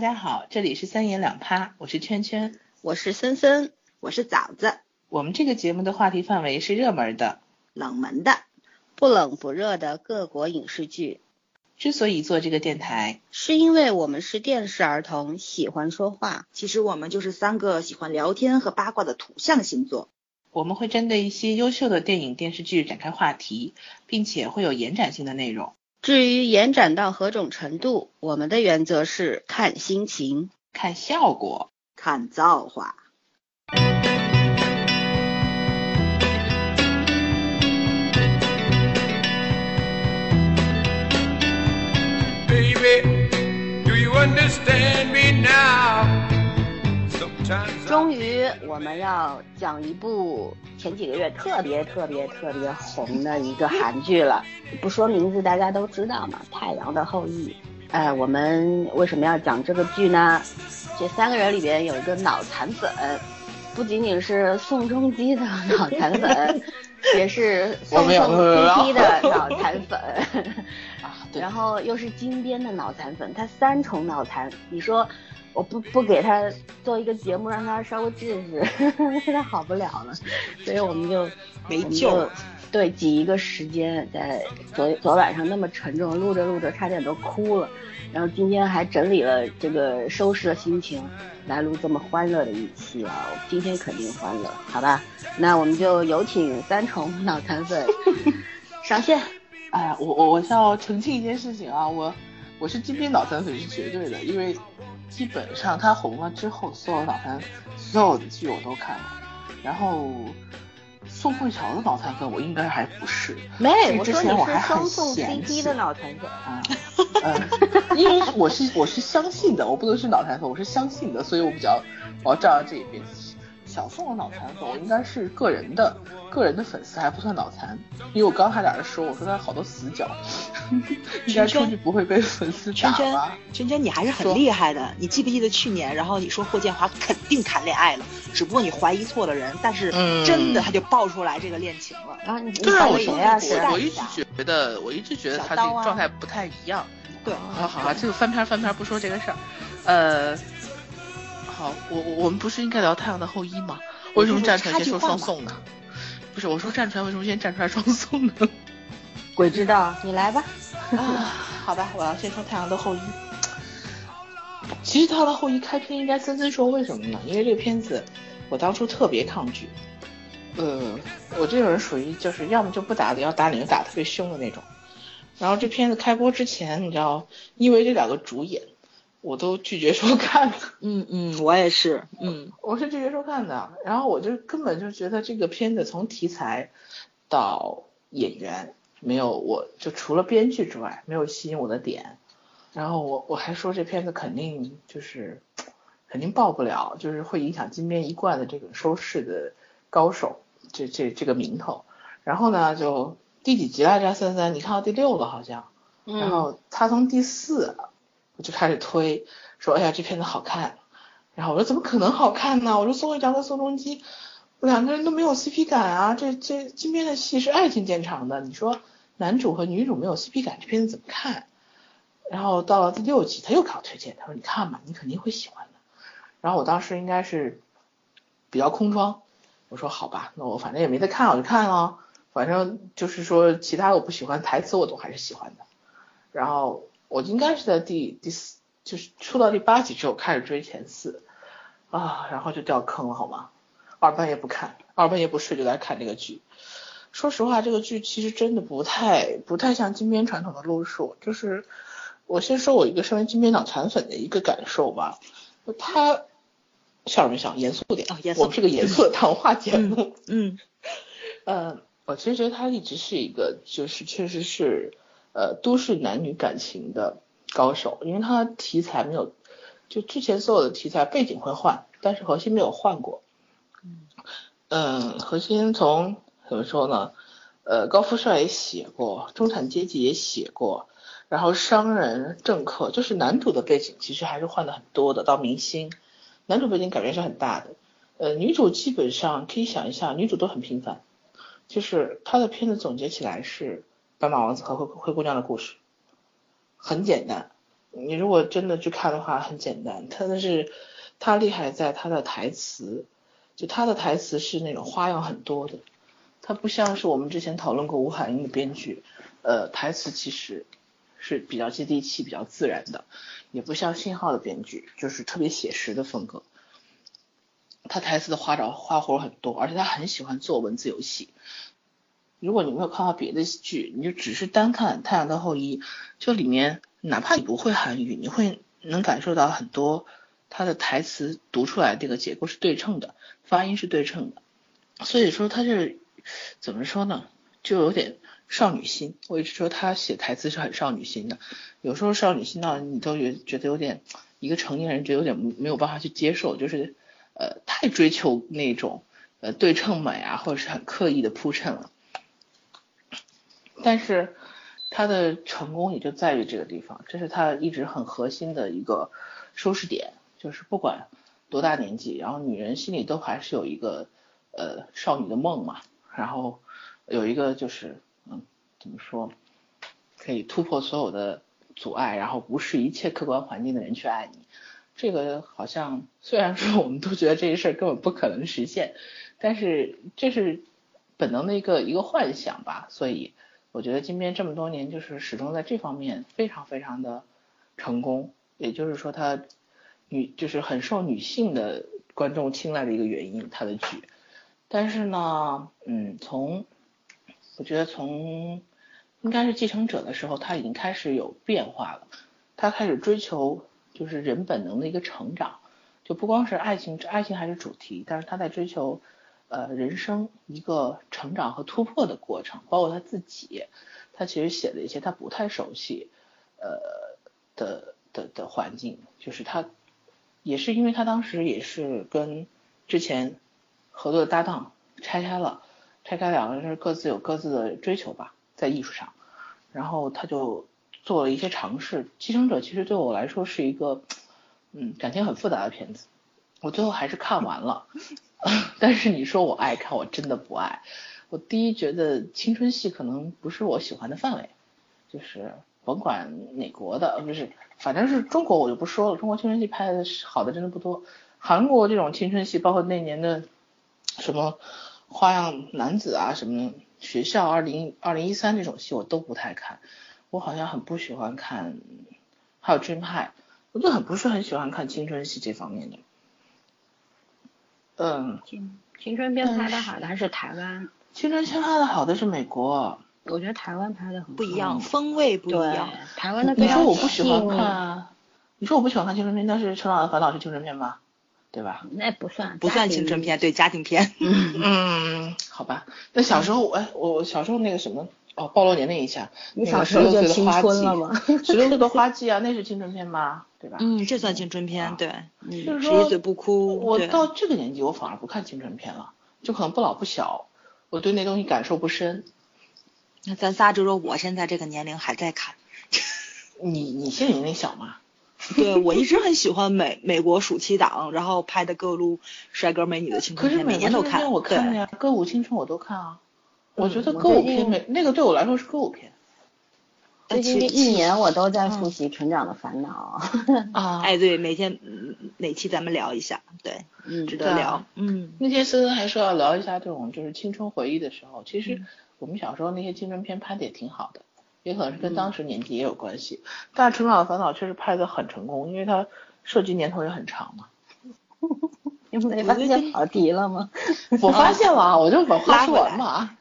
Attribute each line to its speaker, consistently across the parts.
Speaker 1: 家好，这里是三言两趴，我是圈圈。
Speaker 2: 我是森森，我是枣子，
Speaker 1: 我们这个节目的话题范围是热门的。
Speaker 2: 冷门的、不冷不热的各国影视剧，
Speaker 1: 之所以做这个电台，
Speaker 2: 是因为我们是电视儿童，喜欢说话，
Speaker 3: 其实我们就是三个喜欢聊天和八卦的土象星座。
Speaker 1: 我们会针对一些优秀的电影、电视剧展开话题，并且会有延展性的内容，
Speaker 2: 至于延展到何种程度，我们的原则是看心情。
Speaker 1: 看效果。
Speaker 3: 看造化，
Speaker 4: Baby, do you understand me now? Sometimes
Speaker 2: 终于，我们要讲一部前几个月特别特别特别红的一个韩剧了，不说名字大家都知道嘛，《太阳的后裔》。哎，我们为什么要讲这个剧呢？这三个人里边有一个脑残粉，不仅仅是宋仲基的脑残粉，也是 宋
Speaker 1: 我没有
Speaker 2: 宋
Speaker 1: 没有没有
Speaker 2: CP 的脑残粉。
Speaker 1: 啊，对
Speaker 2: 然，后又是金边的脑残粉，他三重脑残。你说我不不给他做一个节目，让他稍微治治， 他好不了了。所以我们就
Speaker 3: 没
Speaker 2: 我们
Speaker 3: 救
Speaker 2: 就
Speaker 3: 了
Speaker 2: 对，挤一个时间，在昨昨晚上那么沉重，录着录着差点都哭了。然后今天还整理了这个收拾了心情，来录这么欢乐的一期啊！我今天肯定欢乐，好吧？那我们就有请三 重脑残粉上线。
Speaker 1: 哎，我我我是要澄清一件事情啊，我我是金边脑残粉是绝对的，因为基本上他红了之后，所有脑残所有的剧我都看了，然后宋慧乔的脑残粉我应该还不是，
Speaker 2: 没
Speaker 1: 其实，
Speaker 2: 我
Speaker 1: 之
Speaker 2: 说你
Speaker 1: 前我还
Speaker 2: 是双
Speaker 1: 很
Speaker 2: 宋
Speaker 1: 嫌
Speaker 2: CP 的
Speaker 1: 弃
Speaker 2: 脑残粉。
Speaker 1: 啊，嗯， 因为我是我是相信的，我不能是脑残粉，我是相信的，所以我比较我要站在这一边。小宋的脑残粉，我应该是个人的个人的粉丝，还不算脑残，因为我刚还在那儿说，我说他好多死角， 应该出去不会被粉丝
Speaker 3: 圈
Speaker 1: 打
Speaker 3: 圈
Speaker 1: 吧？，
Speaker 3: 圈圈，你还是
Speaker 1: 说
Speaker 3: 很厉害的。你记不记得去年，然后你说霍建华肯定谈恋爱了，只不过你怀疑错了人，但是
Speaker 1: 嗯
Speaker 3: 真的他就爆出来这个恋情了。
Speaker 2: 啊，你你
Speaker 1: 对啊，
Speaker 2: 找
Speaker 1: 我
Speaker 2: 谁
Speaker 1: 说
Speaker 2: 呀？
Speaker 1: 我
Speaker 2: 谁
Speaker 3: 是啊
Speaker 1: 我一直觉得我一直觉得他这
Speaker 3: 小刀
Speaker 1: 个
Speaker 3: 啊
Speaker 1: 状态不太一样。
Speaker 3: 对，
Speaker 1: 好好好，这个翻篇儿翻篇儿不说这个事儿，呃，好，我我我们不是应该聊《太阳的后裔》吗？为什么站出来先说双宋呢？不是，我说站出来为什么先站出来双宋呢？
Speaker 2: 鬼知道，你来吧。
Speaker 1: 啊，好吧，我要先说《太阳的后裔》。其实《太阳的后裔》开篇应该森森说为什么呢？因为这个片子我当初特别抗拒，呃，我这种人属于就是要么就不打的，要打你就打特别凶的那种。然后这片子开播之前，你知道，因为这两个主演，我都拒绝收看了。
Speaker 3: 嗯嗯，我也是，嗯，
Speaker 1: 我是拒绝收看的，然后我就根本就觉得这个片子从题材到演员没有我就除了编剧之外没有吸引我的点，然后我我还说这片子肯定就是肯定爆不了，就是会影响金边一贯的这个收视的高手这这这个名头，然后呢就第几集来着？三三，你看到第六了好像，然
Speaker 2: 嗯，
Speaker 1: 后他从第四我就开始推，说哎呀这片子好看，然后我说怎么可能好看呢？我说宋慧乔和宋仲基两个人都没有 CP 感啊，这这今天的戏是爱情见长的，你说男主和女主没有 CP 感，这片子怎么看？然后到了第六集，他又给我推荐，他说你看吧，你肯定会喜欢的。然后我当时应该是比较空窗，我说好吧，那我反正也没得看，我就看了。反正就是说，其他我不喜欢，台词我都还是喜欢的。然后我应该是在第第四，就是出到第八集之后开始追前四，啊，然后就掉坑了，好吗？二半夜不看，二半夜不睡就来看这个剧。说实话，这个剧其实真的不太不太像金边传统的路数，就是我先说我一个身为金边脑残粉的一个感受吧，他笑什么笑？严肃点，
Speaker 3: 啊严肃
Speaker 1: 我们是个严肃的谈话节目。
Speaker 3: 嗯，
Speaker 1: 呃，我其实觉得它一直是一个，就是确实是，呃，都市男女感情的高手，因为它题材没有，就之前所有的题材背景会换，但是核心没有换过。嗯，核心从怎么说呢？呃，高富帅也写过，中产阶级也写过，然后商人、政客，就是男主的背景其实还是换的很多的，到明星，男主背景改变是很大的。呃，女主基本上可以想一下，女主都很平凡，就是他的片子总结起来是《白马王子》和灰灰姑娘的故事，很简单，你如果真的去看的话，很简单，它的是它厉害在它的台词，就它的台词是那种花样很多的，它不像是我们之前讨论过吴海英的编剧，呃，台词其实是比较接地气、比较自然的，也不像信号的编剧，就是特别写实的风格。他台词的花招花活很多，而且他很喜欢做文字游戏。如果你没有看过别的剧，你就只是单看《太阳的后裔》，就里面哪怕你不会韩语，你会能感受到很多他的台词读出来这个结构是对称的，发音是对称的。所以说他是怎么说呢？就有点少女心。我一直说他写台词是很少女心的，有时候少女心到你都觉觉得有点一个成年人觉得有点没有办法去接受，就是呃太追求那种呃对称美啊，或者是很刻意的铺陈了。但是他的成功也就在于这个地方，这是他一直很核心的一个收视点，就是不管多大年纪，然后女人心里都还是有一个呃少女的梦嘛，然后有一个就是嗯怎么说，可以突破所有的阻碍，然后无视一切客观环境的人去爱你。这个好像虽然说我们都觉得这些事儿根本不可能实现，但是这是本能的一个一个幻想吧，所以。我觉得金边这么多年就是始终在这方面非常非常的成功，也就是说他女就是很受女性的观众青睐的一个原因，他的剧。但是呢，嗯，从我觉得从应该是继承者的时候，他已经开始有变化了，他开始追求就是人本能的一个成长，就不光是爱情，爱情还是主题，但是他在追求。呃，人生一个成长和突破的过程，包括他自己，他其实写了一些他不太熟悉，呃的的的环境，就是他也是因为他当时也是跟之前合作的搭档拆开了，拆开两个人各自有各自的追求吧，在艺术上，然后他就做了一些尝试。继承者其实对我来说是一个，嗯，感情很复杂的片子，我最后还是看完了。 但是你说我爱看，我真的不爱。我第一觉得青春戏可能不是我喜欢的范围，就是甭管哪国的，呃不是，反正是中国我就不说了。中国青春戏拍的好的真的不多。韩国这种青春戏，包括那年的什么《花样男子》啊，什么《学校二零二零一三》这种戏，我都不太看。我好像很不喜欢看，还有《军派》，我就很不是很喜欢看青春戏这方面的。嗯，
Speaker 2: 青青春片拍的好的还是台湾，
Speaker 1: 青春片拍的好的是美国，
Speaker 2: 我觉得台湾拍的很
Speaker 3: 不一
Speaker 2: 好
Speaker 3: 样，嗯风味不一
Speaker 2: 对
Speaker 3: 样。，
Speaker 2: 台湾的
Speaker 1: 你
Speaker 2: 比较
Speaker 1: 说我不喜欢
Speaker 2: 细腻
Speaker 1: 看，啊，你说我不喜欢看青春片，但是《成长的烦恼》是青春片吧？对吧？
Speaker 2: 那不算
Speaker 3: 不算青春，片，对家庭片。
Speaker 1: 嗯，好吧。那小时候，哎，我我小时候那个什么，哦，暴露年龄一下，
Speaker 2: 你
Speaker 1: 那个
Speaker 2: 小时候
Speaker 1: 16岁
Speaker 2: 就
Speaker 1: 的
Speaker 2: 青
Speaker 1: 花
Speaker 2: 春
Speaker 1: 季
Speaker 2: 了吗？
Speaker 1: 十六岁的花季啊，那是青春片吧？对吧？
Speaker 3: 嗯，这算青春片，对。
Speaker 1: 就
Speaker 3: 嗯，
Speaker 1: 是
Speaker 3: 十
Speaker 1: 说
Speaker 3: 一岁不哭。
Speaker 1: 我
Speaker 3: 对
Speaker 1: 到这个年纪，我反而不看青春片了，就可能不老不小，我对那东西感受不深。
Speaker 3: 那咱仨就说我现在这个年龄还在看。
Speaker 1: 你你心里年龄小吗？
Speaker 3: 对我一直很喜欢美美国暑期档，然后拍的各路帅哥美女的青
Speaker 1: 可
Speaker 3: 春
Speaker 1: 是
Speaker 3: 片，每
Speaker 1: 美国
Speaker 3: 年都
Speaker 1: 青春片
Speaker 3: 看。
Speaker 1: 我看了
Speaker 3: 对嗯
Speaker 1: 呀，歌舞青春我都看啊。我觉得
Speaker 2: 我
Speaker 1: 歌舞
Speaker 2: 最
Speaker 1: 片
Speaker 2: 近
Speaker 1: 没那个对我来说是歌舞片
Speaker 2: 最近这一年我都在复习《成长的烦恼》
Speaker 1: 啊
Speaker 3: 哎，对，每天嗯哪期咱们聊一下，对，
Speaker 2: 嗯，
Speaker 3: 值
Speaker 1: 对啊
Speaker 3: 得聊。嗯，
Speaker 1: 那天森森还说要聊一下这种就是青春回忆的时候，其实我们小时候那些青春片拍的也挺好的，也可能是跟当时年纪也有关系。但是《成长的烦恼》确实拍的很成功，因为它涉及年头也很长嘛。
Speaker 2: 你没发现跑题了吗？
Speaker 1: 我发现了啊，我就把话说完嘛啊，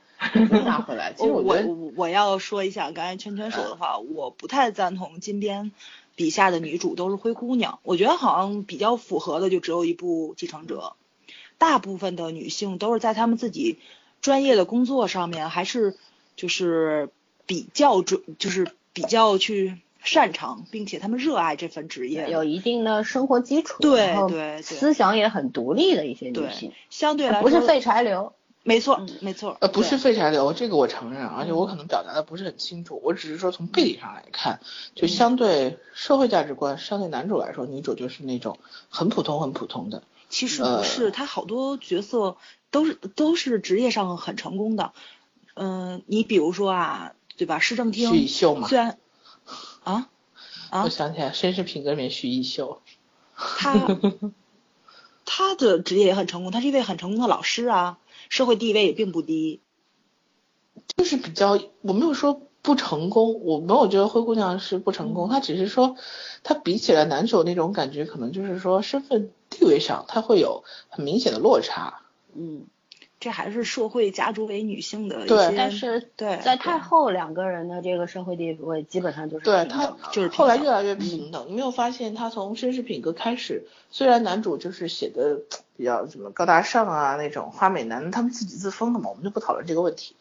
Speaker 1: 拉回来。其
Speaker 3: 我
Speaker 1: 实我
Speaker 3: 哦我
Speaker 1: 觉得
Speaker 3: 我要说一下，刚才圈圈说的话，我不太赞同金边笔下的女主都是灰姑娘。我觉得好像比较符合的就只有一部《继承者》，大部分的女性都是在她们自己专业的工作上面，还是就是比较准，就是比较去擅长，并且她们热爱这份职业。
Speaker 2: 有一定的生活基础，
Speaker 3: 对
Speaker 2: 然后
Speaker 3: 对对
Speaker 2: 思想也很独立的一些女
Speaker 3: 对
Speaker 2: 性，，
Speaker 3: 相对来
Speaker 2: 不
Speaker 3: 说
Speaker 2: 是废柴流。
Speaker 3: 没错
Speaker 2: 嗯，
Speaker 3: 没错，
Speaker 1: 呃不是
Speaker 3: 对
Speaker 1: 废柴流，这个我承认，啊而且我可能表达的不是很清楚，我只是说从背景上来看，就相对社会价值观，相对男主来说，女主就是那种很普通很普通的。
Speaker 3: 其实
Speaker 2: 呃
Speaker 3: 不是，他好多角色都是都是职业上很成功的。嗯、你比如说啊，对吧？市政
Speaker 1: 许
Speaker 3: 厅
Speaker 1: 秀嘛，
Speaker 3: 虽然啊，啊
Speaker 1: 我想起来，绅士品格免须一秀。
Speaker 3: 他他的职业也很成功，他是一位很成功的老师啊，社会地位也并不低。
Speaker 1: 就是比较，我没有说不成功，我没有觉得灰姑娘是不成
Speaker 3: 嗯
Speaker 1: 功，她只是说，她比起来男主那种感觉，可能就是说身份地位上，她会有很明显的落差。
Speaker 2: 嗯，
Speaker 3: 这还是社会家族为女性的一
Speaker 1: 对
Speaker 3: 些，
Speaker 2: 但是
Speaker 3: 对
Speaker 2: 在太后两个人的这个社会地位基本上就是
Speaker 1: 对
Speaker 2: 平
Speaker 1: 她
Speaker 2: 等的
Speaker 3: 就是平
Speaker 1: 后来
Speaker 3: 等嗯
Speaker 1: 越来越平等，你没有发现她从绅士品格开始，虽然男主就是写的比较什么高大上啊那种花美男，他们自己自封的嘛，我们就不讨论这个问题，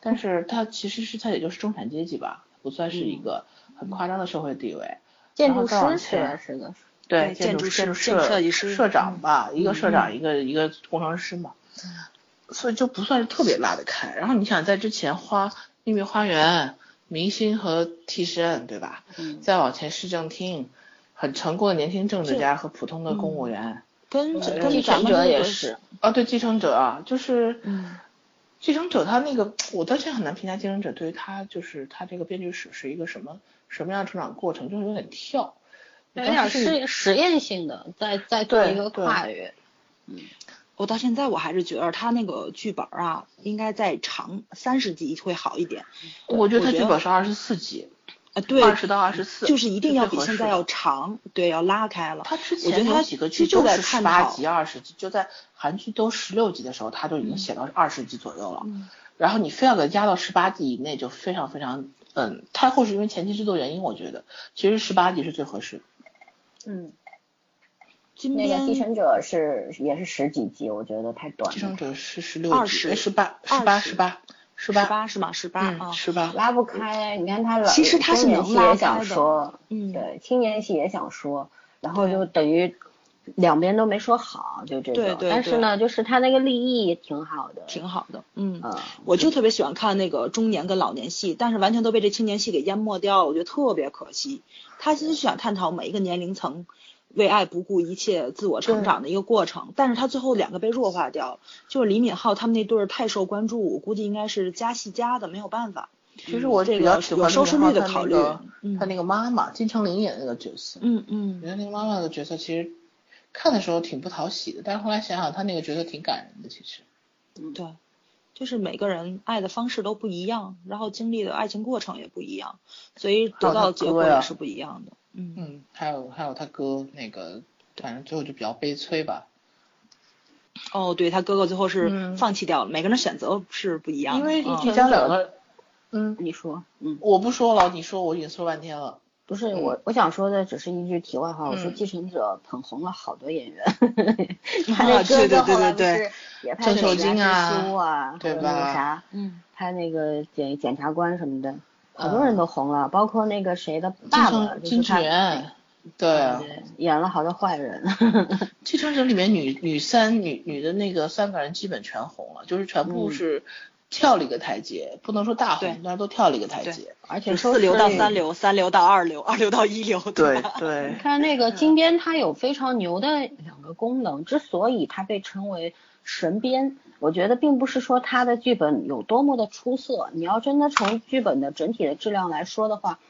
Speaker 1: 但是他其实是他也就是中产阶级吧，不算是
Speaker 3: 嗯
Speaker 1: 一个很夸张的社会地位。
Speaker 2: 建筑
Speaker 1: 然后再
Speaker 2: 师
Speaker 1: 往
Speaker 2: 是的
Speaker 1: 前
Speaker 2: 是的，
Speaker 1: 对，
Speaker 3: 对建
Speaker 1: 筑建
Speaker 3: 筑师
Speaker 1: 筑
Speaker 3: 建
Speaker 1: 设
Speaker 3: 设计师
Speaker 1: 社长吧，一个社长，
Speaker 3: 嗯
Speaker 1: 一个一个工程师嘛，所以就不算是特别拉得开。然后你想，在之前花秘密花园、明星和替身，对吧？
Speaker 2: 嗯
Speaker 1: 再往前市政厅，很成功的年轻政治家和普通的公务员，
Speaker 3: 跟
Speaker 1: 呃
Speaker 3: 跟
Speaker 1: 继
Speaker 2: 继
Speaker 3: 咱
Speaker 1: 承
Speaker 2: 承
Speaker 3: 嗯们
Speaker 2: 者
Speaker 3: 那
Speaker 2: 也
Speaker 3: 个
Speaker 2: 是，
Speaker 1: 啊，对，继承者啊，就是
Speaker 3: 嗯
Speaker 1: 继承者他那个，我到现在很难评价继承者对于他就是他这个编剧史是一个什么什么样的成长过程，就是有点跳。
Speaker 2: 有
Speaker 1: 当
Speaker 2: 点
Speaker 1: 时是
Speaker 2: 是实验性的，在在做
Speaker 1: 对
Speaker 2: 一个
Speaker 1: 对
Speaker 2: 跨越，
Speaker 3: 我到现在我还是觉得他那个剧本啊，应该再长三十集会好一点。
Speaker 1: 我觉得
Speaker 3: 我
Speaker 1: 他
Speaker 3: 觉
Speaker 1: 剧
Speaker 3: 得
Speaker 1: 本是二十四集，
Speaker 3: 啊，对，
Speaker 1: 二十到二十四，
Speaker 3: 就是一定要
Speaker 1: 最
Speaker 3: 比
Speaker 1: 合
Speaker 3: 现
Speaker 1: 适
Speaker 3: 在
Speaker 1: 的
Speaker 3: 要长，对，要拉开了。
Speaker 1: 他之
Speaker 3: 我觉
Speaker 1: 前
Speaker 3: 得他
Speaker 1: 有几个
Speaker 3: 其
Speaker 1: 剧
Speaker 3: 实就
Speaker 1: 都
Speaker 3: 在
Speaker 1: 是
Speaker 3: 看
Speaker 1: 十
Speaker 3: 讨
Speaker 1: 八集、二十集，就在韩剧都十六集的时候，他就已
Speaker 3: 嗯
Speaker 1: 经写到二十集左右了。然后你非要给它压到十八集以内，就非常非常嗯，太后是因为前期制作原因，我觉得其实十八集是最合适的。
Speaker 2: 嗯，
Speaker 3: 金
Speaker 2: 那个
Speaker 3: 边
Speaker 2: 继承者是也是十几集，我觉得太短
Speaker 1: 继
Speaker 2: 了
Speaker 1: 承，
Speaker 3: 嗯
Speaker 1: 者是十六
Speaker 3: 20
Speaker 1: 集，十八十八十八十
Speaker 3: 十
Speaker 1: 八
Speaker 3: 八是吗？十八啊
Speaker 1: 嗯，十八。
Speaker 2: 拉不开。你看他老，
Speaker 3: 其实他是
Speaker 2: 中年
Speaker 3: 能
Speaker 2: 戏
Speaker 3: 拉
Speaker 2: 也
Speaker 3: 开
Speaker 2: 想
Speaker 3: 的
Speaker 2: 说，
Speaker 3: 嗯，
Speaker 2: 对，青年戏也想说，然后
Speaker 3: 对
Speaker 2: 就等于两边都没说好，就这种。
Speaker 3: 对对
Speaker 2: 但是呢，就是他那个立意挺好的，
Speaker 3: 挺好的，嗯。
Speaker 2: 嗯，
Speaker 3: 我就特别喜欢看那个中年跟老年戏，但是完全都被这青年戏给淹没掉了，我觉得特别可惜。他其实想探讨每一个年龄层为爱不顾一切、自我成长的一个过程，但是他最后两个被弱化掉了，就是李敏镐他们那对儿太受关注，我估计应该是加戏加的，没有办法。
Speaker 1: 其实我
Speaker 3: 这
Speaker 1: 嗯比较
Speaker 3: 个
Speaker 1: 喜
Speaker 3: 有
Speaker 1: 欢
Speaker 3: 收视率的考虑嗯
Speaker 1: 他那个妈妈金城林演的那个角色，
Speaker 3: 嗯
Speaker 1: 我
Speaker 3: 嗯
Speaker 1: 觉得那个妈妈的角色其实看的时候挺不讨喜的，但是后来想想，她那个角色挺感人的，其实。
Speaker 3: 对，就是每个人爱的方式都不一样，然后经历的爱情过程也不一样，所以得到的结果也是不一样的。嗯，
Speaker 1: 嗯，还有还有他哥那个，反正最后就比较悲催吧，
Speaker 3: 哦，对他哥哥最后是
Speaker 1: 嗯
Speaker 3: 放弃掉了，每个人选择是不一样的。
Speaker 1: 因为
Speaker 3: 嗯
Speaker 1: 这家两个，嗯，
Speaker 2: 你说，嗯，
Speaker 1: 我不说了，你说我已经说半天了，
Speaker 2: 不是
Speaker 1: 嗯
Speaker 2: 我，我想说的只是一句题外话。我说
Speaker 1: 嗯
Speaker 2: 继承者捧红了好多演 员，他
Speaker 3: 啊
Speaker 2: 那哥
Speaker 3: 对对
Speaker 2: 哥后
Speaker 3: 对
Speaker 2: 来
Speaker 3: 对
Speaker 2: 不
Speaker 3: 对
Speaker 2: 是也拍
Speaker 1: 郑
Speaker 2: 《
Speaker 1: 秀
Speaker 2: 美
Speaker 1: 晶
Speaker 2: 啊
Speaker 1: 啊》
Speaker 2: 啊，
Speaker 1: 对
Speaker 2: 还有那个
Speaker 1: 吧
Speaker 2: 啥，
Speaker 3: 嗯，
Speaker 2: 拍那个检检察官什么的，好多人都红了，包括那个谁的
Speaker 1: 金
Speaker 2: 爸爸，
Speaker 1: 城
Speaker 2: 就是
Speaker 1: 金智
Speaker 2: 他
Speaker 1: 媛，对啊，
Speaker 2: 对演了好多坏人。
Speaker 1: 继承者里面女女三女女的那个三个人基本全红了，就是全部
Speaker 2: 嗯
Speaker 1: 是跳了一个台阶，不能说大
Speaker 3: 对
Speaker 1: 红，但是都跳了一个台阶，
Speaker 2: 而且
Speaker 3: 就
Speaker 2: 收
Speaker 3: 四流
Speaker 2: 视
Speaker 3: 到
Speaker 2: 率
Speaker 3: 三流，三流到二流，二流到一流，吧？
Speaker 1: 对
Speaker 2: 看那个金边，它有非常牛的两个功能，之所以它被称为神编，我觉得并不是说它的剧本有多么的出色，你要真的从剧本的整体的质量来说的话，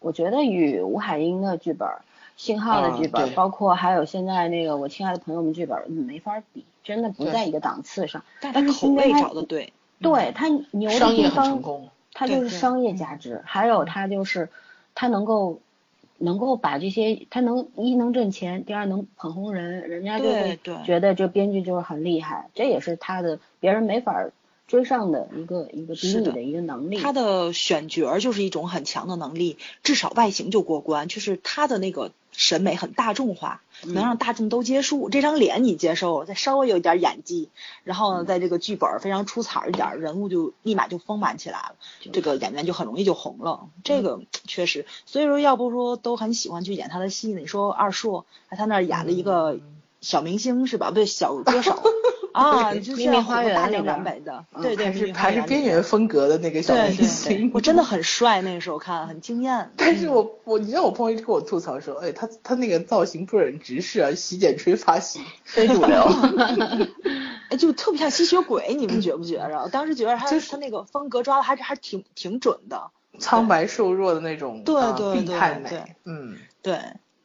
Speaker 2: 我觉得与吴海英的剧本、信号的剧
Speaker 1: 啊
Speaker 2: 本，
Speaker 1: 对
Speaker 2: 包括还有现在那个我亲爱的朋友们剧本嗯没法比，真的不
Speaker 1: 对
Speaker 2: 在一个档次上。
Speaker 3: 但是口味找的对，
Speaker 2: 对它牛的
Speaker 1: 商
Speaker 2: 地
Speaker 1: 业很
Speaker 2: 方
Speaker 1: 成，功，
Speaker 2: 它
Speaker 3: 对
Speaker 2: 就是
Speaker 3: 对
Speaker 2: 商业价值，还有它就是它能够能够把这些，它能一能挣钱，第二能捧红人，人家就
Speaker 3: 对
Speaker 2: 会
Speaker 3: 对
Speaker 2: 觉得这编剧就是很厉害，这也是他的别人没法追上的一个一个比
Speaker 3: 是
Speaker 2: 拟
Speaker 3: 的
Speaker 2: 的一个能力。
Speaker 3: 他的选角儿就是一种很强的能力，至少外形就过关，就是他的那个审美很大众化，
Speaker 2: 嗯
Speaker 3: 能让大众都接受。这张脸你接受了，再稍微有一点演技，然后呢，在这个剧本儿非常出彩儿一点儿，人物就立马就丰满起来了，这个演员就很容易就红了。这
Speaker 2: 嗯
Speaker 3: 个确实，所以说要不说都很喜欢去演他的戏呢。你说二硕，哎他那儿演了一个
Speaker 2: 嗯
Speaker 3: 小明星是吧？不对，小 歌手啊，就是
Speaker 2: 秘密
Speaker 3: 要
Speaker 2: 花
Speaker 3: 红得
Speaker 2: 园
Speaker 3: 大
Speaker 2: 那边
Speaker 3: 江南
Speaker 2: 儿
Speaker 3: 北的，
Speaker 2: 嗯
Speaker 3: 对对，
Speaker 1: 还
Speaker 3: 秘密
Speaker 1: 是
Speaker 3: 花
Speaker 1: 还是
Speaker 3: 园
Speaker 1: 边
Speaker 3: 里边
Speaker 1: 缘风格的那个小
Speaker 3: 对
Speaker 1: 明
Speaker 3: 对
Speaker 1: 星
Speaker 3: 对，，我真的很帅，那个时候看很惊艳。
Speaker 1: 但是我我你知道我朋友一直跟我吐槽说，哎，他他那个造型不忍直视啊，洗剪吹发 型，
Speaker 2: 非主流，
Speaker 3: 哎，就特别像吸血鬼，你们觉不觉着？我当时觉得他
Speaker 1: 就是
Speaker 3: 他那个风格抓的还是还是挺挺准的。
Speaker 1: 苍白瘦弱的那种，
Speaker 3: 对
Speaker 1: 啊
Speaker 3: 对
Speaker 1: 病
Speaker 3: 对
Speaker 1: 态美
Speaker 3: 对，
Speaker 1: 嗯，
Speaker 3: 对，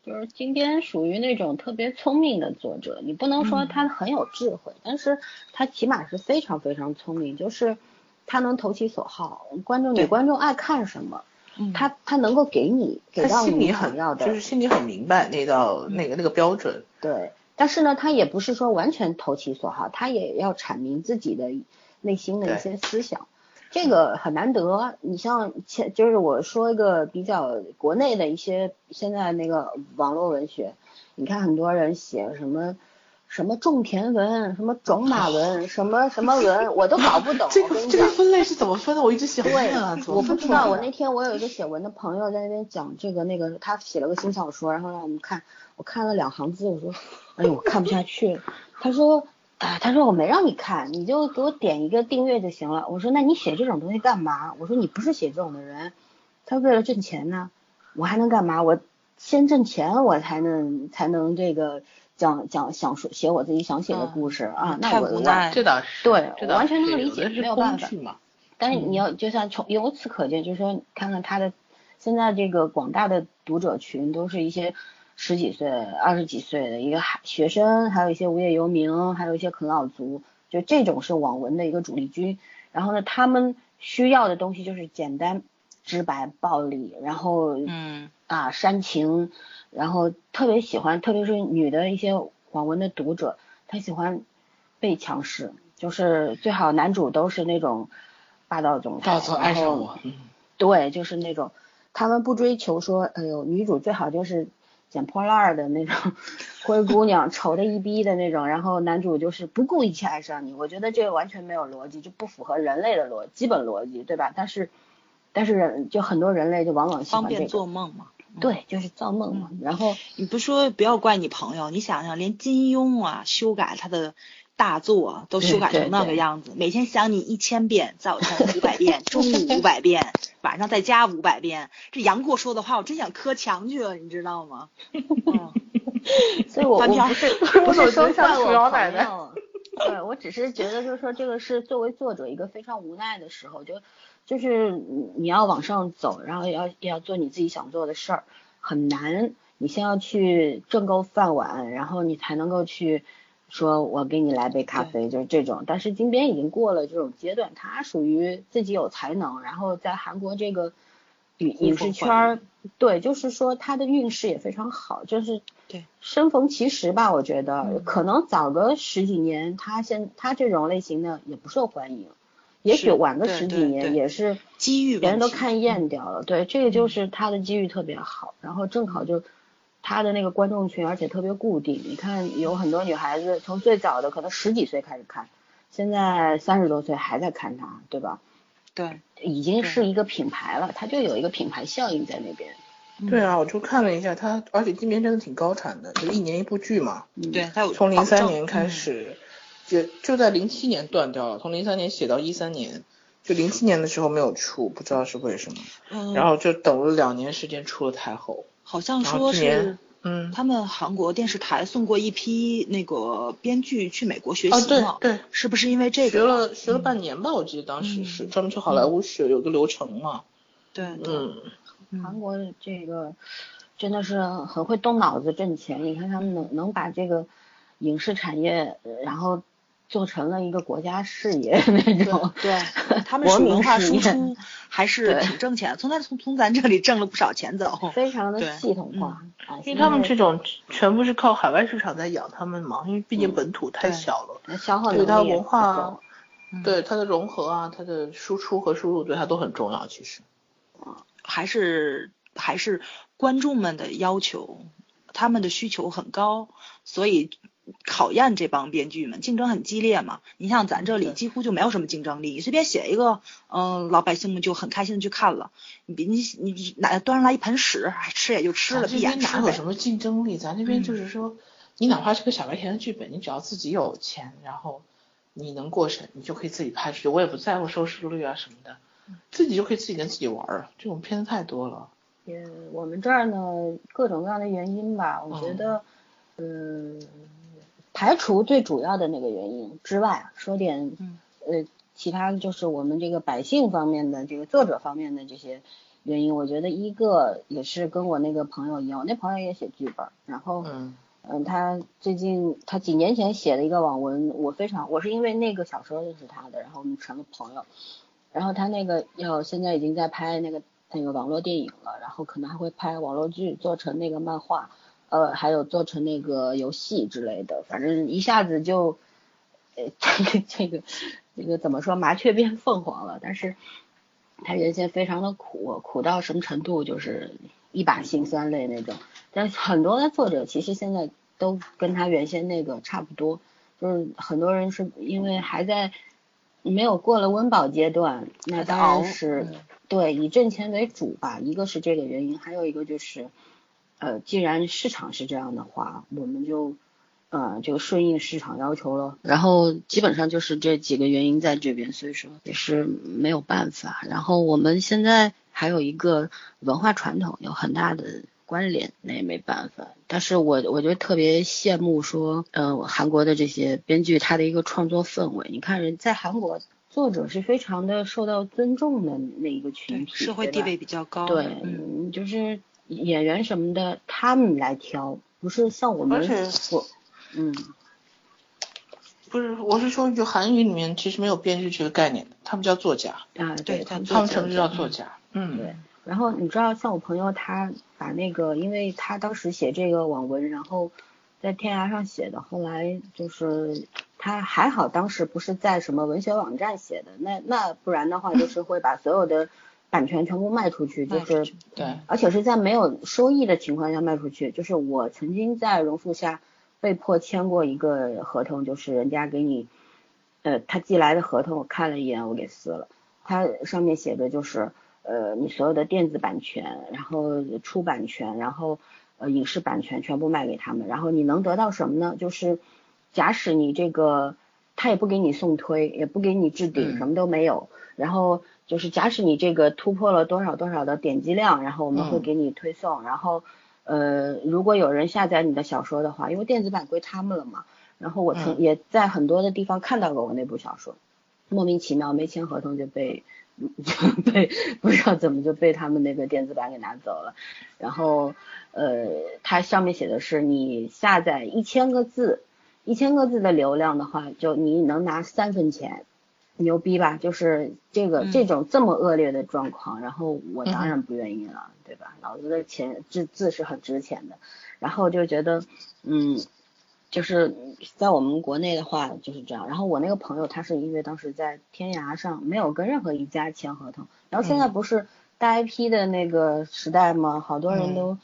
Speaker 2: 就是金边属于那种特别聪明的作者，你不能说
Speaker 3: 嗯
Speaker 2: 他很有智慧，但是他起码是非常非常聪明，就是他能投其所好，观众女
Speaker 3: 对
Speaker 2: 观众爱看什么，
Speaker 3: 嗯
Speaker 2: 他他能够给你给
Speaker 1: 他
Speaker 2: 到
Speaker 1: 心
Speaker 2: 你
Speaker 1: 里
Speaker 2: 想
Speaker 1: 很
Speaker 2: 要的，
Speaker 1: 就是心里很明白那道那个那个标准，
Speaker 2: 对。但是呢，他也不是说完全投其所好，他也要阐明自己的内心的一些思想，这个很难得。你像前就是我说一个比较国内的一些现在那个网络文学，你看很多人写什么。什么种田文，什么种马文，什么什么文，我都搞不懂。
Speaker 1: 这
Speaker 2: 我跟
Speaker 1: 个
Speaker 2: 你
Speaker 1: 这
Speaker 2: 讲
Speaker 1: 个，分类是怎么分的？我一直想 问啊，怎
Speaker 2: 对，
Speaker 1: 么
Speaker 2: 我不
Speaker 1: 分出
Speaker 2: 知
Speaker 1: 来
Speaker 2: 道。我
Speaker 1: 的
Speaker 2: 那天我有一个写文的朋友在那边讲这个那个，他写了个新小说，然后让我们看，我看了两行字，我说，哎呦，我看不下去了。他说，啊，他说我没让你看，你就给我点一个订阅就行了。我说，那你写这种东西干嘛？我说你不是写这种的人。他说为了挣钱呢，我还能干嘛？我先挣钱，我才能才能这个讲讲想说写我自己想写的
Speaker 1: 嗯
Speaker 2: 故事啊。那
Speaker 3: 太
Speaker 2: 我
Speaker 3: 无
Speaker 2: 我
Speaker 3: 奈
Speaker 1: 这倒是，
Speaker 2: 对
Speaker 1: 这
Speaker 2: 我
Speaker 1: 倒
Speaker 2: 完全
Speaker 1: 是
Speaker 2: 能理
Speaker 1: 有的
Speaker 2: 解
Speaker 1: 是
Speaker 2: 没有
Speaker 1: 工
Speaker 2: 办法
Speaker 1: 具嘛，
Speaker 2: 但是你要就像从由此可见，就是说看看他的现在这个广大的读者群都是一些十几岁、二十几岁的一个孩学生，还有一些无业游民，还有一些啃老族，就这种是网文的一个主力军。然后呢，他们需要的东西就是简单、直白、暴力，然后
Speaker 3: 嗯
Speaker 2: 啊煽情，然后特别喜欢，特别是女的一些网文的读者，她喜欢被强势，就是最好男主都是那种霸道总裁，
Speaker 1: 到最后爱上我，嗯
Speaker 2: 对，就是那种他们不追求说，哎呦，女主最好就是捡破烂儿的那种灰姑娘，丑的一逼的那种，然后男主就是不顾一切爱上你。我觉得这个完全没有逻辑，就不符合人类的逻基本逻辑，对吧？但是但是人就很多人类就往往喜
Speaker 3: 方
Speaker 2: 欢这
Speaker 3: 便
Speaker 2: 个，
Speaker 3: 做嗯梦嘛。
Speaker 2: 对，就是造梦嘛。然后
Speaker 3: 你不说不要怪你朋友，你想想，连金庸啊修改他的大作啊都修改
Speaker 2: 对对
Speaker 3: 成那个
Speaker 2: 对
Speaker 3: 样子，每天想你一千遍，早晨五百遍，中午五百遍，晚上再加五百遍。这杨过说的话，我真想磕墙去了，你知道吗？嗯，
Speaker 2: 所 以我我
Speaker 3: 翻篇儿
Speaker 2: 不是不是说
Speaker 1: 像
Speaker 2: 怪
Speaker 1: 鼠
Speaker 2: 我
Speaker 1: 老
Speaker 2: 朋
Speaker 1: 奶奶
Speaker 2: 友，对我只是觉得就是说这个是作为作者一个非常无奈的时候，就就是你你要往上走，然后也要也要做你自己想做的事儿，很难。你先要去挣够饭碗，然后你才能够去说，我给你来杯咖啡，就是这种。但是金边已经过了这种阶段，他属于自己有才能，然后在韩国这个影
Speaker 3: 呼
Speaker 2: 影视
Speaker 3: 风
Speaker 2: 圈
Speaker 3: 唤
Speaker 2: 儿，对，就是说他的运势也非常好，就是
Speaker 3: 对
Speaker 2: 身逢其时吧，我觉得、
Speaker 3: 嗯
Speaker 2: 可能早个十几年，他现他这种类型的也不受欢迎，也许
Speaker 3: 是
Speaker 2: 晚个
Speaker 3: 对
Speaker 2: 十几
Speaker 3: 对
Speaker 2: 年
Speaker 3: 对
Speaker 2: 也是
Speaker 3: 机遇嗯
Speaker 2: 别人都
Speaker 3: 问题
Speaker 2: 看厌掉了。对，这个就是他的机遇特别好，然后正好就他的那个观众群，而且特别固定。你看，有很多女孩子从最早的可能十几岁开始看，现在三十多岁还在看他，对吧？
Speaker 3: 对，
Speaker 2: 已经
Speaker 3: 对
Speaker 2: 是一个品牌了，它就有一个品牌效应在那边。
Speaker 1: 对啊，我就看了一下他，而且今年真的挺高产的，就一年一部剧嘛。
Speaker 2: 嗯、
Speaker 3: 对，，他有
Speaker 1: 从零
Speaker 3: 保
Speaker 1: 三
Speaker 3: 证
Speaker 1: 年开，始，就就在零七年断掉了，从零三年写到一三年，就零七年的时候没有出，不知道是为什么，
Speaker 3: 嗯，
Speaker 1: 然后就等了两年时间出了太后，
Speaker 3: 好像
Speaker 1: 然后
Speaker 3: 说
Speaker 1: 今
Speaker 3: 是
Speaker 1: 年。嗯，
Speaker 3: 他们韩国电视台送过一批那个编剧去美国学
Speaker 1: 啊
Speaker 3: 习
Speaker 1: 对
Speaker 3: 嘛，
Speaker 1: 对，
Speaker 3: 是不是因为这
Speaker 1: 学
Speaker 3: 个呀？
Speaker 1: 了学了半年吧，我记得当时是
Speaker 3: 嗯
Speaker 1: 专门去好莱坞学，有个流程嘛，
Speaker 3: 对对，
Speaker 1: 嗯，
Speaker 2: 韩国这个真的是很会动脑子挣钱，你看他们能能把这个影视产业，呃然后做成了一个国家事业那
Speaker 1: 嗯
Speaker 2: 种。
Speaker 3: 对他们
Speaker 2: 国
Speaker 3: 是
Speaker 2: 民
Speaker 3: 文化
Speaker 2: 事
Speaker 3: 输
Speaker 2: 业
Speaker 3: 出还是
Speaker 2: 对
Speaker 3: 挺挣钱，从咱从从咱这里挣了不少钱 走。
Speaker 2: 非常的
Speaker 3: 对
Speaker 2: 系统化啊，
Speaker 1: 嗯因为他们
Speaker 2: 现
Speaker 1: 这种全部是靠海外市场在养他们嘛，因为毕竟
Speaker 2: 嗯
Speaker 1: 本土太
Speaker 3: 对
Speaker 1: 小了，
Speaker 2: 在消耗
Speaker 1: 对它
Speaker 2: 能力也
Speaker 1: 文
Speaker 2: 不
Speaker 1: 化啊
Speaker 2: 够。
Speaker 1: 对它的融合啊，它的输出和输入对它都很重要，其实。
Speaker 3: 还是还是观众们的要求，他们的需求很高，所以考验这帮编剧们，竞争很激烈嘛。你像咱这里
Speaker 1: 对
Speaker 3: 几乎就没有什么竞争力，你随便写一个，嗯、老百姓们就很开心的去看了。你比你你拿端上来一盆屎，哎吃也就吃
Speaker 1: 咱
Speaker 3: 了，闭
Speaker 1: 这边
Speaker 3: 眼
Speaker 1: 哪
Speaker 3: 吃
Speaker 1: 有
Speaker 3: 呗。
Speaker 1: 什么竞争力？咱这边就是说，你哪怕是个傻白甜的剧本，你只要自己有钱，然后你能过审，你就可以自己拍出去。我也不在乎收视率啊什么的，自己就可以自己跟自己玩儿啊。这种片子太多了。
Speaker 2: 也我们这儿呢，各种各样的原因吧，我觉得，嗯，排除最主要的那个原因之外，说点，
Speaker 3: 嗯
Speaker 2: 呃，其他的就是我们这个百姓方面的这个作者方面的这些原因，我觉得一个也是跟我那个朋友一样，我那朋友也写剧本，然后
Speaker 1: 嗯
Speaker 2: 嗯，他最近他几年前写了一个网文，我非常我是因为那个小说认识他的，然后我们成了朋友。然后他那个要现在已经在拍那个那个网络电影了，然后可能还会拍网络剧，做成那个漫画，呃，还有做成那个游戏之类的，反正一下子就，呃， 这个这个这个怎么说，麻雀变凤凰了。但是他原先非常的苦，苦到什么程度，就是一把辛酸泪那种。但是很多的作者其实现在都跟他原先那个差不多，就是很多人是因为还在没有过了温饱阶段，那
Speaker 1: 还在
Speaker 2: 当
Speaker 1: 熬
Speaker 2: 然是
Speaker 1: 嗯
Speaker 2: 对以挣钱为主吧，一个是这个原因，还有一个就是，呃，既然市场是这样的话，我们就呃就顺应市场要求了。然后基本上就是这几个原因在这边，所以说也是没有办法。然后我们现在还有一个文化传统有很大的关联，那也没办法。但是我我就特别羡慕说，呃，韩国的这些编剧他的一个创作氛围，你看人在韩国。作者是非常的受到尊重的那一个群体，
Speaker 3: 社会
Speaker 2: 对
Speaker 3: 地
Speaker 2: 吧
Speaker 3: 位比较高。
Speaker 2: 对，
Speaker 3: 嗯，
Speaker 2: 嗯，就是演员什么的，他们来挑，不是像我们
Speaker 1: 而且
Speaker 2: 我，嗯，
Speaker 1: 不是，我是说，就韩语里面其实没有编剧这个概念的，他们叫作家，
Speaker 2: 啊，
Speaker 3: 对
Speaker 2: 他们
Speaker 1: 他们
Speaker 2: 做
Speaker 1: 称之
Speaker 2: 节
Speaker 1: 叫
Speaker 2: 目
Speaker 1: 作家。嗯，
Speaker 2: 对然后你知道，像我朋友他把那个，因为他当时写这个网文，然后在天涯上写的，后来就是他还好，当时不是在什么文学网站写的，那那不然的话就是会把所有的版权全部卖出去，就
Speaker 3: 卖出
Speaker 2: 是
Speaker 3: 去
Speaker 1: 对，
Speaker 2: 而且是在没有收益的情况下卖出去。就是我曾经在荣富下被迫签过一个合同，就是人家给你，呃，他寄来的合同我看了一眼，我给撕了。它上面写的就是，呃，你所有的电子版权，然后出版权，然后呃影视版权全部卖给他们，然后你能得到什么呢？就是假使你这个他也不给你送推，也不给你置顶，
Speaker 1: 嗯
Speaker 2: 什么都没有。然后就是假使你这个突破了多少多少的点击量，然后我们会
Speaker 1: 嗯
Speaker 2: 给你推送。然后呃，如果有人下载你的小说的话，因为电子版归他们了嘛。然后我曾、
Speaker 1: 嗯
Speaker 2: 也在很多的地方看到过我那部小说，莫名其妙没签合同就被嗯 就被不知道怎么就被他们那个电子版给拿走了。然后呃，它上面写的是你下载一千个字，一千个字的流量的话，就你能拿三分钱。牛逼吧？就是这个
Speaker 3: 嗯
Speaker 2: 这种这么恶劣的状况，然后我
Speaker 1: 嗯
Speaker 2: 当然不愿意了，对吧？老子的钱字字是很值钱的，然后就觉得，嗯，就是在我们国内的话就是这样。然后我那个朋友他是因为当时在天涯上没有跟任何一家签合同，然后现在
Speaker 1: 嗯
Speaker 2: 不是大 IP 的那个时代吗？好多人
Speaker 1: 嗯
Speaker 2: 都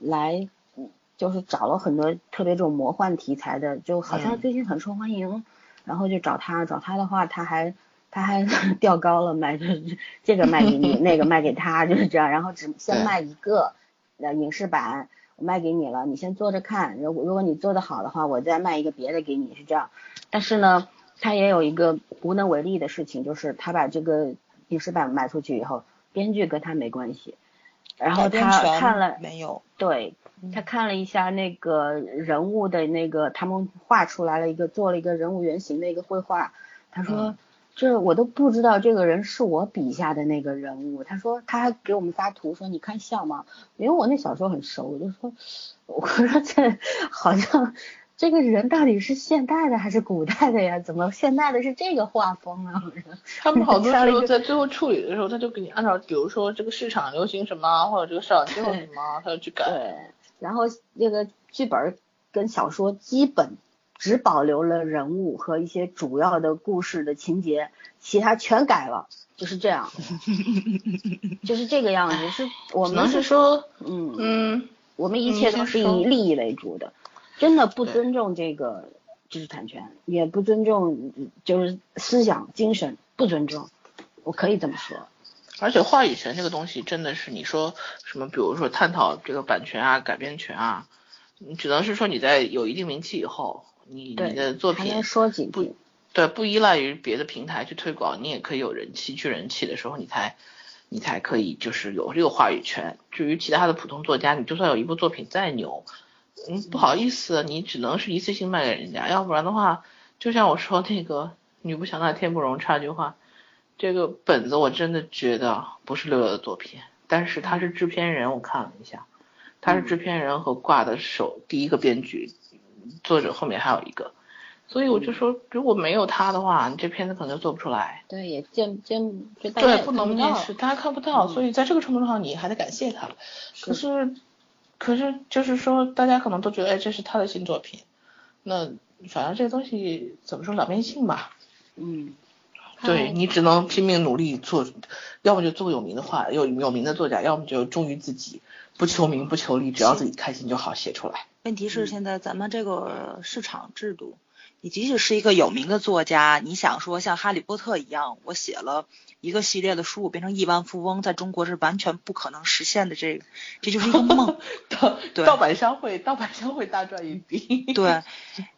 Speaker 2: 来，嗯就是找了很多特别这种魔幻题材的，就好像
Speaker 1: 嗯
Speaker 2: 最近很受欢迎，然后就找他，找他的话他还。他还 调高了卖，就是这个卖给 你，那个卖给他，就是这样。然后只先
Speaker 1: 对
Speaker 2: 卖一个，呃，影视版，我卖给你了，你先做着看，如果如果你做得好的话，我再卖一个别的给你，是这样。但是呢，他也有一个无能为力的事情，就是他把这个影视版卖出去以后，编剧跟他没关系，然后
Speaker 3: 改编
Speaker 2: 他
Speaker 3: 权
Speaker 2: 看了，
Speaker 3: 没有？
Speaker 2: 对他看了一下那个人物的那个，他们画出来了一个，做了一个人物原型的一个绘画。他说：“
Speaker 1: 嗯
Speaker 2: 这我都不知道这个人是我笔下的那个人物。”他说：“他还给我们发图说你看像吗？”因为我那小时候很熟，我就说：“我说这好像这个人到底是现代的还是古代的呀？怎么现代的是这个画风啊？”我说
Speaker 1: 他们好多
Speaker 2: 上了
Speaker 1: 时
Speaker 2: 一
Speaker 1: 候
Speaker 2: 个
Speaker 1: 在最后处理的时候，他就给你按照，比如说这个市场流行什么，啊或者这个市场需求什么，啊他就去改。
Speaker 2: 对，然后那个剧本儿跟小说基本只保留了人物和一些主要的故事的情节，其他全改了，就是这 样，就是这个样子。是我
Speaker 1: 只
Speaker 2: 们
Speaker 1: 能是说，
Speaker 2: 嗯，
Speaker 1: 嗯，
Speaker 2: 我们一
Speaker 1: 你
Speaker 2: 切都
Speaker 1: 先
Speaker 2: 是
Speaker 1: 说
Speaker 2: 以利益为主的，真的不
Speaker 1: 对
Speaker 2: 尊重这个知识产权，也不尊重就是思想精神，不尊重，我可以这么说。
Speaker 1: 而且话语权这个东西真的是你说什么，比如说探讨这个版权啊、改编权啊，你只能是说你在有一定名气以后，你
Speaker 2: 对
Speaker 1: 你的作
Speaker 2: 还能
Speaker 1: 品
Speaker 2: 说几
Speaker 1: 不
Speaker 2: 句。
Speaker 1: 对不依赖于别的平台去推广，你也可以有人气，去人气的时候你才。你才可以就是有这个话语权。至于其他的普通作家，你就算有一部作品再牛，嗯，不好意思，你只能是一次性卖给人家，要不然的话，就像我说那个，女不强大天不容差距化，这个本子我真的觉得不是六六的作品，但是他是制片人，我看了一下，他是制片人和挂的手第一个编剧，作者后面还有一个，所以我就说如果没有他的话，你这片子可能就做不出来。
Speaker 2: 对，也见见就大家
Speaker 1: 对，
Speaker 2: 也
Speaker 1: 不
Speaker 2: 看
Speaker 1: 能
Speaker 2: 到
Speaker 1: 面试，大家看不到，
Speaker 2: 嗯
Speaker 1: 所以在这个程度上，你还得感谢他。可
Speaker 2: 是
Speaker 1: 是，可是就是说，大家可能都觉得，哎，这是他的新作品。那反正这东西怎么说，两面性吧。哎
Speaker 2: 嗯，
Speaker 1: 对你只能拼命努力做，要么就做有名的话，有有名的作家，要么就忠于自己，不求名不求利，只要自己开心就好，写出 来。
Speaker 3: 问题
Speaker 2: 嗯
Speaker 3: 是现在咱们这个市场制度，你即使是一个有名的作家，你想说像哈利波特一样，我写了一个系列的书，我变成亿万富翁，在中国是完全不可能实现的，这这就是一个梦。
Speaker 1: 盗
Speaker 3: 对
Speaker 1: 盗版商会，盗版商会大赚一 笔。
Speaker 3: 对，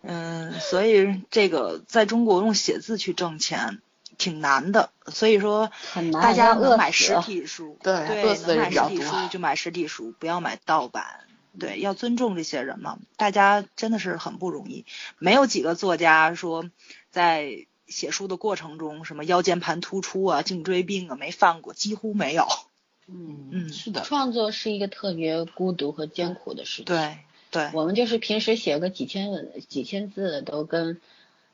Speaker 3: 嗯，所以这个在中国用写字去挣钱挺难的，所以说
Speaker 2: 很难
Speaker 3: 大家
Speaker 2: 让饿
Speaker 3: 能买
Speaker 2: 死
Speaker 3: 实体书，
Speaker 1: 对饿死的人
Speaker 3: 能买
Speaker 1: 比
Speaker 3: 实
Speaker 1: 较
Speaker 3: 体
Speaker 1: 多嗯
Speaker 3: 书就买实体书，不要买盗版。对，要尊重这些人嘛，大家真的是很不容易，没有几个作家说在写书的过程中什么腰间盘突出啊、颈椎病啊没犯过，几乎没有。
Speaker 2: 嗯，
Speaker 3: 嗯，
Speaker 1: 是的，
Speaker 2: 创作是一个特别孤独和艰苦的事情。
Speaker 3: 对对
Speaker 2: 我们就是平时写个几千文、几千字的都跟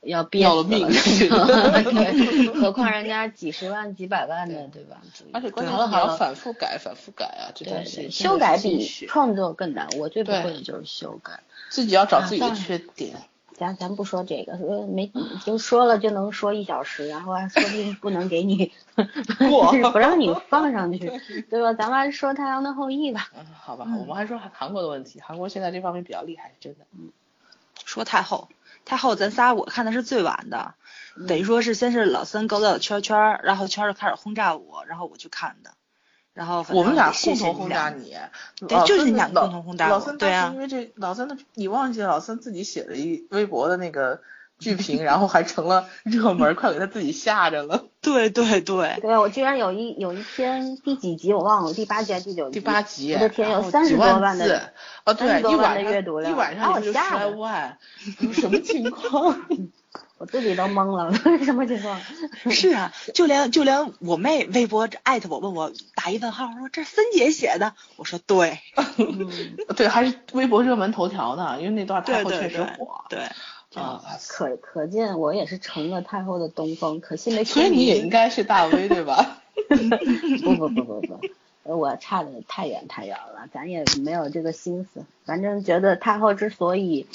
Speaker 2: 要憋
Speaker 1: 要了
Speaker 2: 死
Speaker 1: 命
Speaker 2: 对，何况人家几十万、几百万的，对吧？
Speaker 1: 而且关键
Speaker 2: 好了
Speaker 1: 是你
Speaker 2: 好
Speaker 1: 要
Speaker 2: 了，
Speaker 1: 反复改，反复改啊，这
Speaker 2: 对
Speaker 1: 东西
Speaker 2: 对，
Speaker 1: 真的
Speaker 2: 修改
Speaker 1: 是心
Speaker 2: 比
Speaker 1: 血
Speaker 2: 创作更难。我最不
Speaker 1: 对
Speaker 2: 会的就是修改。
Speaker 1: 自己要找
Speaker 2: 啊
Speaker 1: 自己的
Speaker 2: 当然
Speaker 1: 缺点。
Speaker 2: 咱咱不说这个，说没就说了就能说一小时，然后还说不定不能给你
Speaker 1: 过
Speaker 2: 不让你放 上去，对吧？咱们还是说《太阳的后裔》吧。
Speaker 1: 嗯，好吧，
Speaker 3: 嗯
Speaker 1: 我们还说韩韩国的问题，韩国现在这方面比较厉害，真的。
Speaker 3: 说太后，太后咱仨我看的是最晚的，
Speaker 1: 嗯
Speaker 3: 等于说是先是老三勾搭了圈圈儿，然后圈儿就开始轰炸我，然后我去看的，然后反
Speaker 1: 我们
Speaker 3: 正
Speaker 1: 俩
Speaker 3: 也谢
Speaker 1: 共
Speaker 3: 谢
Speaker 1: 同
Speaker 3: 你
Speaker 1: 轰
Speaker 3: 俩
Speaker 1: 炸你，啊
Speaker 3: 对
Speaker 1: 老
Speaker 3: 就是
Speaker 1: 森
Speaker 3: 你俩
Speaker 1: 老
Speaker 3: 共同轰炸
Speaker 1: 老
Speaker 3: 我
Speaker 1: 森
Speaker 3: 对
Speaker 1: 当
Speaker 3: 啊
Speaker 1: 时因为这老森的，你忘记了老森自己写了一微博的那个 剧评，然后还成了热门，快给他自己吓着 了。
Speaker 3: 对对 对，
Speaker 2: 对，我居然有一有一篇第几集我忘了，第八集还是第九集？
Speaker 1: 第八集，
Speaker 2: 我的天，
Speaker 1: 然
Speaker 2: 有
Speaker 1: 后
Speaker 2: 三
Speaker 1: 几
Speaker 2: 十多
Speaker 1: 万
Speaker 2: 万
Speaker 1: 字
Speaker 2: 的，
Speaker 1: 哦，对，
Speaker 2: 30多
Speaker 1: 一
Speaker 2: 万
Speaker 1: 晚
Speaker 2: 的
Speaker 1: 上
Speaker 2: 阅读量
Speaker 1: 一晚
Speaker 2: 把
Speaker 1: 上
Speaker 2: 我
Speaker 1: 也就十
Speaker 2: 吓
Speaker 1: 来
Speaker 2: 得
Speaker 1: 万，你说什么情况？
Speaker 2: 我自己都懵了， 什么情况？
Speaker 3: 是啊，就连就连我妹微博艾特我问我打一问号，说这是森姐写的，我说对
Speaker 2: 嗯，
Speaker 1: 对，还是微博热门头条呢，因为那段太
Speaker 3: 对
Speaker 1: 后确
Speaker 3: 对
Speaker 1: 实
Speaker 3: 对
Speaker 1: 火
Speaker 3: 对，
Speaker 1: 啊。
Speaker 2: 可可见我也是成了太后的东风，可惜没出
Speaker 1: 所以你也应
Speaker 2: 名
Speaker 1: 该是大 V 对 吧？
Speaker 2: 不不不不不，呃我差的太远太远了，咱也没有这个心思。反正觉得太后之所以，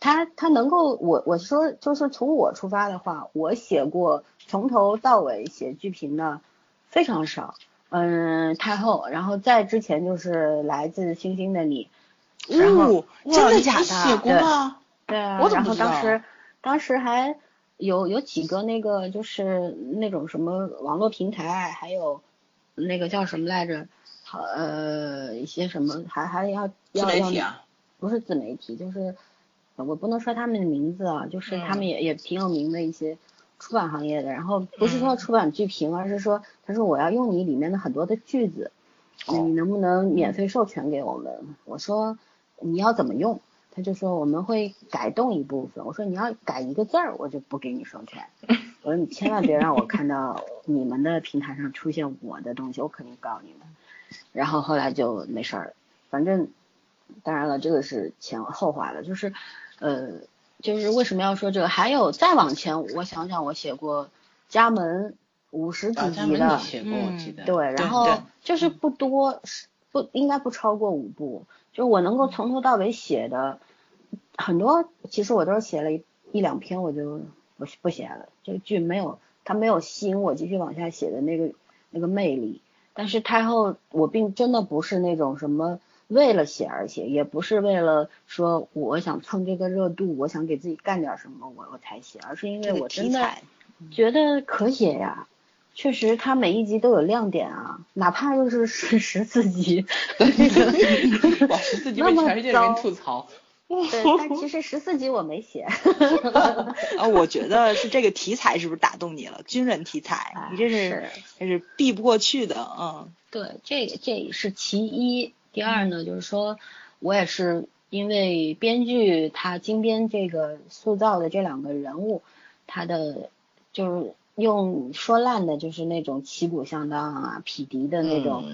Speaker 2: 她她能够，我我说就是从我出发的话，我写过从头到尾写剧评的非常少。嗯，太后，然后在之前就是来自星星的你，然后
Speaker 3: 呜、真
Speaker 1: 哇
Speaker 3: 的
Speaker 1: 你
Speaker 3: 假
Speaker 1: 你写
Speaker 3: 的？
Speaker 1: 过
Speaker 2: 对
Speaker 1: 吗？
Speaker 2: 对啊，
Speaker 1: 我怎么
Speaker 2: 然
Speaker 1: 不
Speaker 2: 后
Speaker 1: 知道
Speaker 2: 当时当时还有有几个那个就是那种什么网络平台，还有那个叫什么来着，好呃一些什么还还要
Speaker 1: 自
Speaker 2: 要
Speaker 1: 媒
Speaker 2: 要
Speaker 1: 体啊，
Speaker 2: 不是自媒体，就是呃我不能说他们的名字啊，就是他
Speaker 1: 嗯
Speaker 2: 们也、也挺有名的一些出版行业的，然后不是说
Speaker 1: 嗯
Speaker 2: 出版剧评，而是说他说我要用你里面的很多的句子，那
Speaker 1: 哦嗯
Speaker 2: 你能不能免费授权给我们？我说你要怎么用？他就说我们会改动一部分。我说你要改一个字儿，我就不给你授权。我说你千万别让我看到你们的平台上出现我的东西，我肯定告你们。然后后来就没事儿了，反正当然了，这个是前后话了，就是呃，就是为什么要说这个？还有再往前，我想想，我写过家门五十几
Speaker 1: 啊，家
Speaker 2: 集
Speaker 1: 门也
Speaker 2: 的，
Speaker 1: 写过，我记得。
Speaker 2: 对，
Speaker 3: 对
Speaker 2: 然后
Speaker 3: 对嗯
Speaker 2: 就是不多，是不应该不超过五部，就我能够从头到尾写的很多，其实我都是写了一一两篇我就不不写了，这个剧没有它没有吸引我继续往下写的那个那个魅力。但是太后，我并真的不是那种什么为了写而写，也不是为了说我想蹭这个热度，我想给自己干点什么我我才写，而是因为
Speaker 3: 这个
Speaker 2: 我真
Speaker 3: 题
Speaker 2: 的
Speaker 3: 材，
Speaker 2: 觉得可写呀、确实，它每一集都有亮点啊，哪怕就是十 十四集，
Speaker 1: 哇，十四集
Speaker 2: 那
Speaker 1: 被
Speaker 2: 么
Speaker 1: 全世界人民
Speaker 2: 糟
Speaker 1: 吐槽，
Speaker 2: 对，但其实十四集我没写，
Speaker 3: 啊，我觉得是这个题材是不是打动你了？军人题材，你这是
Speaker 2: 哎是
Speaker 3: 这是避不过去的，嗯，
Speaker 2: 对，这个这是其一。第二呢，就是说我也是因为编剧他金编这个塑造的这两个人物，他的就是用说烂的，就是那种旗鼓相当啊、匹敌的那种、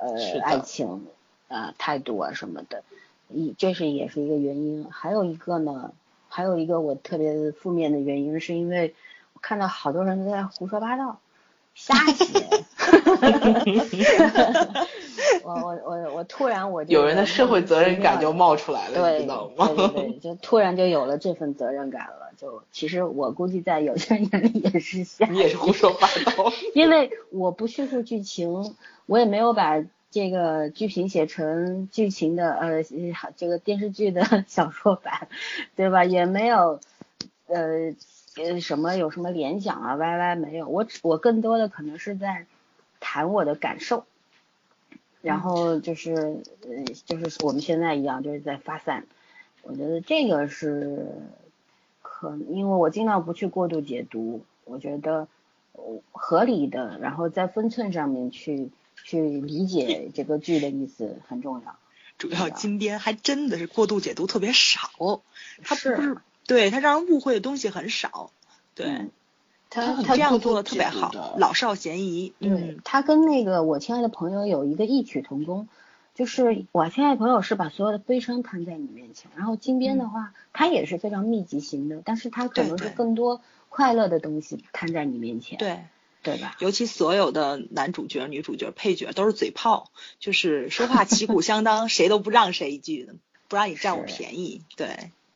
Speaker 1: 嗯是
Speaker 2: 呃
Speaker 1: 的
Speaker 2: 爱情啊、态度啊什么的，一这是也是一个原因。还有一个呢，还有一个我特别负面的原因，是因为我看到好多人都在胡说八道。瞎 写， 我我我我突然我就嗯
Speaker 1: 有人的社会责任感就冒出来了，你
Speaker 2: 对，
Speaker 1: 知道吗？
Speaker 2: 对对对，就突然就有了这份责任感了。就其实我估计在有些人眼里也是瞎
Speaker 1: ，你也是胡说八道。
Speaker 2: 因为我不叙述剧情，我也没有把这个剧评写成剧情的呃这个电视剧的 小说版，对吧？也没有呃呃什么有什么联想啊歪歪没有，我只我更多的可能是在谈我的感受。然后就是，呃，就是我们现在一样，就是在发散。我觉得这个是可，因为我尽量不去过度解读，我觉得呃合理的，然后在分寸上面去去理解这个剧的意思很重要。
Speaker 3: 主
Speaker 2: 啊
Speaker 3: 要金边还真的是过度解读特别少，他不
Speaker 2: 哦是
Speaker 3: 是对他让人误会的东西很少，对、
Speaker 2: 嗯
Speaker 1: 他
Speaker 3: 他
Speaker 1: 很
Speaker 3: 这样
Speaker 1: 过
Speaker 3: 做
Speaker 1: 度
Speaker 3: 的特别
Speaker 1: 解读
Speaker 3: 好
Speaker 1: 的，
Speaker 3: 老少咸宜，
Speaker 2: 对
Speaker 3: 嗯，
Speaker 2: 他跟那个我亲爱的朋友有一个异曲同工，就是我亲爱的朋友是把所有的悲伤摊在你面前，然后金边的话，他也是非常密集型的，但是他可
Speaker 3: 嗯对
Speaker 2: 能是
Speaker 3: 对
Speaker 2: 更多快乐的东西摊在你面前，
Speaker 3: 对。
Speaker 2: 对吧？
Speaker 3: 尤其所有的男主角、女主角、配角都是嘴炮，就是说话旗鼓相当， 谁都不让谁一句的，不让你占我
Speaker 2: 是
Speaker 3: 便宜。对，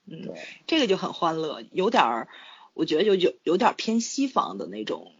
Speaker 3: 嗯
Speaker 2: 对，
Speaker 3: 这个就很欢乐，有点儿，我觉得有有有点儿偏西方的那种、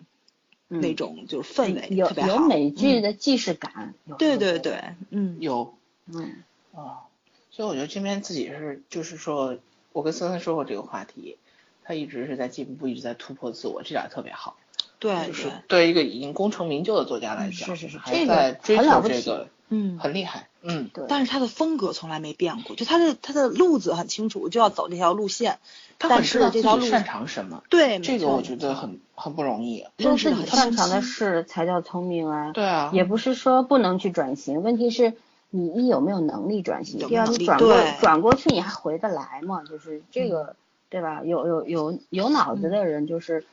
Speaker 2: 嗯
Speaker 3: 那种就是氛围，
Speaker 2: 有
Speaker 3: 特别好。
Speaker 2: 有美剧
Speaker 3: 嗯
Speaker 2: 的既视感，有
Speaker 3: 对
Speaker 2: 时候
Speaker 3: 对
Speaker 2: 觉得，
Speaker 3: 对，嗯，
Speaker 1: 有
Speaker 2: 嗯
Speaker 1: 啊，所以我觉得这边自己是，就是说我跟森森说过这个话题，他一直是在进步，一直在突破自我，这点儿特别好。
Speaker 3: 对
Speaker 1: 就是
Speaker 3: 哎对，
Speaker 1: 对于一个已经功成名就的作家来讲，
Speaker 2: 嗯是是是这
Speaker 1: 还
Speaker 2: 个
Speaker 1: 在追
Speaker 2: 很了
Speaker 1: 求
Speaker 2: 不
Speaker 1: 这
Speaker 2: 起
Speaker 1: 个，
Speaker 3: 嗯。
Speaker 1: 很厉害。嗯，
Speaker 2: 对，
Speaker 3: 但是他的风格从来没变过，就他的他的路子很清楚，就要走这条路线。
Speaker 1: 他
Speaker 3: 但
Speaker 1: 很知
Speaker 3: 是
Speaker 1: 道
Speaker 3: 这
Speaker 1: 自
Speaker 3: 条
Speaker 1: 己
Speaker 3: 路
Speaker 1: 擅长什么，
Speaker 3: 对，没
Speaker 1: 这个我
Speaker 3: 错
Speaker 1: 觉得很很不容易。
Speaker 2: 做
Speaker 3: 认识
Speaker 2: 自
Speaker 3: 得
Speaker 2: 己
Speaker 3: 很
Speaker 2: 擅
Speaker 3: 清
Speaker 2: 长的
Speaker 3: 晰
Speaker 2: 事才叫聪明啊，
Speaker 1: 对啊，
Speaker 2: 也不是说不能去转型，问题是你一有没有能力转型，
Speaker 3: 有
Speaker 2: 第
Speaker 3: 没有
Speaker 2: 二你转
Speaker 3: 能力
Speaker 2: 过
Speaker 3: 对嗯
Speaker 2: 转过去你还回得来吗？就是这个、对吧？有有有有脑子的人就是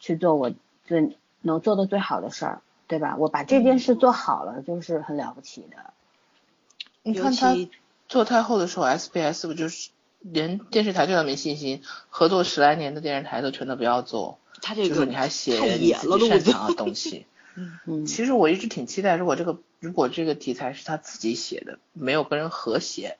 Speaker 2: 去做我最能做的最好的事儿，对吧？我把这
Speaker 3: 嗯
Speaker 2: 件事做好了，就是很了不起的。
Speaker 1: 你
Speaker 3: 尤
Speaker 1: 看他
Speaker 3: 其
Speaker 1: 做太后的时候，SBS 不就是连电视台对他没信心，合作十来年的电视台都全都不要做，
Speaker 3: 他这
Speaker 1: 就
Speaker 3: 个
Speaker 1: 是你还写
Speaker 3: 太
Speaker 1: 你
Speaker 3: 野
Speaker 1: 自
Speaker 3: 了
Speaker 1: 己
Speaker 3: 路
Speaker 1: 擅
Speaker 3: 子，
Speaker 1: 长的东西。
Speaker 2: 嗯，
Speaker 1: 其实我一直挺期待，如果这个如果这个题材是他自己写的，没有跟人合写，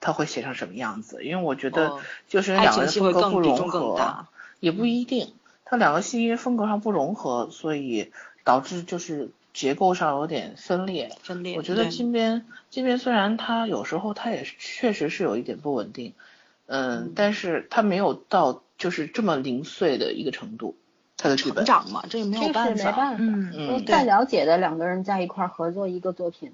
Speaker 1: 他会写成什么样子？因为我觉得
Speaker 3: 哦
Speaker 1: 就是
Speaker 3: 爱
Speaker 1: 两个
Speaker 3: 情
Speaker 1: 人
Speaker 3: 戏
Speaker 1: 风
Speaker 3: 会
Speaker 1: 格不
Speaker 3: 更比重
Speaker 1: 融
Speaker 3: 更
Speaker 1: 合，
Speaker 3: 大。
Speaker 1: 也不一定。他两个戏因为风格上不融合，所以导致就是结构上有点分裂。
Speaker 3: 分裂，
Speaker 1: 我觉得
Speaker 3: 对
Speaker 1: 金边金边虽然他有时候他也是确实是有一点不稳定，嗯，但是他没有到就是这么零碎的一个程度，他的剧
Speaker 3: 成
Speaker 1: 本
Speaker 3: 长嘛，这个没
Speaker 2: 这
Speaker 3: 有
Speaker 2: 是
Speaker 3: 办
Speaker 2: 没
Speaker 3: 法，
Speaker 2: 办法
Speaker 3: 嗯，
Speaker 2: 都
Speaker 1: 嗯
Speaker 2: 再了解的两个人在一块儿合作一个作品，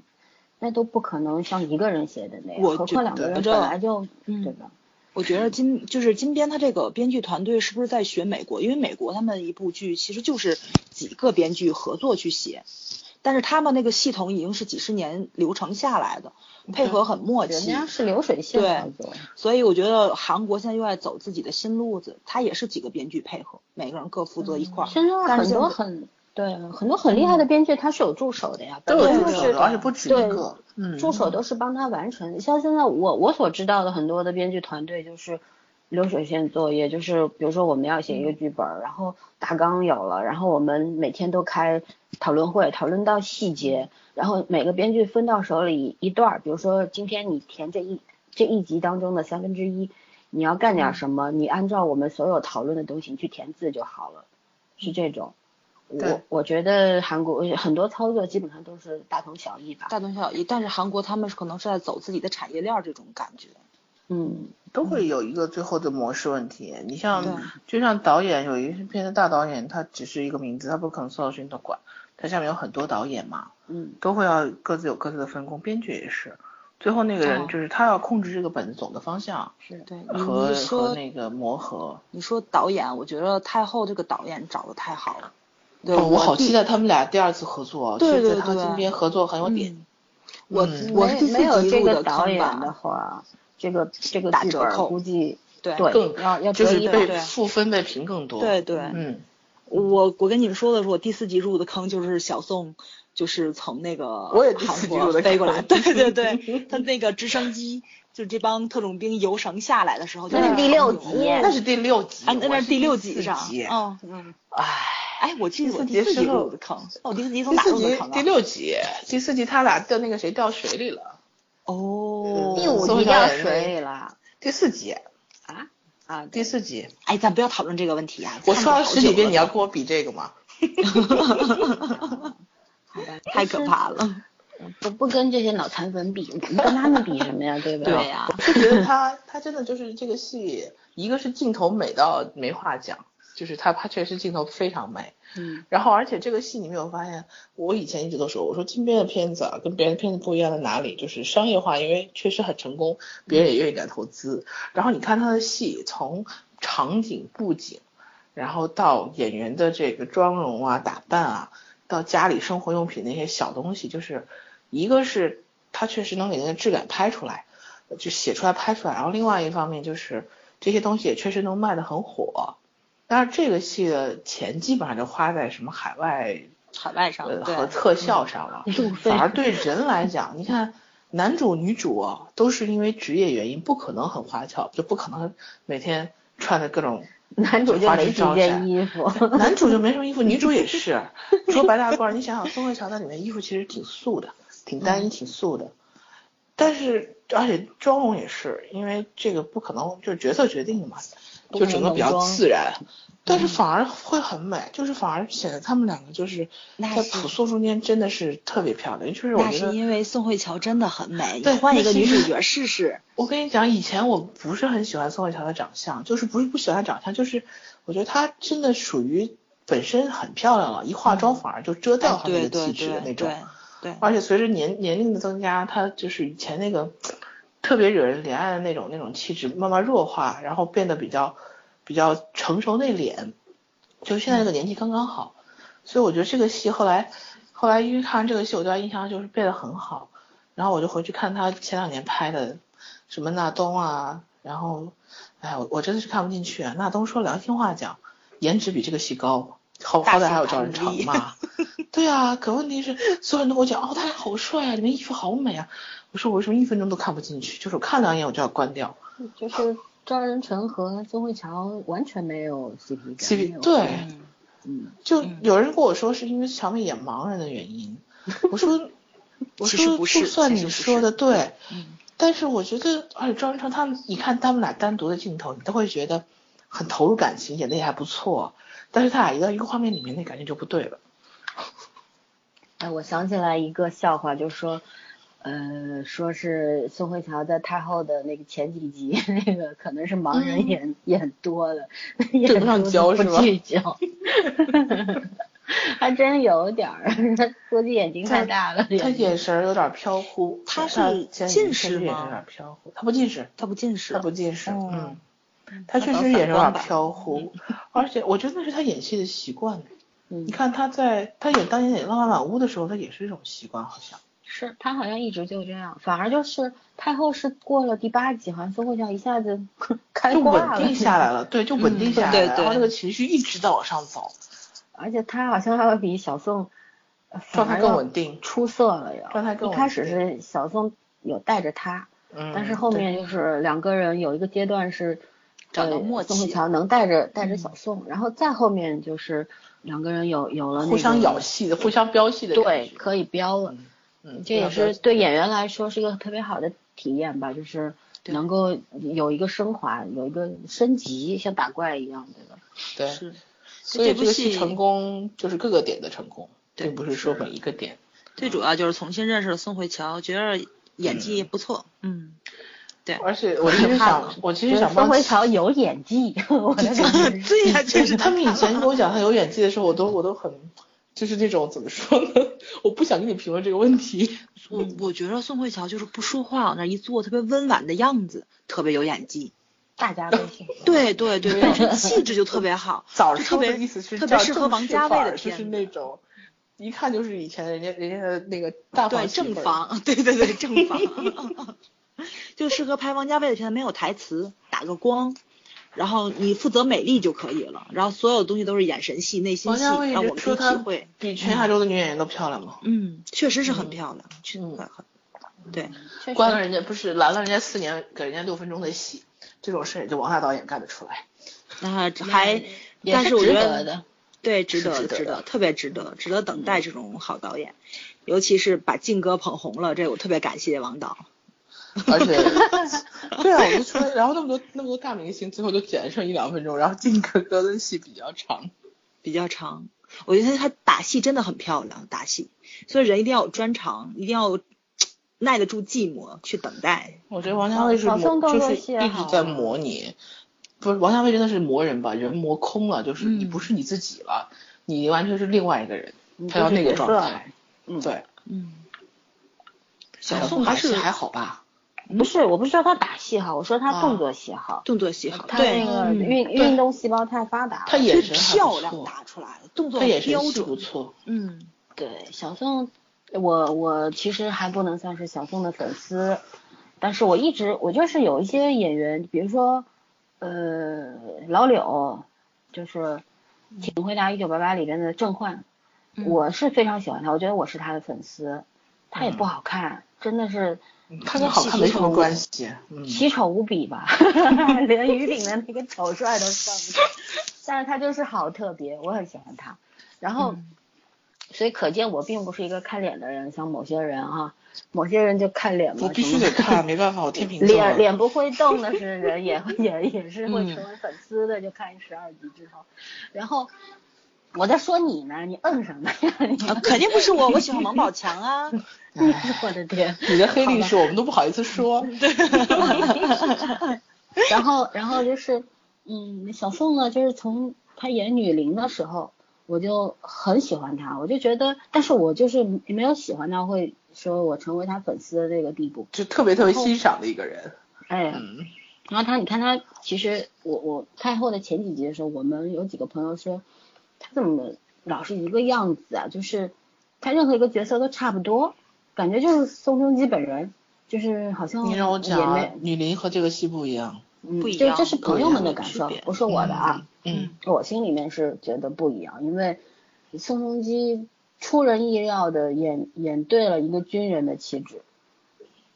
Speaker 2: 那都不可能像一个人写的那样，
Speaker 3: 我
Speaker 2: 何
Speaker 3: 觉
Speaker 2: 况两个
Speaker 1: 得
Speaker 2: 人
Speaker 3: 这
Speaker 2: 本来就
Speaker 3: 嗯
Speaker 2: 对吧？
Speaker 3: 我觉得金就是金边他这个编剧团队是不是在学美国？因为美国他们一部剧其实就是几个编剧合作去写，但是他们那个系统已经是几十年流程下来的，配合很默
Speaker 2: 人
Speaker 3: 契。
Speaker 2: 家是流水线
Speaker 3: 对
Speaker 2: 合作，
Speaker 3: 所以我觉得韩国现在又在走自己的新路子，他也是几个编剧配合，每个人各负责一块儿。
Speaker 2: 现在
Speaker 3: 但是
Speaker 2: 很
Speaker 3: 现
Speaker 2: 多
Speaker 3: 在
Speaker 2: 很对很多很厉害的编剧，他是有助手的呀，
Speaker 1: 都
Speaker 2: 本
Speaker 1: 有
Speaker 2: 身
Speaker 1: 助
Speaker 2: 就
Speaker 1: 手
Speaker 2: 是
Speaker 1: 的，而且不止一
Speaker 2: 对
Speaker 1: 个，嗯，
Speaker 2: 助手都是帮他完成。像现在我我所知道的很多的编剧团队就是流水线作业，就是比如说我们要写一
Speaker 1: 嗯
Speaker 2: 个剧本儿，然后大纲有了，然后我们每天都开讨论会，讨论到细节，然后每个编剧分到手里一段儿，比如说今天你填这一这一集当中的三分之一，你要干
Speaker 1: 嗯
Speaker 2: 点什么，你按照我们所有讨论的东西去填字就好了，是这种。
Speaker 1: 对
Speaker 2: 我我觉得韩国很多操作基本上都是大同小异吧，
Speaker 3: 大同小异，但是韩国他们是可能是在走自己的产业链儿这种感觉。
Speaker 2: 嗯，
Speaker 1: 都会有一个最后的模式问题。你
Speaker 3: 对
Speaker 1: 像，就像导演有一片的大导演，他只是一个名字，他不可能所有事情都管，他下面有很多导演嘛，
Speaker 2: 嗯
Speaker 1: 都会要各自有各自的分工，编剧也是。最后那个
Speaker 3: 哦
Speaker 1: 人就是他要控制这个本子总的方向，
Speaker 2: 是
Speaker 3: 对，你
Speaker 1: 和和
Speaker 3: 你说
Speaker 1: 那个磨合。
Speaker 3: 你说导演，我觉得太后这个导演找的太好了。对，
Speaker 1: 哦我好
Speaker 3: 第
Speaker 1: 期待他们俩第二次合作，
Speaker 3: 对
Speaker 1: 其实
Speaker 3: 对
Speaker 1: 他
Speaker 3: 对
Speaker 1: 金边合作很有点。
Speaker 3: 嗯我
Speaker 1: 嗯
Speaker 3: 我
Speaker 2: 没
Speaker 3: 是第四
Speaker 2: 没有
Speaker 3: 集
Speaker 2: 这
Speaker 3: 入
Speaker 2: 个
Speaker 3: 的
Speaker 2: 导
Speaker 3: 坑
Speaker 2: 演的
Speaker 3: 吧？
Speaker 2: 话，这个这个
Speaker 3: 打
Speaker 2: 剧
Speaker 3: 折
Speaker 2: 本
Speaker 3: 扣
Speaker 2: 估计
Speaker 3: 嗯对
Speaker 2: 对
Speaker 1: 更
Speaker 2: 要要
Speaker 1: 就
Speaker 2: 折
Speaker 1: 是
Speaker 2: 一
Speaker 3: 对
Speaker 2: 半
Speaker 1: 被
Speaker 3: 对
Speaker 1: 付分被评更多。
Speaker 3: 对对，
Speaker 1: 嗯，
Speaker 3: 我我跟你们说的是，我第四集入的坑就是小宋，就是从那个
Speaker 1: 我也第
Speaker 3: 韩
Speaker 1: 四集入
Speaker 3: 国
Speaker 1: 的
Speaker 3: 飞过
Speaker 1: 坑
Speaker 3: 来，对对对，他那个直升机，就这帮特种兵游绳下来的时候，就
Speaker 2: 那是第六
Speaker 3: 牛
Speaker 2: 集
Speaker 1: 那是第六集，
Speaker 3: 嗯啊，那
Speaker 1: 我
Speaker 3: 那
Speaker 1: 是
Speaker 3: 第六
Speaker 1: 第
Speaker 3: 集
Speaker 1: 四
Speaker 3: 上，
Speaker 1: 集
Speaker 3: 嗯嗯，
Speaker 1: 唉，
Speaker 3: 哎，我记
Speaker 1: 第
Speaker 3: 得我
Speaker 1: 四
Speaker 3: 第
Speaker 1: 集
Speaker 3: 四
Speaker 1: 是
Speaker 3: 集
Speaker 1: 个
Speaker 3: 入的坑，哦，我第四集从
Speaker 1: 第
Speaker 3: 哪
Speaker 1: 四
Speaker 3: 入的
Speaker 1: 集
Speaker 3: 坑啊？
Speaker 1: 第六集，第四集他俩掉那个谁掉水里了，
Speaker 3: 哦，
Speaker 2: 第五集掉水里了
Speaker 1: 第四集，
Speaker 2: 啊啊！
Speaker 1: 第四集，
Speaker 3: 哎，咱不要讨论这个问题啊！
Speaker 1: 我
Speaker 3: 看
Speaker 1: 说
Speaker 3: 着
Speaker 1: 了
Speaker 3: 好
Speaker 1: 十几
Speaker 3: 久
Speaker 1: 遍，
Speaker 3: 了
Speaker 1: 你要跟我比这个吗？
Speaker 3: 太可怕 了。
Speaker 2: 不不跟这些脑残粉比，我们跟他们比什么呀？对
Speaker 1: 啊
Speaker 2: 不
Speaker 3: 对啊呀、
Speaker 1: 就觉得他 他真的就是这个戏，一个是镜头美到没话讲，就是他他确实镜头非常美。
Speaker 2: 嗯，
Speaker 1: 然后而且这个戏你没有发现，我以前一直都说，我说金边的片子啊跟别人的片子不一样在哪里，就是商业化，因为确实很成功，别人也愿意来投资。然后你看他的戏，从场景布景，然后到演员的这个妆容啊、打扮啊，到家里生活用品那些小东西，就是一个是它确实能给人的质感拍出来，就写出来拍出来，然后另外一方面就是这些东西也确实能卖得很火。但是这个戏的钱基本上就花在什么海外
Speaker 3: 海外上
Speaker 1: 呃
Speaker 3: 对
Speaker 1: 和特效上了，
Speaker 2: 嗯
Speaker 1: 嗯
Speaker 2: 路费
Speaker 1: 反而对人来讲，你看男主女主啊，都是因为职业原因，不可能很花俏，就不可能每天穿着各种
Speaker 2: 男主就
Speaker 1: 花枝
Speaker 2: 没几
Speaker 1: 招展
Speaker 2: 件衣服，
Speaker 1: 男主就没什么衣服，女主也是。说白大褂儿，你想想宋慧乔在里面衣服其实挺素的，挺单一、挺素的。但是而且妆容也是，因为这个不可能就是角色决定的嘛，
Speaker 3: 不
Speaker 1: 就
Speaker 3: 可能
Speaker 1: 整个比较
Speaker 3: 浓妆
Speaker 1: 自然。但是反而会很美，就是反而显得他们两个就是
Speaker 3: 那
Speaker 1: 在
Speaker 3: 是
Speaker 1: 朴素中间真的是特别漂亮。就是我
Speaker 3: 那
Speaker 1: 觉
Speaker 3: 是
Speaker 1: 得，
Speaker 3: 因为宋慧乔真的很美，你
Speaker 1: 对
Speaker 3: 换一
Speaker 1: 那
Speaker 3: 个
Speaker 1: 是
Speaker 3: 女
Speaker 1: 因为
Speaker 3: 主角试试。
Speaker 1: 我跟你讲，以前我不是很喜欢宋慧乔的长相，就是不是不喜欢她长相，就是我觉得她真的属于本身很漂亮了，一化妆反而就遮掉
Speaker 3: 嗯哎
Speaker 1: 她那
Speaker 3: 对
Speaker 1: 个
Speaker 3: 对
Speaker 1: 气质
Speaker 3: 对
Speaker 1: 的
Speaker 3: 对
Speaker 1: 那种。
Speaker 3: 对，
Speaker 1: 而且随着年年龄的增加，她就是以前那个特别惹人怜爱的那种那种气质慢慢弱化，然后变得比较比较成熟内敛，就是现在这
Speaker 3: 嗯
Speaker 1: 个年纪刚刚好。所以我觉得这个戏后来后来因为看完这个戏，我对她印象就是变得很好。然后我就回去看她前两年拍的什么纳东啊，然后哎，我我真的是看不进去、啊。纳东说良心话讲，颜值比这个戏高，好
Speaker 3: 大
Speaker 1: 好
Speaker 3: 戏
Speaker 1: 歹还有赵仁
Speaker 3: 看无
Speaker 1: 成
Speaker 3: 力
Speaker 1: 嘛。对啊，可问题是所有人都跟我讲，哦，他俩好帅啊，里面衣服好美啊。我说我为什么一分钟都看不进去？就是我看两眼我就要关掉。
Speaker 2: 就是赵仁成和宋慧乔完全没有 CP 感
Speaker 1: CP
Speaker 2: 没有
Speaker 1: 对
Speaker 3: 嗯，
Speaker 2: 嗯，
Speaker 1: 就
Speaker 3: 嗯
Speaker 1: 有人跟我说是因为乔妹演盲人的原 因，我说我
Speaker 3: 其实
Speaker 1: 说
Speaker 3: 不
Speaker 1: 就是算
Speaker 3: 其实
Speaker 1: 你
Speaker 3: 不
Speaker 1: 说
Speaker 3: 是
Speaker 1: 的对，
Speaker 3: 嗯
Speaker 1: 但是我觉得，而且赵仁成他们，你看他们俩单独的镜头，你都会觉得很投入感情，演的也还不错。但是他俩一到一个画面里面，那感觉就不对了。
Speaker 2: 哎，我想起来一个笑话，就说，呃，说是宋慧乔在太后的那个前几集， 那个可能是盲人
Speaker 1: 嗯
Speaker 2: 演、演多了， 演
Speaker 1: 不上
Speaker 2: 出
Speaker 1: 焦
Speaker 2: 不
Speaker 1: 是吧
Speaker 2: 聚焦， 还真有点儿， 他估计眼睛太大了。
Speaker 1: 他眼神儿有点飘忽，
Speaker 3: 他是
Speaker 1: 前
Speaker 3: 近
Speaker 1: 眼
Speaker 3: 视
Speaker 1: 神
Speaker 3: 吗
Speaker 1: 有点飘忽，他不近视，
Speaker 3: 她不近视
Speaker 1: 他，不近视，
Speaker 3: 哦
Speaker 1: 嗯，他
Speaker 3: 他
Speaker 1: 确
Speaker 3: 搞
Speaker 1: 实眼
Speaker 3: 反
Speaker 1: 神有
Speaker 3: 光
Speaker 1: 点
Speaker 3: 吧嗯
Speaker 1: 飘忽，而且我觉得那是他演戏的习惯。
Speaker 2: 嗯
Speaker 1: 你，看他在他演当年演《浪漫满屋》的时候，他也是这种习惯，好像。
Speaker 2: 是他好像一直就这样，反而就是太后是过了第八集，好像宋慧乔一下子 开
Speaker 1: 就
Speaker 2: 挂
Speaker 1: 稳
Speaker 2: 了
Speaker 1: 定，下来了，对，就稳定下来
Speaker 3: 嗯对
Speaker 1: 了，
Speaker 3: 对
Speaker 1: 然后那个情绪一直在往上走，
Speaker 2: 而且她好像还要比小宋呃
Speaker 1: 状
Speaker 2: 反
Speaker 1: 态
Speaker 2: 而
Speaker 1: 更
Speaker 2: 要
Speaker 1: 稳定，
Speaker 2: 出色了又。
Speaker 1: 状态更
Speaker 2: 一
Speaker 1: 稳
Speaker 2: 开始
Speaker 1: 定
Speaker 2: 是小宋有带着他，
Speaker 1: 嗯，
Speaker 2: 但是后面就是两个人有一个阶段是
Speaker 3: 找到
Speaker 2: 呃
Speaker 3: 默
Speaker 2: 宋慧
Speaker 3: 契
Speaker 2: 乔能带着带着
Speaker 1: 嗯
Speaker 2: 小宋，然后再后面就是两个人有有了
Speaker 1: 对
Speaker 2: 那
Speaker 1: 互相
Speaker 2: 个
Speaker 1: 咬戏的，互相飙戏的感
Speaker 2: 对，
Speaker 1: 觉，
Speaker 2: 可以飙了。
Speaker 1: 嗯，
Speaker 2: 这也
Speaker 1: 互相飙
Speaker 2: 是
Speaker 1: 戏
Speaker 2: 对演员来说是一个特别好的体验吧，就是
Speaker 3: 对
Speaker 2: 能够有一个升华，有一个升级，像打怪一样，对吧？
Speaker 1: 对，
Speaker 3: 是
Speaker 1: 所
Speaker 3: 这
Speaker 1: 以
Speaker 3: 部
Speaker 1: 这个戏
Speaker 3: 戏
Speaker 1: 成功就是各个点的成功，
Speaker 3: 对
Speaker 1: 并不是说每一个点。
Speaker 3: 最主要就是重新认识了宋慧乔，觉得演技不错，嗯，对，
Speaker 1: 而且我其实想，我其实想
Speaker 2: 宋
Speaker 1: 帮
Speaker 2: 慧乔有演技， 我的感觉是。
Speaker 3: 对呀，
Speaker 1: 就
Speaker 3: 确
Speaker 1: 是
Speaker 3: 实
Speaker 1: 他们以前跟我讲他有演技的时候，我都我都很，就是那种怎么说呢？ 我不想跟你评论这个问题。
Speaker 3: 我我觉得宋慧乔就是不说话，往那一坐，特别温婉的样子，特别有演技。
Speaker 2: 大家都 是。
Speaker 3: 对对对，本身气质就特别好，
Speaker 1: 早
Speaker 3: 就
Speaker 1: 上
Speaker 3: 特别
Speaker 1: 的意思是
Speaker 3: 特
Speaker 1: 叫
Speaker 3: 别适合
Speaker 1: 正
Speaker 3: 王
Speaker 1: 式
Speaker 3: 家卫
Speaker 1: 范
Speaker 3: 的
Speaker 1: 儿就
Speaker 3: 片
Speaker 1: 是
Speaker 3: 子
Speaker 1: 那种一看就是以前人家人家的那个 大
Speaker 3: 对
Speaker 1: 媳
Speaker 3: 正
Speaker 1: 妇儿
Speaker 3: 房，对对对 正房，就适合拍王家卫的片子，没有台词，打个光，然后你负责美丽就可以了，然后所有东西都是眼神戏、内心
Speaker 1: 王
Speaker 3: 戏，
Speaker 1: 家卫一
Speaker 3: 啊让我
Speaker 1: 直说
Speaker 3: 们去体
Speaker 1: 她
Speaker 3: 会。
Speaker 1: 比全亚洲的女演员都漂亮嘛，
Speaker 3: 嗯，确实是很
Speaker 1: 嗯
Speaker 3: 漂亮，确
Speaker 1: 嗯
Speaker 3: 很很对，
Speaker 2: 确实
Speaker 1: 关了人家不是拦了人家四年，给人家六分钟的戏，这种事也就王大导演干得出来。
Speaker 3: 那还
Speaker 2: 也
Speaker 3: 但
Speaker 2: 是
Speaker 3: 是我
Speaker 2: 值
Speaker 3: 觉
Speaker 2: 得
Speaker 3: 得
Speaker 2: 的。
Speaker 3: 对，值
Speaker 1: 是
Speaker 3: 得
Speaker 1: 值
Speaker 3: 的，
Speaker 1: 得
Speaker 3: 值
Speaker 1: 的嗯
Speaker 3: 得，特别值得，值得等待这种好导演，尤其是把靖哥捧红了，这我特别感谢王导。
Speaker 1: 而 且，对啊，我就说，然后那么多那么多大明星，最后就剪剩一两分钟，然后靖哥哥的戏比较长。
Speaker 3: 比较长。我觉得他打戏真的很漂亮，打戏，所以人一定要有专长，一定要耐得住寂寞，去等待。
Speaker 1: 我觉得王家卫是
Speaker 2: 老宋
Speaker 1: 磨，
Speaker 2: 动
Speaker 1: 就
Speaker 2: 作
Speaker 1: 是
Speaker 2: 戏也
Speaker 1: 一直
Speaker 2: 好
Speaker 1: 在
Speaker 2: 啊
Speaker 1: 磨你，不是王家卫真的是磨人吧？人磨空了，就是你
Speaker 3: 嗯
Speaker 1: 不是你自己了，你完全是另外一个人，
Speaker 2: 你
Speaker 1: 他
Speaker 2: 就
Speaker 1: 要
Speaker 2: 是
Speaker 1: 那个
Speaker 2: 角
Speaker 1: 状
Speaker 2: 色
Speaker 1: 态。
Speaker 2: 嗯
Speaker 1: 对，
Speaker 3: 嗯，
Speaker 1: 哎
Speaker 3: 小
Speaker 1: 呀
Speaker 3: 宋
Speaker 1: 打
Speaker 3: 还
Speaker 1: 戏
Speaker 3: 是
Speaker 1: 还好吧？
Speaker 2: 不是，我不是说他打戏好，我说他
Speaker 1: 啊
Speaker 2: 动作戏好，
Speaker 3: 动作戏好，
Speaker 2: 他
Speaker 3: 对
Speaker 2: 那，个
Speaker 3: 嗯
Speaker 2: 运运动细胞太发达了。
Speaker 1: 他眼
Speaker 3: 是
Speaker 1: 神还不
Speaker 3: 漂亮
Speaker 1: 错
Speaker 3: 打出来的，动作
Speaker 1: 他眼神
Speaker 3: 标
Speaker 1: 戏不
Speaker 3: 准。
Speaker 1: 错，
Speaker 3: 嗯，
Speaker 2: 对小宋，我我其实还不能算是小宋的粉丝，但是我一直我就是有一些演员，比如说呃老柳，就是《请回答一九八八》里边的郑焕，
Speaker 3: 嗯
Speaker 2: 我是非常喜欢他，我觉得我是他的粉丝，他也不好看，真的是
Speaker 1: 嗯他跟好看没什么关 系。嗯，
Speaker 2: 奇丑无 比吧， 连于鼎的那个丑帅都算不上，但是他就是好特别，我很喜欢他。然后，
Speaker 1: 嗯
Speaker 2: 所以可见我并不是一个看脸的人，像某些人哈、某些人就看脸嘛，
Speaker 1: 我必
Speaker 2: 什
Speaker 1: 须
Speaker 2: 么
Speaker 1: 得看，没办法，我天平座。
Speaker 2: 脸脸不会动的是人，也 会也也是
Speaker 1: 嗯
Speaker 2: 会成为粉丝的，就看十二集之后，然后。我在说你呢，你嗯什么呀？你
Speaker 3: 啊，肯定不是我，我喜欢王宝 强啊。
Speaker 2: 我的天！
Speaker 1: 你的黑历史我们都不好意思 说。对，
Speaker 2: 然后， 然后就是，嗯，小宋呢，就是从她演女伶的时候，我就很喜欢她，我就觉得，但是我就是没有喜欢到会说我成为她粉丝的这个地步。
Speaker 1: 就特别特别欣赏的一个人。
Speaker 2: 哎，
Speaker 1: 嗯，
Speaker 2: 然后她，你看她，其实我我太后的前几集的时候，我们有几个朋友说，她怎么老是一个样子啊？就是她任何一个角色都差不多，感觉就是宋仲基本人，就是好像
Speaker 1: 你让我
Speaker 2: 也
Speaker 1: 讲
Speaker 2: 没
Speaker 1: 啊，女伶和这个戏不一样。
Speaker 2: 嗯
Speaker 3: 不一
Speaker 2: 这
Speaker 3: 样
Speaker 2: 这是
Speaker 3: 不
Speaker 2: 朋
Speaker 1: 一
Speaker 2: 友
Speaker 1: 样
Speaker 2: 们的
Speaker 3: 有
Speaker 2: 感
Speaker 3: 区
Speaker 2: 受
Speaker 3: 别，
Speaker 2: 不是我的啊。
Speaker 1: 嗯，
Speaker 2: 我心里面是觉得不一样，因为宋仲基出人意料的演演对了一个军人的气质。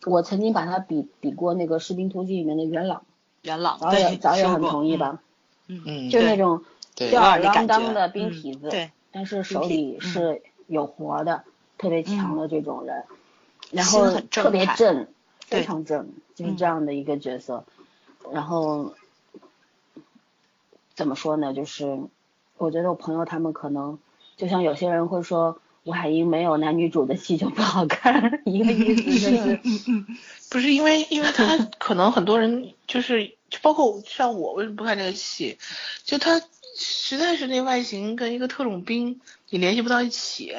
Speaker 2: 我曾经把他比比过那个《士兵突击》里面的元朗，
Speaker 3: 元朗
Speaker 2: 导
Speaker 3: 对
Speaker 2: 演导演
Speaker 3: 说
Speaker 2: 很
Speaker 3: 过
Speaker 2: 同意吧？
Speaker 1: 嗯，
Speaker 2: 就是那
Speaker 3: 对
Speaker 2: 种
Speaker 1: 对
Speaker 2: 吊儿
Speaker 3: 有点
Speaker 2: 郎
Speaker 3: 感
Speaker 2: 当
Speaker 3: 觉
Speaker 2: 的兵
Speaker 3: 嗯
Speaker 2: 痞子，
Speaker 3: 对
Speaker 2: 但是手里
Speaker 3: 嗯
Speaker 2: 是有活的，特别强的这种人，然
Speaker 3: 心
Speaker 2: 后
Speaker 3: 很正
Speaker 2: 特别
Speaker 3: 派
Speaker 2: 正，
Speaker 3: 对
Speaker 2: 非常正，就是这样的一个角色。然后怎么说呢？就是我觉得我朋友他们可能就像有些人会说。吴海英没有男女主的戏就不好看，一个意思 就是，嗯
Speaker 1: 不是因为，因为他可能很多人就是，就包括像我为什么不看这个戏，就他实在是那外形跟一个特种兵你联系不到一起。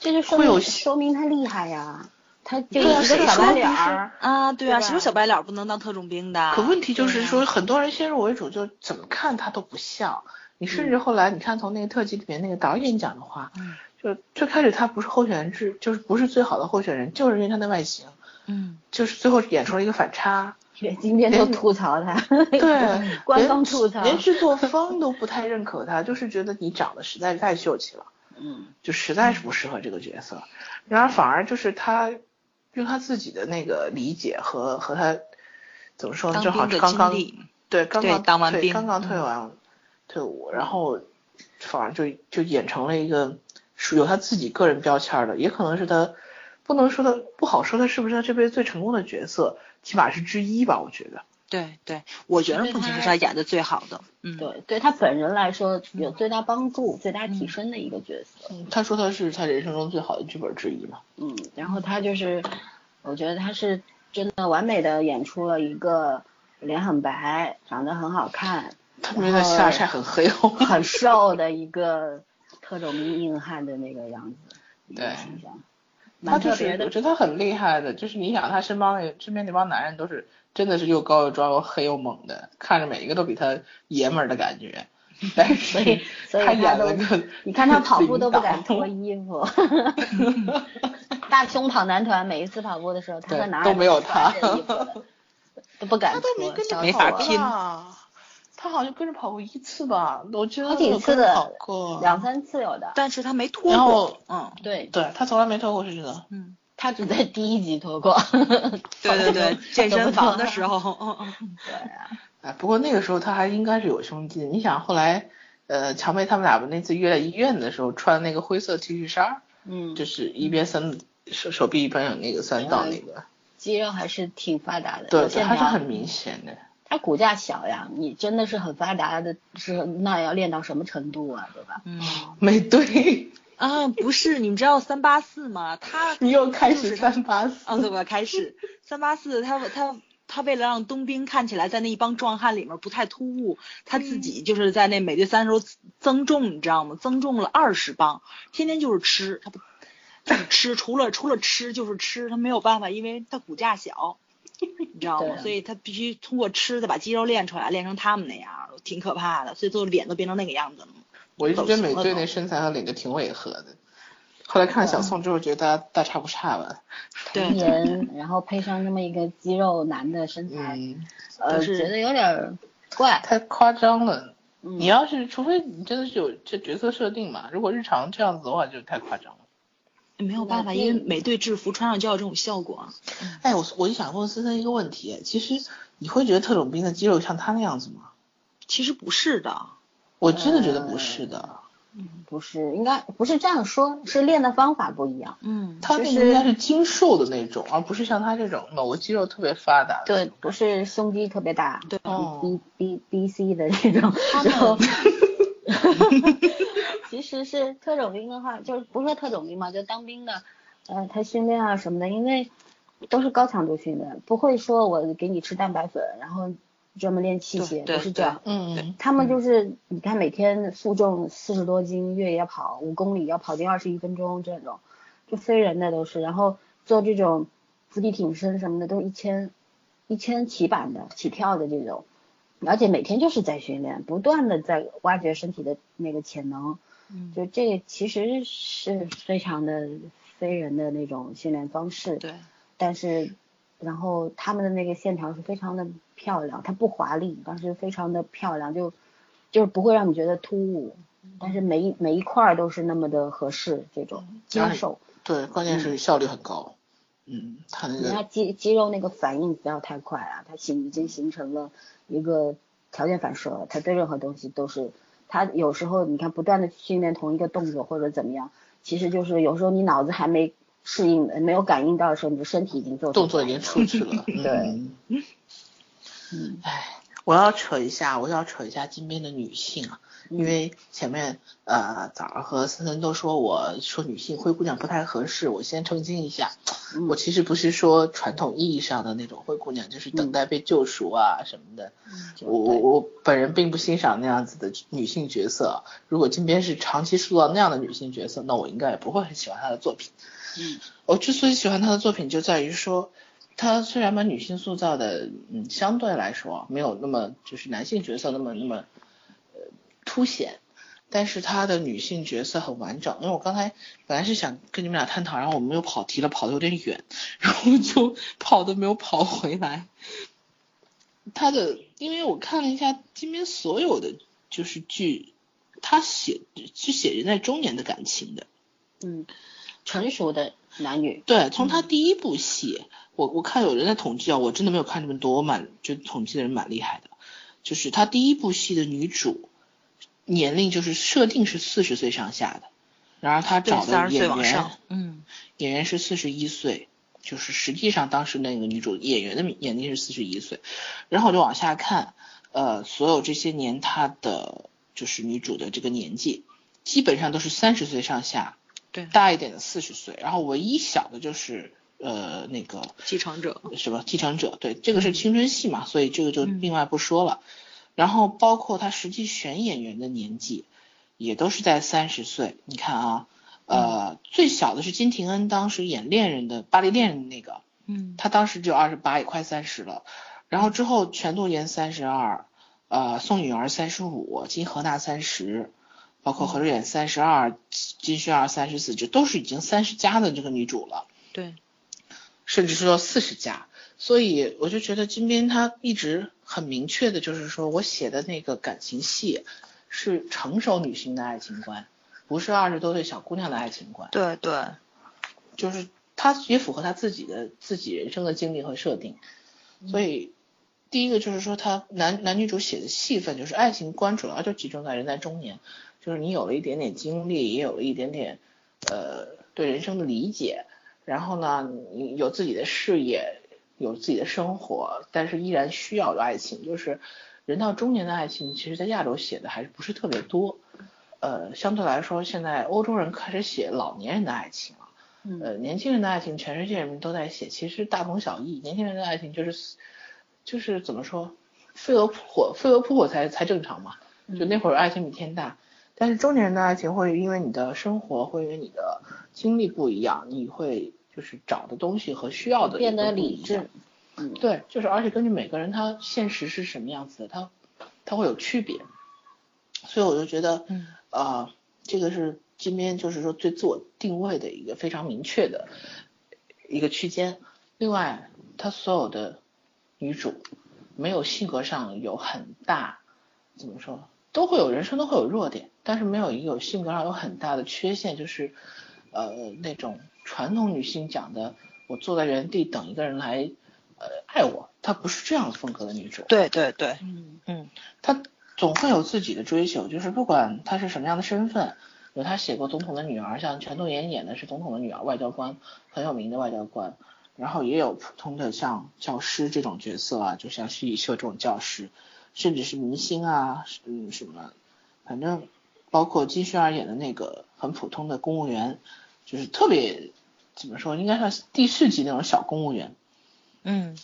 Speaker 2: 这就说
Speaker 1: 会有
Speaker 2: 明
Speaker 1: 戏
Speaker 2: 说明他厉害呀，他就
Speaker 1: 对啊
Speaker 2: 一个
Speaker 1: 谁
Speaker 2: 小
Speaker 1: 说
Speaker 2: 白
Speaker 1: 不
Speaker 2: 脸
Speaker 1: 是
Speaker 2: 儿，
Speaker 3: 啊，对
Speaker 2: 对吧
Speaker 3: 啊，谁说小白脸不能当特种兵的？
Speaker 1: 可问题就是说，很多人先入为主，就怎么看他都不像。你甚至后来，你看从那个特辑里面那个导演讲的话，
Speaker 3: 嗯
Speaker 1: 就最开始他不是候选人之，就是不是最好的候选人，就是因为他的外形，
Speaker 3: 嗯，
Speaker 1: 就是最后演出了一个反差。
Speaker 2: 今天都
Speaker 1: 连
Speaker 2: 吐槽他，
Speaker 1: 对，
Speaker 2: 官
Speaker 1: 连
Speaker 2: 方吐槽，
Speaker 1: 连制作方都不太认可他，就是觉得你长得实在是太秀气了，
Speaker 2: 嗯，
Speaker 1: 就实在是不适合这个角色。然而反而就是他用他自己的那个理解和和他怎么说呢，哦
Speaker 3: 当
Speaker 1: 正好
Speaker 3: 兵
Speaker 1: 是
Speaker 3: 的
Speaker 1: 刚
Speaker 3: 经
Speaker 1: 刚
Speaker 3: 历，
Speaker 1: 对刚
Speaker 3: 对
Speaker 1: 刚
Speaker 3: 当完
Speaker 1: 对
Speaker 3: 兵嗯
Speaker 1: 刚刚退完退伍，然后反而就就演成了一个属有他自己个人标签儿的，也可能是他不能说他不好说他是不是他这辈子最成功的角色，起码是之一吧，我觉得。
Speaker 3: 对对，我觉得
Speaker 2: 对
Speaker 3: 不仅是
Speaker 2: 他
Speaker 3: 他演的最好的，嗯，
Speaker 2: 对，对他本人来说有最大帮助、最大提升的一个角色。
Speaker 1: 嗯，他说他是他人生中最好的剧本之一嘛。
Speaker 2: 嗯，然后他就是，我觉得他是真的完美的演出了一个脸很白、长得很好看、
Speaker 1: 他们在希腊晒很黑哦。
Speaker 2: 很瘦的一个特种兵硬汉的那个样子，一个
Speaker 1: 对
Speaker 2: 形 象，
Speaker 1: 他
Speaker 2: 蛮
Speaker 1: 就
Speaker 2: 特
Speaker 1: 是
Speaker 2: 别，
Speaker 1: 我
Speaker 2: 的。
Speaker 1: 觉得他很厉害的，就是你想他身帮那身边那帮男人都是真的是又高又壮又黑又猛的，看着每一个都比他爷们儿的感 觉，但是
Speaker 2: 所以，所以
Speaker 1: 他
Speaker 2: 他
Speaker 1: 演
Speaker 2: 都
Speaker 1: 了个，
Speaker 2: 你看他跑步都不
Speaker 1: 领
Speaker 2: 敢
Speaker 1: 导
Speaker 2: 脱衣服。大胸跑男团每一次跑步的时候，他
Speaker 1: 对
Speaker 2: 和男
Speaker 1: 都没有
Speaker 2: 他
Speaker 1: 他。
Speaker 2: 都不敢
Speaker 1: 他
Speaker 2: 说
Speaker 1: 倒没跟，着
Speaker 2: 笑
Speaker 1: 跑过吧
Speaker 2: 死我
Speaker 5: 没法
Speaker 2: 了
Speaker 5: 拼
Speaker 1: 他好像跟着跑过一次吧，我觉得
Speaker 2: 好几
Speaker 1: 有跟
Speaker 2: 次
Speaker 1: 着跑过，
Speaker 2: 两三次有的。
Speaker 3: 但是他没脱
Speaker 1: 然
Speaker 3: 过
Speaker 1: 后，
Speaker 3: 嗯
Speaker 2: 哦对
Speaker 1: 对他从来没脱过是的。
Speaker 3: 嗯，
Speaker 2: 他只在第一集脱过。
Speaker 3: 对对对，健身房的时候，嗯 嗯。
Speaker 2: 对啊，
Speaker 1: 哎，不过那个时候他还应该是有胸肌。你想后来，呃，乔妹他们俩不那次约在医院的时候穿那个灰色 T 恤衫儿，
Speaker 2: 嗯，
Speaker 1: 就是一边三手手臂一边有那个三道那个，
Speaker 2: 肌肉还是挺发达的，
Speaker 1: 对
Speaker 2: 嗯有
Speaker 1: 对，
Speaker 2: 线
Speaker 1: 还是
Speaker 2: 条
Speaker 1: 很明显的。
Speaker 2: 它骨架小呀，你真的是很发达的，是那要练到什么程度啊，对吧？
Speaker 3: 嗯
Speaker 1: 美队，
Speaker 3: 啊，不是，你们知道三八四吗？他
Speaker 1: 你又开
Speaker 3: 就
Speaker 1: 始
Speaker 3: 是他
Speaker 1: 三八四，
Speaker 3: 啊，对吧？开始三八四，他他他为了让冬兵看起来在那一帮壮汉里面不太突兀，他自己就是在那美队三的时候增重，你知道吗？增重了二十磅，天天就是吃，他不就是吃，除了除了吃就是吃，他没有办法，因为他骨架小。你知道
Speaker 2: 对
Speaker 3: 吗？
Speaker 2: 啊
Speaker 3: 所以他必须通过吃再把肌肉练出来，练成他们那样，挺可怕的。所以最后脸都变成那个样子了嘛。
Speaker 1: 我一直觉得美
Speaker 3: 走形了
Speaker 1: 队
Speaker 3: 都
Speaker 1: 那身材和脸就挺违和的。后来看了小宋之后，觉得大家大差不差吧。
Speaker 3: 对
Speaker 2: 童颜，然后配上这么一个肌肉男的身材，
Speaker 1: 嗯，
Speaker 2: 呃，
Speaker 3: 就是
Speaker 2: 觉得有点儿怪。
Speaker 1: 太夸张了。
Speaker 2: 嗯
Speaker 1: 你要是，除非你真的是有这角色设定嘛，如果日常这样子的话，就太夸张了。
Speaker 3: 没有办法，
Speaker 2: 那
Speaker 3: 因为美队制服穿上就要有这种效果啊。
Speaker 1: 哎，我我就想问森森一个问题，其实你会觉得特种兵的肌肉像他那样子吗？
Speaker 3: 其实不是的，
Speaker 1: 我真的觉得不是的，
Speaker 2: 嗯不是，应该不是这样说，是练的方法不一样。
Speaker 3: 嗯，
Speaker 1: 他那个应该是精瘦的那种，而不是像他这种某个肌肉特别发达的。
Speaker 2: 对，不是胸肌特别大，
Speaker 3: 对
Speaker 1: 哦
Speaker 2: B B B C 的这种，然 后，其实是特种兵的话，就是不说特种兵嘛，就当兵的，呃，他训练啊什么的，因为都是高强度训练，不会说我给你吃蛋白粉，然后专门练器械，
Speaker 3: 对
Speaker 2: 不是这样。
Speaker 1: 嗯，
Speaker 2: 他们就是你看每天负重四十多斤，越野跑五公里要跑进二十一分钟这种，就飞人的都是，然后做这种伏地挺身什么的都一千一千起板的起跳的这种，而且每天就是在训练，不断的在挖掘身体的那个潜能，
Speaker 3: 嗯
Speaker 2: 就这个其实是非常的飞人的那种训练方式，
Speaker 3: 对，
Speaker 2: 但是然后他们的那个线条是非常的漂亮，它不华丽，但是非常的漂亮，就就是不会让你觉得突兀，但是每一每一块儿都是那么的合适，这种
Speaker 1: 嗯
Speaker 2: 精瘦，
Speaker 1: 对，关键是效率很高。嗯，他那
Speaker 2: 你看
Speaker 1: 个
Speaker 2: 肌肌肉那个反应不要太快啊，它形已经形成了一个条件反射了，它对任何东西都是，它有时候你看不断的训练同一个动作或者怎么样，其实就是有时候你脑子还没适应，没有感应到的时候，你的身体已经做出
Speaker 1: 动作已经
Speaker 2: 来了
Speaker 1: 出去 了。嗯。
Speaker 2: 嗯
Speaker 1: 哎，我要扯一下，我要扯一下金边的女性啊，
Speaker 2: 嗯
Speaker 1: 因为前面呃早上和森森都说我说女性灰姑娘不太合适，我先澄清一下，
Speaker 2: 嗯
Speaker 1: 我其实不是说传统意义上的那种灰姑娘，就是等待被救赎啊什么的。
Speaker 2: 就
Speaker 1: 我我我本人并不欣赏那样子的女性角色，啊如果金边是长期塑造那样的女性角色，那我应该也不会很喜欢她的作品。
Speaker 2: 嗯，
Speaker 1: 我之所以喜欢她的作品，就在于说，她虽然把女性塑造的，嗯，相对来说没有那么就是男性角色那么那么呃凸显，但是她的女性角色很完整。因为我刚才本来是想跟你们俩探讨，然后我们又跑题了，跑的有点远， 然后就跑都没有跑回来。她的，因为我看了一下今天所有的就是剧，她写是写人在中年的感情的。
Speaker 2: 嗯，成熟的男女，
Speaker 1: 对，从他第一部戏，我我看有人在统计啊，我真的没有看这么多，我蛮就统计的人蛮厉害的，就是他第一部戏的女主年龄就是设定是四十岁上下的，然而他
Speaker 3: 对，
Speaker 1: 找
Speaker 3: 三
Speaker 1: 的
Speaker 3: 十岁
Speaker 1: 演
Speaker 3: 往
Speaker 1: 员
Speaker 3: 上，嗯，
Speaker 1: 演员是四十一岁，就是实际上当时那个女主演员的年龄是四十一岁，然后我就往下看，呃，所有这些年她的就是女主的这个年纪，基本上都是三十岁上下，
Speaker 3: 对
Speaker 1: 大一点的四十岁，然后唯一小的就是呃那个
Speaker 3: 继承者，
Speaker 1: 什么继承者，对，这个是青春戏嘛，所以这个就另外不说了。然后包括他实际选演员的年纪，也都是在三十岁。你看啊，呃，最小的是金廷恩，当时演恋人的巴黎恋人的那个，
Speaker 3: 嗯，
Speaker 1: 他当时就二十八，也快三十了。然后之后全度妍三十二，呃，宋雨儿三十五，金荷娜三十，包括何瑞远三十二，金宣儿三十四，这都是已经三十加的这个女主了。
Speaker 3: 对，
Speaker 1: 甚至是说四十加。所以我就觉得金边他一直很明确的，就是说我写的那个感情戏是成熟女性的爱情观，不是二十多岁小姑娘的爱情观，
Speaker 3: 对对，
Speaker 1: 就是他也符合他自己的自己人生的经历和设定。所以第一个就是说他男男女主写的戏份，就是爱情观主要就集中在人在中年，就是你有了一点点经历，也有了一点点呃对人生的理解，然后呢，你有自己的事业，有自己的生活，但是依然需要爱情。就是人到中年的爱情，其实在亚洲写的还是不是特别多。呃，相对来说，现在欧洲人开始写老年人的爱情了。
Speaker 2: 嗯
Speaker 1: 呃，年轻人的爱情，全世界人都在写，其实大同小异。年轻人的爱情就是，就是怎么说，飞蛾扑火，飞蛾扑火才才正常嘛。
Speaker 2: 嗯
Speaker 1: 就那会儿爱情比天大，但是中年人的爱情会因为你的生活，会因为你的经历不一样，你会就是找的东西和需要的也
Speaker 2: 变
Speaker 1: 都
Speaker 2: 得
Speaker 1: 不
Speaker 2: 理
Speaker 1: 一样
Speaker 2: 智。，嗯，
Speaker 1: 对，就是而且根据每个人他现实是什么样子的，他他会有区别，所以我就觉得，
Speaker 3: 嗯
Speaker 1: 啊、这个是金边就是说对自我定位的一个非常明确的一个区间。另外，他所有的女主没有性格上有很大怎么说，都会有人生都会有弱点，但是没有一个有性格上有很大的缺陷，就是呃那种传统女性讲的，我坐在原地等一个人来呃爱我，她不是这样风格的女主，
Speaker 3: 对对对，
Speaker 2: 嗯
Speaker 3: 嗯
Speaker 1: 她总会有自己的追求，就是不管她是什么样的身份。有她写过《总统的女儿》，像全度妍演的是总统的女儿，外交官，很有名的外交官。然后也有普通的像教师这种角色啊，就像徐以秀这种教师，甚至是明星啊，嗯什么，反正包括金宣儿演的那个很普通的公务员，就是特别怎么说，应该算是地市级那种小公务员，
Speaker 3: 嗯，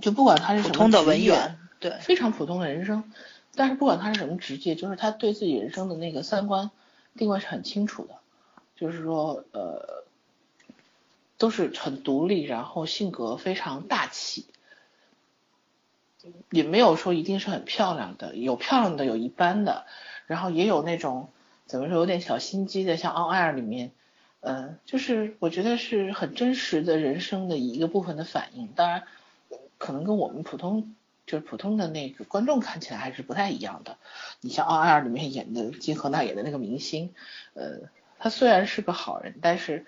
Speaker 1: 就不管他是什
Speaker 3: 普
Speaker 1: 么
Speaker 3: 通的
Speaker 1: 职
Speaker 3: 文
Speaker 1: 业
Speaker 3: 员，对，
Speaker 1: 非常普通的人生。但是不管他是什么职业，就是他对自己人生的那个三观定位是很清楚的，就是说呃，都是很独立，然后性格非常大气，也没有说一定是很漂亮的，有漂亮的，有一般的，然后也有那种怎么说有点小心机的，像《On Air》里面。嗯，就是我觉得是很真实的人生的一个部分的反应，当然可能跟我们普通就是普通的那个观众看起来还是不太一样的。你像《奥爱尔》里面演的金荷娜演的那个明星，呃，他虽然是个好人，但是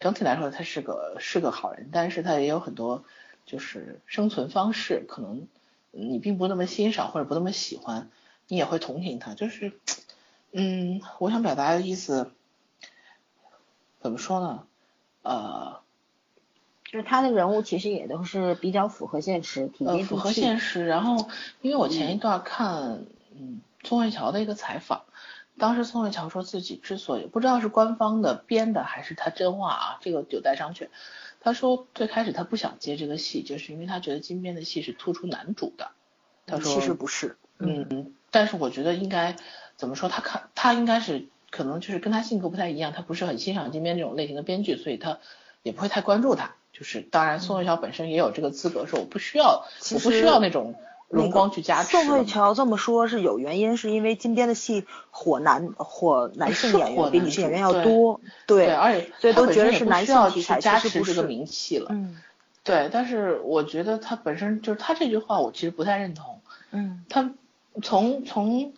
Speaker 1: 整体来说他是个是个好人，但是他也有很多就是生存方式，可能你并不那么欣赏或者不那么喜欢，你也会同情他。就是，嗯，我想表达的意思怎么说呢？呃，
Speaker 2: 就是他的人物其实也都是比较符合现实，挺
Speaker 1: 呃，
Speaker 2: 接
Speaker 1: 符
Speaker 2: 地
Speaker 1: 合
Speaker 2: 气。
Speaker 1: 现实。然后，因为我前一段看，嗯，宋慧乔的一个采访，当时宋慧乔说自己之所以不知道是官方的编的还是她真话啊，这个有待商榷。她说最开始她不想接这个戏，就是因为她觉得金边的戏是突出男主的。她说
Speaker 3: 其实不是，
Speaker 1: 嗯，但是我觉得应该怎么说？他看他应该是可能就是跟他性格不太一样，他不是很欣赏金边这种类型的编剧，所以他也不会太关注他。就是当然，宋慧乔本身也有这个资格，说我不需要，
Speaker 3: 嗯其
Speaker 1: 我不需
Speaker 3: 实
Speaker 1: 要那种荣光去加持了
Speaker 3: 宋
Speaker 1: 嘛。
Speaker 3: 慧乔这么说是有原因，是因为金边的戏火男火男性 演
Speaker 1: 是火
Speaker 3: 员比
Speaker 1: 男
Speaker 3: 女性演员
Speaker 1: 主
Speaker 3: 要
Speaker 1: 对
Speaker 3: 多，
Speaker 1: 对，
Speaker 3: 对，
Speaker 1: 而且
Speaker 3: 所以
Speaker 1: 他
Speaker 3: 都
Speaker 1: 本
Speaker 3: 觉
Speaker 1: 身
Speaker 3: 得
Speaker 1: 也
Speaker 3: 是
Speaker 1: 不
Speaker 3: 男
Speaker 1: 需
Speaker 3: 性
Speaker 1: 要
Speaker 3: 题
Speaker 1: 去
Speaker 3: 材
Speaker 1: 加
Speaker 3: 其实
Speaker 1: 持
Speaker 3: 不
Speaker 1: 这个
Speaker 3: 是
Speaker 1: 名气了。
Speaker 3: 嗯
Speaker 1: 对，但是我觉得他本身就是他这句话，我其实不太认同。
Speaker 3: 嗯
Speaker 1: 他从从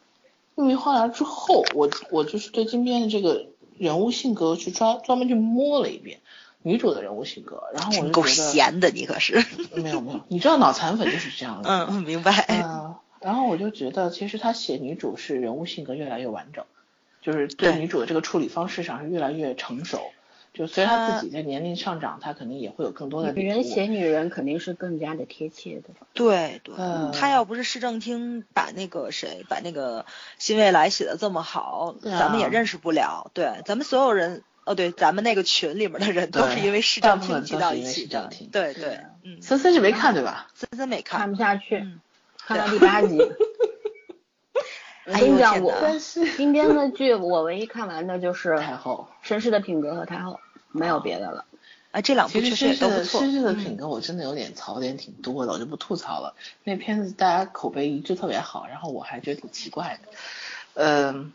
Speaker 1: 玉米花园之后，我我就是对金边的这个人物性格去抓专门去摸了一遍女主的人物性格，然后我
Speaker 3: 真
Speaker 1: 就
Speaker 3: 够
Speaker 1: 觉
Speaker 3: 闲的你可是，
Speaker 1: 得没有没有，你知道脑残粉就是这样的，
Speaker 3: 嗯，明白，
Speaker 1: 嗯，然后我就觉得其实他写女主是人物性格越来越完整，就是对
Speaker 3: 对
Speaker 1: 女主的这个处理方式上是越来越成熟。就随着她自己的年龄上涨，她肯定也会有更多的
Speaker 2: 女
Speaker 1: 领
Speaker 2: 人
Speaker 1: 悟
Speaker 2: 写女人肯定是更加的贴切的。
Speaker 3: 对对
Speaker 1: 嗯，
Speaker 3: 他要不是市政厅把那个谁把那个新未来写的这么好，
Speaker 1: 对啊
Speaker 3: 咱们也认识不了，对，咱们所有人。哦，对，咱们那个群里面的人都
Speaker 1: 对
Speaker 3: 是因为市
Speaker 1: 大
Speaker 3: 政
Speaker 1: 部分
Speaker 3: 厅
Speaker 1: 都是
Speaker 3: 聚到
Speaker 1: 因
Speaker 3: 一
Speaker 1: 为
Speaker 3: 起
Speaker 1: 市政
Speaker 3: 的
Speaker 1: 厅，
Speaker 3: 对
Speaker 2: 对
Speaker 3: 对，嗯，
Speaker 1: 森森是没看对吧？
Speaker 3: 森森没看
Speaker 2: 看，不下去，
Speaker 3: 嗯
Speaker 2: 看到第八集。我
Speaker 3: 哎
Speaker 2: 跟
Speaker 3: 呦
Speaker 2: 你讲，
Speaker 3: 天
Speaker 2: 我
Speaker 3: 哪
Speaker 2: 金边的剧我唯一看完的就是
Speaker 1: 太后。
Speaker 2: 《绅士的品格》和《太后》，没有别的了。
Speaker 3: 啊，这两部
Speaker 1: 其实
Speaker 3: 确实
Speaker 1: 绅
Speaker 3: 也
Speaker 1: 士
Speaker 3: 都不
Speaker 1: 的
Speaker 3: 错。
Speaker 1: 绅士的
Speaker 3: 嗯
Speaker 1: 品格我真的有点槽点挺多的，我就不吐槽了。那片子大家口碑一致特别好，然后我还觉得挺奇怪的。嗯，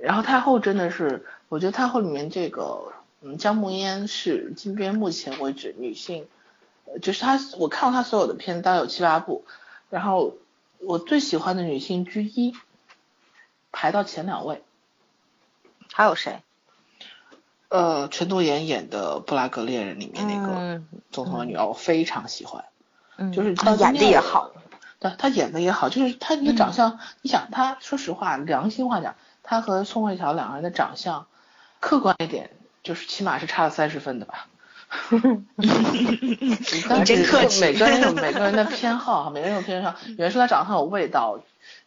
Speaker 1: 然后太后真的是，我觉得太后里面这个，嗯，姜暮烟是金边目前为止女性呃就是他，我看了他所有的片子，大概有七八部，然后我最喜欢的女性之一，排到前两位，
Speaker 2: 还有谁？
Speaker 1: 呃，陈多妍演的《布拉格猎人》里面那个
Speaker 5: 嗯
Speaker 1: 总统的女儿，我非常喜欢，
Speaker 5: 嗯，
Speaker 1: 就是
Speaker 2: 她
Speaker 1: 到今
Speaker 2: 啊演得
Speaker 1: 天
Speaker 2: 也
Speaker 1: 我
Speaker 2: 好，嗯
Speaker 1: 对她演的也好，就是她的长相，你想她说实话，良心话讲，她和宋慧乔两个人的长相，客观一点，就是起码是差了三十分的 吧。但
Speaker 3: 真
Speaker 1: 是
Speaker 3: 客气
Speaker 1: 每个人有每个人的偏好，每个人有偏好。有人说她长得很有味道，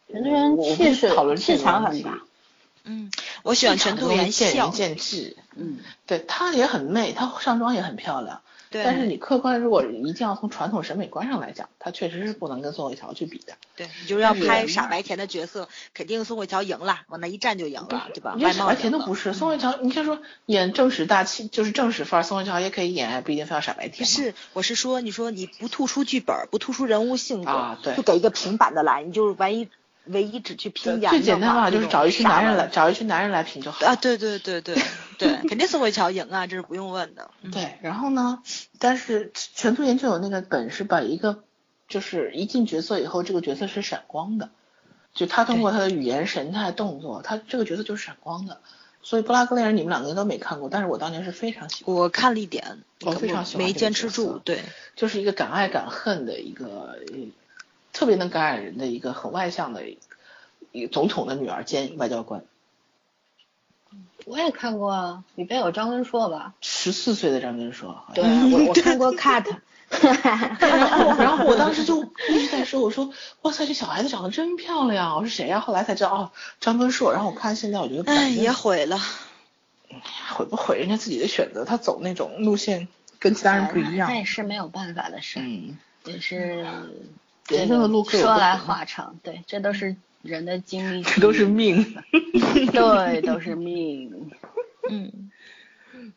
Speaker 2: 有的人
Speaker 1: 我我不
Speaker 2: 气势
Speaker 1: 讨论这
Speaker 2: 气
Speaker 1: 个
Speaker 2: 场
Speaker 1: 问
Speaker 2: 很
Speaker 1: 题
Speaker 2: 大，
Speaker 3: 嗯，我喜欢陈
Speaker 1: 这
Speaker 3: 度
Speaker 1: 种东西
Speaker 3: 妍
Speaker 1: 见仁
Speaker 3: 笑，
Speaker 1: 见智。
Speaker 2: 嗯，
Speaker 1: 对，她也很媚，她上妆也很漂亮。
Speaker 3: 对，
Speaker 1: 但是你客观如果一定要从传统审美观上来讲，她确实是不能跟宋慧乔去比的。
Speaker 3: 对你就是要
Speaker 1: 但是
Speaker 3: 拍傻白甜的角色，肯定宋慧乔赢了，往那一站就赢了，对吧？
Speaker 1: 你
Speaker 3: 外
Speaker 1: 这
Speaker 3: 貌嗯
Speaker 1: 傻白甜
Speaker 3: 赢
Speaker 1: 都
Speaker 3: 了
Speaker 1: 不是，宋慧乔，你看说演正史大气就是正史范儿，宋慧乔也可以演，不一定非要傻白
Speaker 3: 不
Speaker 1: 甜。，
Speaker 3: 是，我是说，你说你不突出剧本，不突出人物性格，
Speaker 1: 啊对
Speaker 3: 就给一个平板的来，你就是唯一唯一只去拼演
Speaker 1: 最简单
Speaker 3: 嘛，
Speaker 1: 吧，就
Speaker 3: 这
Speaker 1: 是
Speaker 3: 种
Speaker 1: 找一群
Speaker 3: 傻
Speaker 1: 男人
Speaker 3: 玩
Speaker 1: 来，找一群男人来评就好。
Speaker 3: 啊，对对对对对，肯定宋慧乔赢啊，这是不用问的。嗯
Speaker 1: 对，然后呢，但是陈素妍就有那个本事，把一个就是一进角色以后，这个角色是闪光的，就他通过他的语言、神态、动作，他这个角色就是闪光的。所以《布拉格猎人》你们两个应该都没看过，但是我当年是非常喜欢，
Speaker 3: 我看了一点，
Speaker 1: 我非常喜欢
Speaker 3: 没
Speaker 1: 这个
Speaker 3: 坚
Speaker 1: 角
Speaker 3: 持
Speaker 1: 色
Speaker 3: 住，对，
Speaker 1: 就是一个敢爱敢恨的一个，呃特别能感染人的一个很外向的一一个总统的女儿兼外交官，
Speaker 5: 我也看过啊，里边有张根硕吧？
Speaker 1: 十四岁的张根硕，好像
Speaker 5: 对，
Speaker 2: 啊
Speaker 5: 我我看过 cut，
Speaker 1: 啊 然后，然后我当时就一直在说，我说，哇塞，这小孩子长得真漂亮，啊我是谁呀、后来才知道，哦，张根硕。然后我看现在，我觉得本
Speaker 3: 哎，
Speaker 1: 身
Speaker 3: 也毁了。
Speaker 1: 毁不毁人家自己的选择，他走那种路线跟其他人不 一样
Speaker 2: 哎
Speaker 5: 那。也是没有办法的事，
Speaker 1: 嗯，
Speaker 5: 也是
Speaker 2: 嗯
Speaker 1: 人生的路各有
Speaker 5: 说
Speaker 1: 各
Speaker 5: 来
Speaker 1: 的
Speaker 5: 话长，对，这都是人的经
Speaker 2: 哎
Speaker 5: 历，
Speaker 1: 这都是命。
Speaker 5: 对，都是命。
Speaker 3: 嗯，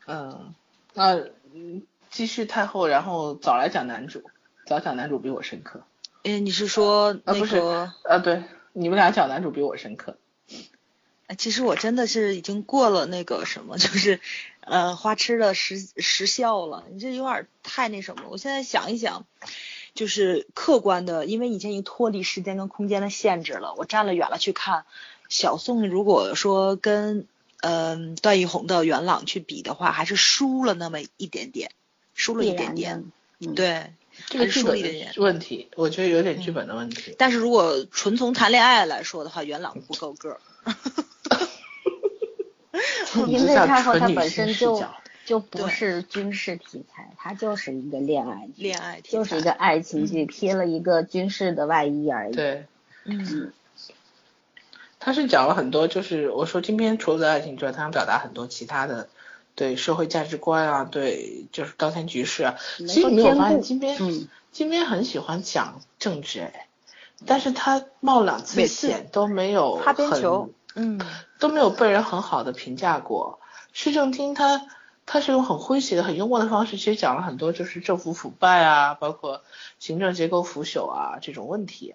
Speaker 1: 嗯，那嗯继续太后，然后早来讲男主，早讲男主比我深刻。
Speaker 3: 哎，你是说
Speaker 1: 啊
Speaker 3: 那
Speaker 1: 不是
Speaker 3: 个？
Speaker 1: 啊，对，你们俩讲男主比我深刻。
Speaker 3: 哎其实我真的是已经过了那个什么，就是，呃，花痴的时时效了。你这有点太那什么了。我现在想一想，就是客观的，因为以前已经脱离时间跟空间的限制了。我站了远了去看，小宋如果说跟嗯、段奕宏的元朗去比的话，还是输了那么一点点，输了一点点。
Speaker 5: 必然的嗯
Speaker 3: 对，
Speaker 1: 这个
Speaker 3: 还是
Speaker 1: 剧
Speaker 3: 输了
Speaker 1: 本
Speaker 3: 一点点
Speaker 1: 的。问题，我觉得有点剧本的问题。
Speaker 3: 但是如果纯从谈恋爱来说的话，元朗不够个儿。
Speaker 1: 你
Speaker 5: 因
Speaker 1: 这
Speaker 5: 为
Speaker 1: 叫
Speaker 5: 太后
Speaker 1: 纯
Speaker 5: 她
Speaker 1: 女
Speaker 5: 本
Speaker 1: 性
Speaker 5: 身
Speaker 1: 视
Speaker 5: 就
Speaker 1: 角
Speaker 5: 就不
Speaker 3: 对
Speaker 5: 是军事题材，它就是一个恋爱剧，
Speaker 3: 恋爱题材
Speaker 5: 就是一个爱情剧，披了一个军事的外衣而已。
Speaker 1: 对，
Speaker 3: 嗯，
Speaker 1: 他是讲了很多，就是我说今天除了爱情之外，他想表达很多其他的对社会价值观啊，对就是当前局势啊。
Speaker 5: 能
Speaker 1: 其实
Speaker 5: 够
Speaker 1: 你没有
Speaker 5: 兼
Speaker 1: 发现
Speaker 5: 顾
Speaker 1: 金边，
Speaker 5: 嗯
Speaker 1: 金边很喜欢讲政治哎，但是他冒两次
Speaker 3: 每次
Speaker 1: 险都没有
Speaker 3: 擦边
Speaker 1: 很
Speaker 3: 球。嗯，
Speaker 1: 都没有被人很好的评价过。市政厅他他是用很诙谐的、很幽默的方式，其实讲了很多就是政府腐败啊，包括行政结构腐朽啊这种问题。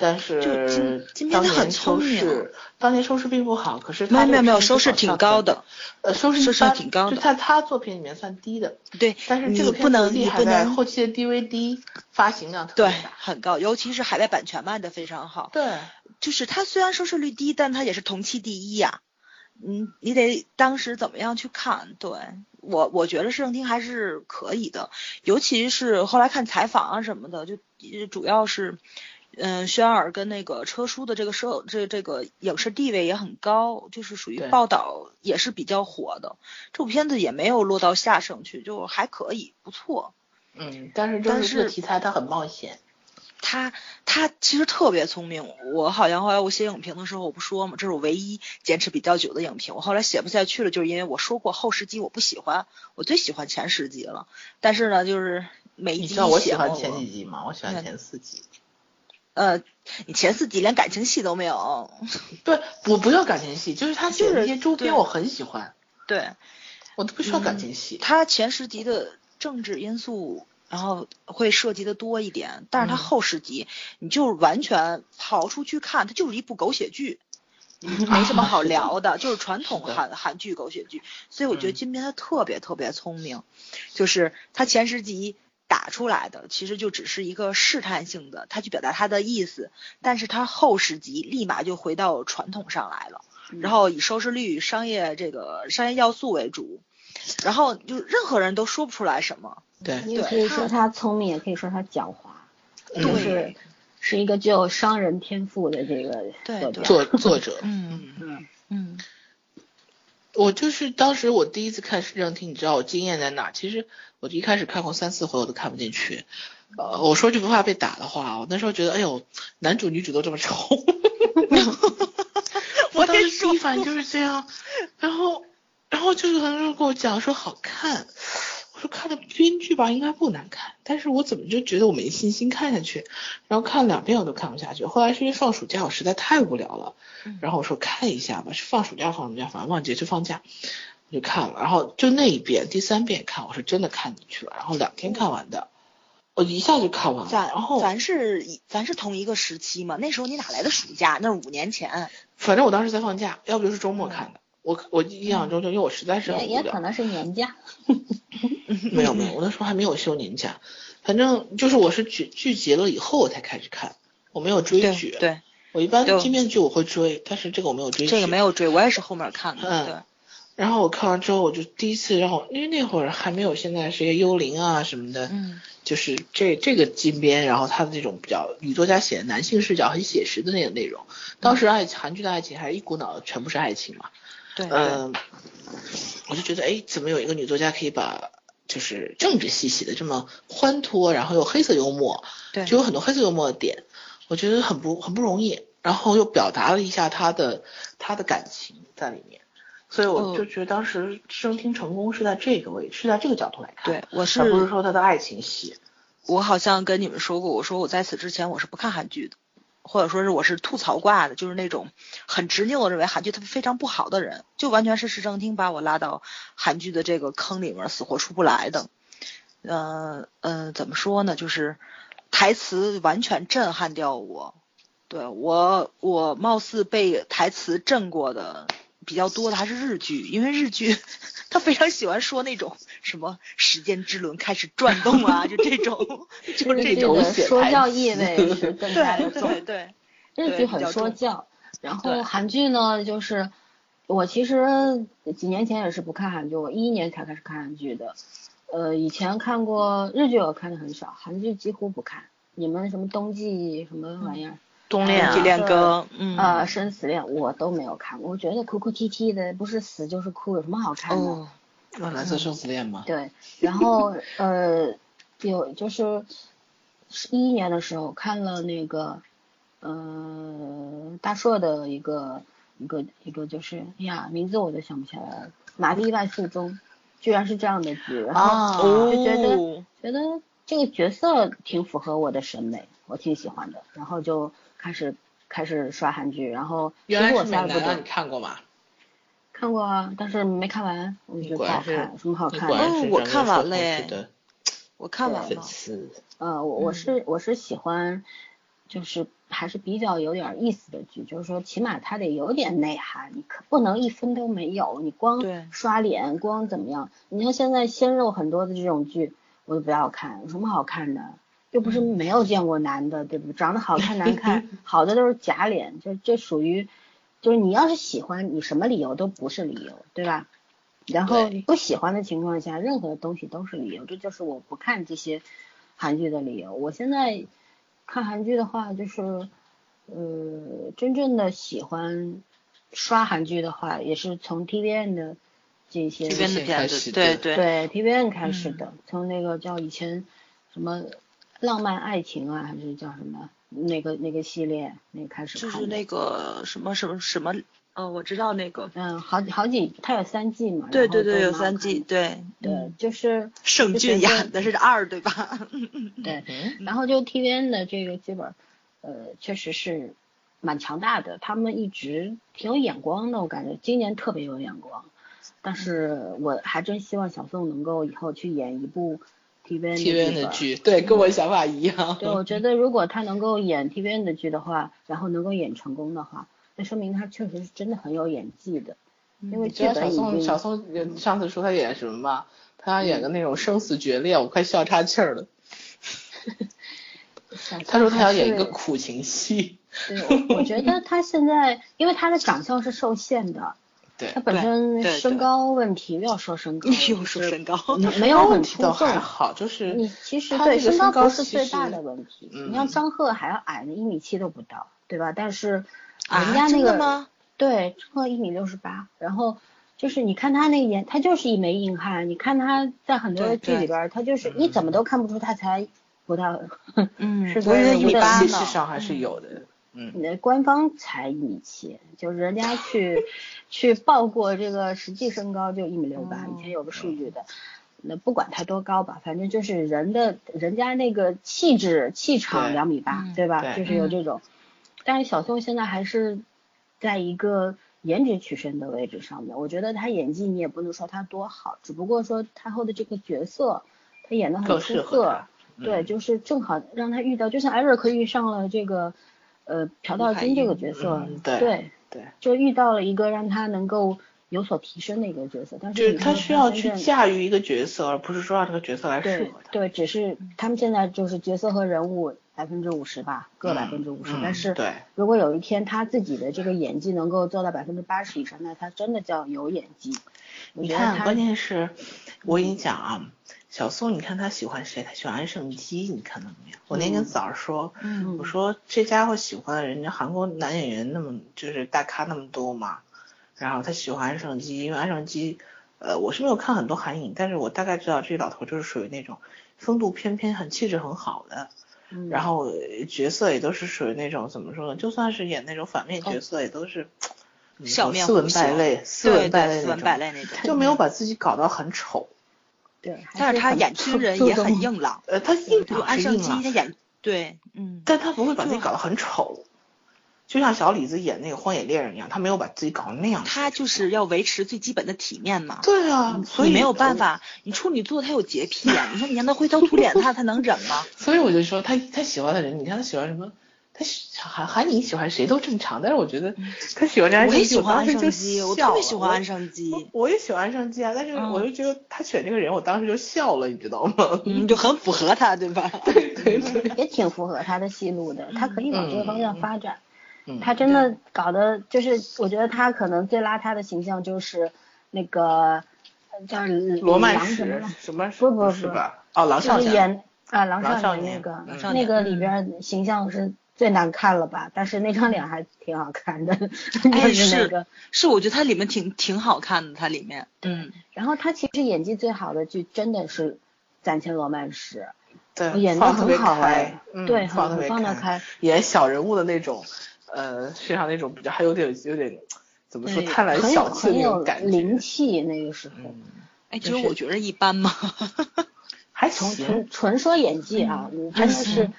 Speaker 1: 但
Speaker 3: 就是金金
Speaker 1: 当
Speaker 3: 边他
Speaker 1: 年
Speaker 3: 很
Speaker 1: 收
Speaker 3: 聪明啊
Speaker 1: 视，当年收视并不好，可是
Speaker 3: 没
Speaker 1: 他
Speaker 3: 有没有没有，
Speaker 1: 这个
Speaker 3: 收视挺高的。，
Speaker 1: 呃，收视一
Speaker 3: 收视还
Speaker 1: 般
Speaker 3: 挺高的
Speaker 1: 就在他作品里面算低的。
Speaker 3: 对，
Speaker 1: 但是这个
Speaker 3: 你不能，
Speaker 1: 厉
Speaker 3: 你
Speaker 1: 害
Speaker 3: 不
Speaker 1: 在
Speaker 3: 能
Speaker 1: 后期的 DVD 发行量特别
Speaker 3: 对
Speaker 1: 大。
Speaker 3: 很高，尤其是海外版权卖的非常好。
Speaker 1: 对，
Speaker 3: 就是它虽然收视率低，但它也是同期第一呀、嗯，你得当时怎么样去看？对我，我觉得摄政厅还是可以的，尤其是后来看采访啊什么的，就呃主要是，嗯、轩尔跟那个车叔的这个摄这这个影视地位也很高，就是属于
Speaker 1: 对
Speaker 3: 报道也是比较火的。这部片子也没有落到下省去，就还可以，不错。
Speaker 1: 嗯，但是就
Speaker 3: 但
Speaker 1: 是这个
Speaker 3: 是
Speaker 1: 题材它很冒险。
Speaker 3: 他他其实特别聪明，我好像后来我写影评的时候我不说嘛，这是我唯一坚持比较久的影评。我后来写不下去了，就是因为我说过后十集我不喜欢，我最喜欢前十集了。但是呢，就是每一
Speaker 1: 你
Speaker 3: 集
Speaker 1: 知道我
Speaker 3: 一写
Speaker 1: 喜欢
Speaker 3: 嘛
Speaker 1: 前
Speaker 3: 我
Speaker 1: 几集吗？我喜欢
Speaker 3: 嗯
Speaker 1: 前四集。
Speaker 3: 呃，你前四集连感情戏都没有，
Speaker 1: 对，我不要感情戏，就是他写的那些周边
Speaker 3: 对
Speaker 1: 我很喜欢，
Speaker 3: 对
Speaker 1: 我都不需要感
Speaker 3: 嗯
Speaker 1: 情戏。
Speaker 3: 他前十集的政治因素。然后会涉及的多一点，但是他
Speaker 1: 嗯
Speaker 3: 后十集，你就是完全刨出去看，它就是一部狗血剧，没什么好聊的，就是传统
Speaker 1: 是的
Speaker 3: 韩韩剧狗血剧。所以我觉得
Speaker 1: 嗯
Speaker 3: 金边他特别特别聪明，就是他前十集打出来的，其实就只是一个试探性的，他去表达他的意思，但是他后十集立马就回到传统上来了，
Speaker 2: 嗯
Speaker 3: 然后以收视率、商业这个商业要素为主，然后就任何人都说不出来什么。
Speaker 1: 对，
Speaker 2: 你也可以说他聪明，也可以说他狡猾，就
Speaker 1: 对
Speaker 2: 是是一个具有商人天赋的这个
Speaker 3: 对
Speaker 2: 作家。
Speaker 1: 作作者，
Speaker 3: 嗯
Speaker 2: 嗯，
Speaker 3: 嗯
Speaker 1: 我就是当时我第一次看《市政厅》，你知道我惊艳在哪儿？其实我一开始看过三四回，我都看不进去。呃，我说句不怕被打的话，我那时候觉得，哎呦，男主女主都这么丑， 我当时第一反应就是这样。然后，然后就是很多人跟我讲说好看，我说看的编剧吧应该不难看，但是我怎么就觉得我没信心看下去？然后看两遍我都看不下去。后来是因为放暑假，我实在太无聊了，然后我说看一下吧，是放暑假放暑假，反正忘记就放假，我就看了。然后就那一遍，第三遍看，我是真的看进去了，然后两天看完的，我一下就看完了。
Speaker 3: 咱
Speaker 1: 然后
Speaker 3: 咱是一咱是同一个时期嘛，那时候你哪来的暑假？那是五年前。
Speaker 1: 反正我当时在放假，要不就是周
Speaker 3: 嗯
Speaker 1: 末看的。我我印象中就因为我实在是很
Speaker 2: 也
Speaker 1: 无
Speaker 2: 也
Speaker 1: 聊，
Speaker 2: 可能是年假。
Speaker 1: 没有没有，我那时候还没有休年假，反正就是我是剧剧集了以后我才开始看，我没有追剧。，
Speaker 3: 对，
Speaker 1: 我一般
Speaker 3: 对
Speaker 1: 金面剧我会追，但是这个我没有追剧。
Speaker 3: 这个没有追，我也是后面看
Speaker 1: 嗯
Speaker 3: 的。
Speaker 1: 然后我看完之后，我就第一次让我，因为那会儿还没有现在这些幽灵啊什么的，
Speaker 3: 嗯
Speaker 1: 就是这这个金边，然后他的这种比较女作家写的男性视角很写实的那个内容。当时爱韩剧的爱情还是一股脑的全部是爱情嘛，
Speaker 3: 对对对，
Speaker 1: 嗯、我就觉得哎，怎么有一个女作家可以把就是政治戏写的这么欢脱，然后又黑色幽默，
Speaker 3: 对
Speaker 1: 就有很多黑色幽默的点，我觉得很不很不容易，然后又表达了一下他的他的感情在里面，所以我
Speaker 3: 嗯
Speaker 1: 就觉得当时声听成功是在这个位，是在这个角度来看，
Speaker 3: 对，，我是
Speaker 1: 而不是说他的爱情戏，
Speaker 3: 我好像跟你们说过，我说我在此之前我是不看韩剧的，或者说是我是吐槽挂的，就是那种很执拗地认为韩剧特别非常不好的人，就完全是市政厅把我拉到韩剧的这个坑里面，死活出不来的。呃呃，怎么说呢？就是台词完全震撼掉我，对我我貌似被台词震过的比较多的还是日剧，因为日剧 他非常喜欢说那种什么时间之轮开始转动啊，就这种， 就是
Speaker 2: 日
Speaker 3: 这
Speaker 2: 剧
Speaker 3: 种
Speaker 2: 的
Speaker 1: 写
Speaker 2: 说
Speaker 1: 台
Speaker 2: 教
Speaker 1: 词
Speaker 2: 意 味是更加的
Speaker 3: 对
Speaker 2: 重。
Speaker 3: 对对，
Speaker 2: 日
Speaker 3: 对
Speaker 2: 剧
Speaker 3: 比较
Speaker 2: 很说
Speaker 3: 重
Speaker 2: 教，然
Speaker 3: 对
Speaker 2: 后韩剧呢，就是我其实几年前也是不看韩剧，我一一年才开始看韩剧的。呃，以前看过日剧，我看的很少，韩剧几乎不看。你们什么冬季什么玩意儿
Speaker 1: 冬
Speaker 2: 恋啊
Speaker 3: 冬季恋歌，嗯
Speaker 2: 啊、生死恋我都没有看过，我觉得哭哭啼啼的，不是死就是哭，有什么好看的？
Speaker 3: 哦，
Speaker 1: 那蓝色生死恋吗？
Speaker 2: 对，然后呃，有就是一一年的时候看了那个呃大硕的一个一个一个就是哎呀名字我都想不起来了，《玛丽外宿中》居然是这样的剧，然后
Speaker 1: 啊
Speaker 2: 就觉得、
Speaker 3: 哦
Speaker 2: 觉得这个角色挺符合我的审美，我挺喜欢的，然后就开始开始刷韩剧，然后其
Speaker 1: 原
Speaker 2: 实
Speaker 1: 来
Speaker 2: 我
Speaker 1: 是美
Speaker 2: 下一部
Speaker 1: 男啊，
Speaker 2: 的
Speaker 1: 你看过吗？
Speaker 2: 看过啊，但是没看完，我觉得不
Speaker 1: 果
Speaker 2: 好
Speaker 1: 然是
Speaker 2: 看，有什么好
Speaker 1: 你
Speaker 2: 看
Speaker 1: 果
Speaker 2: 的？
Speaker 1: 然
Speaker 3: 哦
Speaker 1: 是
Speaker 3: 我
Speaker 1: 专门
Speaker 3: 看
Speaker 1: 说
Speaker 3: 完
Speaker 1: 韩
Speaker 3: 了
Speaker 1: 剧
Speaker 3: 耶
Speaker 1: 的
Speaker 3: 我看完
Speaker 1: 粉
Speaker 3: 了，
Speaker 1: 丝，
Speaker 2: 呃，我我
Speaker 3: 嗯
Speaker 2: 是我是喜欢，就是还是比较有点意思的剧，就是说起码它得有点内涵，你可不能一分都没有，你光
Speaker 3: 对
Speaker 2: 刷脸，光怎么样？你看现在鲜肉很多的这种剧，我都不要看，有什么好看的？又不是
Speaker 3: 嗯
Speaker 2: 没有见过男的，对不对？长得好看难看， 好的都是假脸，就这属于，就是你要是喜欢，你什么理由都不是理由，对吧？然后
Speaker 1: 对
Speaker 2: 你不喜欢的情况下，任何东西都是理由，这就是我不看这些韩剧的理由。我现在看韩剧的话，就是呃，真正的喜欢刷韩剧的话，也是从 TVN 的这些
Speaker 3: 这
Speaker 1: 边的
Speaker 3: 边的
Speaker 1: 片
Speaker 3: 片
Speaker 1: 子
Speaker 3: 子，
Speaker 1: 对
Speaker 3: 对对嗯
Speaker 2: 对 TVN 开始的，从那个叫以前什么浪漫爱情啊，还是叫什么那个那个系列那个开始
Speaker 3: 就
Speaker 2: 看的，
Speaker 3: 是那个什么什么什么，哦，我知道那个，
Speaker 2: 嗯，好好几，它有三季嘛，
Speaker 3: 对
Speaker 2: 然后
Speaker 3: 对
Speaker 2: 都
Speaker 3: 对，有
Speaker 2: 蛮好
Speaker 3: 三
Speaker 2: 看
Speaker 3: 季，
Speaker 2: 的，
Speaker 3: 对
Speaker 2: 对
Speaker 3: 嗯，
Speaker 2: 就是
Speaker 3: 盛
Speaker 2: 就
Speaker 3: 俊
Speaker 2: 觉得
Speaker 3: 演的是二，对吧？
Speaker 2: 对，
Speaker 1: 嗯，
Speaker 2: 然后就 TVN 的这个剧本，呃，确实是蛮强大的，他们一直挺有眼光的，我感觉今年特别有眼光。但是我还真希望小宋能够以后去演一部 TVN 的剧
Speaker 1: TVN 的
Speaker 2: 本
Speaker 1: 剧，对，跟我想法一样。
Speaker 2: 对，我觉得如果他能够演 TVN 的剧的话，然后能够演成功的话，那说明他确实是真的很有演技的。因
Speaker 1: 嗯
Speaker 2: 为
Speaker 1: 你知
Speaker 2: 剧
Speaker 1: 道小嗯
Speaker 2: 本已
Speaker 1: 宋
Speaker 2: 经嗯
Speaker 1: 小宋呃上次说他演什么吗？他要演个那种生死决裂，我快笑岔气儿了。
Speaker 2: 小
Speaker 1: 他说他要演一个
Speaker 2: 宋还是
Speaker 1: 苦情戏，
Speaker 2: 对，我我觉得他现在，因为他的长相是受限的，
Speaker 1: 对
Speaker 2: 他，本身
Speaker 3: 对对
Speaker 2: 身高问题，又要说身高，
Speaker 3: 又说身高，
Speaker 2: 高， 没有很出
Speaker 1: 倒
Speaker 2: 众。
Speaker 1: 还好，就是
Speaker 2: 你其实
Speaker 1: 他
Speaker 2: 对
Speaker 1: 这个
Speaker 2: 身
Speaker 1: 身
Speaker 2: 高
Speaker 1: 高
Speaker 2: 不是
Speaker 1: 其
Speaker 2: 最大
Speaker 1: 实
Speaker 2: 的问题，
Speaker 1: 嗯
Speaker 2: 你像张赫还要矮呢，一米七都不到，对吧？但是
Speaker 3: 啊
Speaker 2: 人家那
Speaker 3: 真的
Speaker 2: 个、
Speaker 3: 吗
Speaker 2: 对张赫一米六十八，然后就是你看他那个颜，他就是一枚硬汉。你看他在很多的
Speaker 3: 对
Speaker 2: 剧
Speaker 3: 对
Speaker 2: 里边儿，他就是你怎么都看不出他才不到，
Speaker 3: 嗯
Speaker 2: 是
Speaker 3: 我
Speaker 2: 的
Speaker 3: 以为
Speaker 2: 我
Speaker 3: 一米
Speaker 2: 的
Speaker 3: 八
Speaker 1: 气
Speaker 3: 呢
Speaker 2: 气。
Speaker 1: 势上还是有的，嗯，
Speaker 2: 你的官方才一米七，就是 人家去去报过这个实际身高就一米六
Speaker 1: 哦
Speaker 2: 八，以前有个数据的。那不管他多高吧，反正就是人的人家那个气质气场
Speaker 1: 对
Speaker 2: 两米八
Speaker 3: 嗯，
Speaker 2: 对吧？
Speaker 1: 对嗯
Speaker 2: 就是有这种。但是小宋现在还是在一个颜值取胜的位置上面，我觉得他演技你也不能说他多好，只不过说他后的这个角色他演的很
Speaker 1: 更
Speaker 2: 出
Speaker 1: 适
Speaker 2: 色
Speaker 1: 合，他。
Speaker 2: 对，
Speaker 1: 嗯
Speaker 2: 就是正好让他遇到，就像艾瑞克遇上了这个呃朴道金这个角色，
Speaker 1: 嗯对
Speaker 2: 对，
Speaker 1: 对，
Speaker 2: 就遇到了一个让他能够有所提升的一个角色，但
Speaker 1: 就是是
Speaker 2: 你
Speaker 1: 他
Speaker 2: 说
Speaker 1: 需要
Speaker 2: 真
Speaker 1: 去
Speaker 2: 正
Speaker 1: 驾驭一个角色，而不是说让这个角色来适
Speaker 2: 对
Speaker 1: 合他。
Speaker 2: 对，只是他们现在就是角色和人物百分之五十吧，各百分之五十
Speaker 1: 嗯，
Speaker 2: 但是
Speaker 1: 对
Speaker 2: 如果有一天他自己的这个演技能够做到百分之八十以上，那他真的叫有演技。我
Speaker 1: 你
Speaker 2: 觉得
Speaker 1: 看，
Speaker 2: 他
Speaker 1: 关键
Speaker 3: 嗯
Speaker 1: 是，我跟你讲啊，小宋，你看他喜欢谁？他喜欢安胜基，你看到没有？我那天早上说，
Speaker 3: 嗯
Speaker 1: 我说这家伙喜欢的人家韩国男演员那么就是大咖那么多嘛，然后他喜欢安胜基，因为安胜基，呃，我是没有看很多韩影，但是我大概知道这老头就是属于那种风度翩翩、很气质很好的，
Speaker 2: 嗯
Speaker 1: 然后呃角色也都是属于那种怎么说呢？就算是演那种反面角色，也都是怎么说
Speaker 3: 哦笑面
Speaker 1: 嗯斯文
Speaker 3: 虎
Speaker 1: 败
Speaker 3: 秀
Speaker 1: 类，斯
Speaker 3: 对
Speaker 1: 文败
Speaker 3: 对，
Speaker 1: 类
Speaker 3: 斯
Speaker 1: 那
Speaker 3: 文
Speaker 1: 种，
Speaker 3: 败类那种。
Speaker 1: 就没有把自己搞到很丑。
Speaker 2: 对，还
Speaker 3: 但是他
Speaker 2: 很
Speaker 3: 演军人也很硬朗，
Speaker 1: 呃，他硬
Speaker 3: 就
Speaker 1: 朗
Speaker 3: 安
Speaker 1: 是
Speaker 3: 胜
Speaker 1: 硬
Speaker 3: 基
Speaker 1: 朗
Speaker 3: 他，演对，嗯，
Speaker 1: 但他不会把自己搞得很丑，就像小李子演那个《荒野猎人》一样，他没有把自己搞成那样。
Speaker 3: 他就是要维持最基本的体面嘛。
Speaker 1: 对啊，所以
Speaker 3: 你没有办。法，你处女座他有洁癖啊，你说你让他灰头 土脸，他他能忍吗？
Speaker 1: 所以我就说他他喜欢的人，你看他喜欢什么？他喜韩韩影喜欢谁都正常，但是我觉得他喜欢这安
Speaker 3: 嗯我
Speaker 1: 胜
Speaker 3: 也
Speaker 1: 基
Speaker 3: 喜
Speaker 1: 当
Speaker 3: 欢安
Speaker 1: 时就
Speaker 3: 胜基，我特
Speaker 1: 笑
Speaker 3: 别
Speaker 1: 了
Speaker 3: 喜
Speaker 1: 我
Speaker 3: 欢安胜基，
Speaker 1: 我也喜欢安胜基啊，但是
Speaker 3: 嗯
Speaker 1: 我就觉得他选这个人，我当时就笑了，你知道 吗？
Speaker 3: 嗯，就很符合他，对吧？
Speaker 2: 也挺符合他的戏路的，他可以往这个方向发展。
Speaker 1: 嗯
Speaker 2: 他真的搞的，就是我觉得他可能最邋遢的形象就是那个呃叫
Speaker 1: 罗曼
Speaker 2: 狼什么
Speaker 1: 史
Speaker 2: 了，
Speaker 1: 什么
Speaker 2: 不不
Speaker 1: 是
Speaker 2: 不
Speaker 1: 吧？哦，狼
Speaker 2: 就
Speaker 1: 少
Speaker 2: 是
Speaker 1: 侠。
Speaker 2: 演啊狼
Speaker 1: 狼少
Speaker 2: 少
Speaker 1: 年嗯
Speaker 2: 年那个
Speaker 1: 狼
Speaker 3: 少
Speaker 2: 那
Speaker 3: 年
Speaker 2: 个里边形象是最难看了吧？但是那张脸还挺好看的，
Speaker 3: 哎
Speaker 2: 就是那
Speaker 3: 是
Speaker 2: 个。
Speaker 3: 是，我觉得他里面挺挺好看的，他里面，嗯，
Speaker 2: 然后他其实演技最好的剧真的是《攒钱罗曼史》，
Speaker 1: 对，
Speaker 2: 演的
Speaker 1: 放得特别
Speaker 2: 很好
Speaker 1: 开
Speaker 2: 哎，
Speaker 1: 嗯
Speaker 2: 对，
Speaker 1: 放
Speaker 2: 很
Speaker 1: 得
Speaker 2: 很
Speaker 1: 特
Speaker 2: 放
Speaker 1: 别
Speaker 2: 得开，
Speaker 1: 演小人物的那种，呃，身上那种比较还有点有点怎么说
Speaker 3: 对
Speaker 1: 贪婪
Speaker 2: 哎很有
Speaker 1: 小气的
Speaker 2: 很
Speaker 1: 那
Speaker 2: 有
Speaker 1: 种感觉，嗯
Speaker 2: 灵气那个时候。
Speaker 3: 哎，只有我觉得一 般嘛，
Speaker 1: 还
Speaker 2: 从
Speaker 1: 行。嗯
Speaker 2: 纯纯说演技啊，你真的是，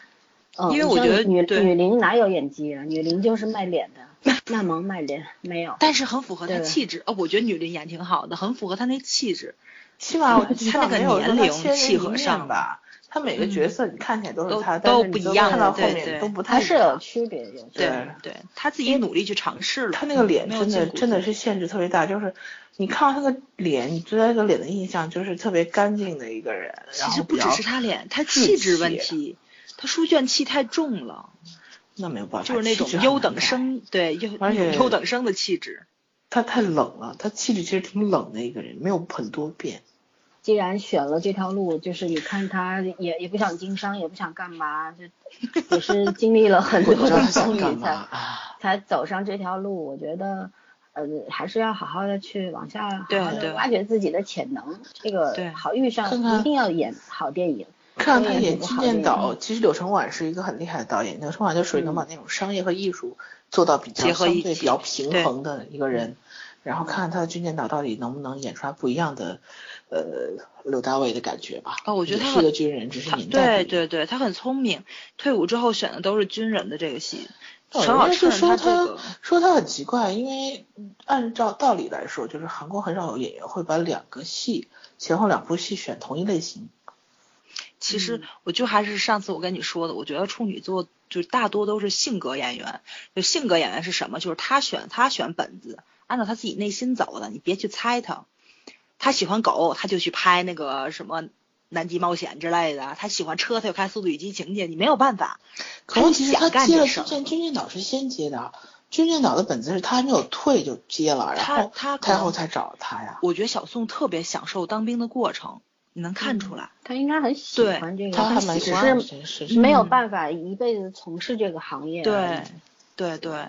Speaker 2: 嗯，
Speaker 3: 因为我觉得
Speaker 2: 你像
Speaker 3: 对
Speaker 2: 女女伶哪有演技啊？女伶就是卖脸的，那能卖脸没有？
Speaker 3: 但是很符合他
Speaker 2: 对
Speaker 3: 气质。哦，我觉得女林演挺好的，很符合他那气质。
Speaker 1: 起码 我
Speaker 3: 他
Speaker 1: 起
Speaker 3: 那
Speaker 1: 码
Speaker 3: 个
Speaker 1: 没有
Speaker 3: 年
Speaker 1: 说他
Speaker 3: 龄
Speaker 1: 千人
Speaker 3: 契
Speaker 1: 一
Speaker 3: 合
Speaker 1: 面
Speaker 3: 上嗯
Speaker 1: 吧。他每个角色你看起来都
Speaker 3: 都
Speaker 1: 是他，
Speaker 3: 都
Speaker 1: 但是
Speaker 3: 不
Speaker 1: 你
Speaker 3: 一
Speaker 1: 都
Speaker 3: 样
Speaker 1: 看到
Speaker 3: 的
Speaker 1: 后
Speaker 3: 对
Speaker 1: 面
Speaker 3: 对
Speaker 1: 都不太
Speaker 2: 还
Speaker 1: 一
Speaker 2: 是有
Speaker 1: 样。
Speaker 2: 区别的，有区别
Speaker 3: 对对，他自己努力去尝试了。
Speaker 1: 他那个脸
Speaker 3: 没有
Speaker 1: 真的
Speaker 3: 进步
Speaker 1: 真的是限制特别大，就是你看到他的脸，你对他这个脸的印象就是特别干净的一个人。
Speaker 3: 其
Speaker 1: 然
Speaker 3: 实
Speaker 1: 后
Speaker 3: 不
Speaker 1: 比
Speaker 3: 只
Speaker 1: 较
Speaker 3: 是他脸，他
Speaker 1: 稚
Speaker 3: 气质
Speaker 1: 气
Speaker 3: 问题，他书卷气太重了，
Speaker 1: 那没有办法，
Speaker 3: 就是那种
Speaker 1: 气质很
Speaker 3: 优
Speaker 1: 难
Speaker 3: 等
Speaker 1: 改。
Speaker 3: 生，对优
Speaker 1: 而
Speaker 3: 那种
Speaker 1: 且
Speaker 3: 优等生的气质。
Speaker 1: 他太冷了，他气质其实挺冷的一个人，没有很多变。
Speaker 2: 既然选了这条路，就是你看他也也不想经商，也不想干嘛， 就也是经历了很
Speaker 1: 我
Speaker 2: 多
Speaker 1: 知道
Speaker 2: 的
Speaker 1: 他想
Speaker 2: 风
Speaker 1: 干
Speaker 2: 雨
Speaker 1: 嘛
Speaker 2: 才
Speaker 1: 啊？
Speaker 2: 才走上这条路。我觉得，呃，还是要好好的去往下，
Speaker 3: 对
Speaker 2: 好好
Speaker 3: 对
Speaker 2: 的挖掘自己的潜能。这
Speaker 3: 对
Speaker 2: 个好遇上
Speaker 1: 看看
Speaker 2: 一定要演好电影。
Speaker 1: 看
Speaker 2: 导
Speaker 1: 他
Speaker 2: 演
Speaker 1: 演《
Speaker 2: 不
Speaker 1: 金
Speaker 2: 好
Speaker 1: 剑
Speaker 2: 这
Speaker 1: 岛》，其实柳承晚是一个很厉害的导演，柳承晚就属于能把那种商业和艺术做到比较
Speaker 3: 嗯结合
Speaker 1: 相
Speaker 3: 一
Speaker 1: 对
Speaker 3: 起
Speaker 1: 比较平
Speaker 3: 对嗯
Speaker 1: 衡的一个人，然后看看他的《军舰岛》到底能不能演出来不一样的，呃，柳大卫的感觉吧。
Speaker 3: 哦我觉得
Speaker 1: 也
Speaker 3: 他
Speaker 1: 是一个
Speaker 3: 很
Speaker 1: 军人，只是
Speaker 3: 他
Speaker 1: 年代
Speaker 3: 对
Speaker 1: 不一样。
Speaker 3: 对对，他很聪明，退伍之后选的都是军人的这个戏。
Speaker 1: 但
Speaker 3: 正好
Speaker 1: 人家就
Speaker 3: 趁
Speaker 1: 说
Speaker 3: 着他
Speaker 1: 他
Speaker 3: 这个，
Speaker 1: 说他很奇怪，因为按照道理来说，就是韩国很少有演员会把两个戏前后两部戏选同一类型。
Speaker 3: 其
Speaker 1: 嗯
Speaker 3: 实我就还是上次我跟你说的，我觉得处女座就大多都是性格演员。就性格演员是什么？就是他选他选本子，按照他自己内心走的，你别去猜他。他喜欢狗，他就去拍那个什么南极冒险之类的，他喜欢车，他又看《速度与激情》去，你没有办法。
Speaker 1: 可问题是，
Speaker 3: 他
Speaker 1: 他
Speaker 3: 就想干
Speaker 1: 接
Speaker 3: 这
Speaker 1: 了
Speaker 3: 事
Speaker 1: 军
Speaker 3: 儿。
Speaker 1: 舰，军舰岛是先接的，军舰岛的本子是他还没有退就接了，然
Speaker 3: 他
Speaker 1: 后
Speaker 3: 他可
Speaker 1: 太
Speaker 3: 能
Speaker 1: 后才找他呀。
Speaker 3: 我觉得小宋特别享受当兵的过程，你能看
Speaker 1: 嗯
Speaker 3: 出来。
Speaker 2: 他应该很喜
Speaker 3: 对
Speaker 2: 欢这个，
Speaker 1: 他还蛮
Speaker 2: 只
Speaker 1: 喜欢
Speaker 2: 是
Speaker 1: 真是
Speaker 2: 没有
Speaker 3: 嗯
Speaker 2: 办法一辈子从事这个行业。
Speaker 3: 对，对对，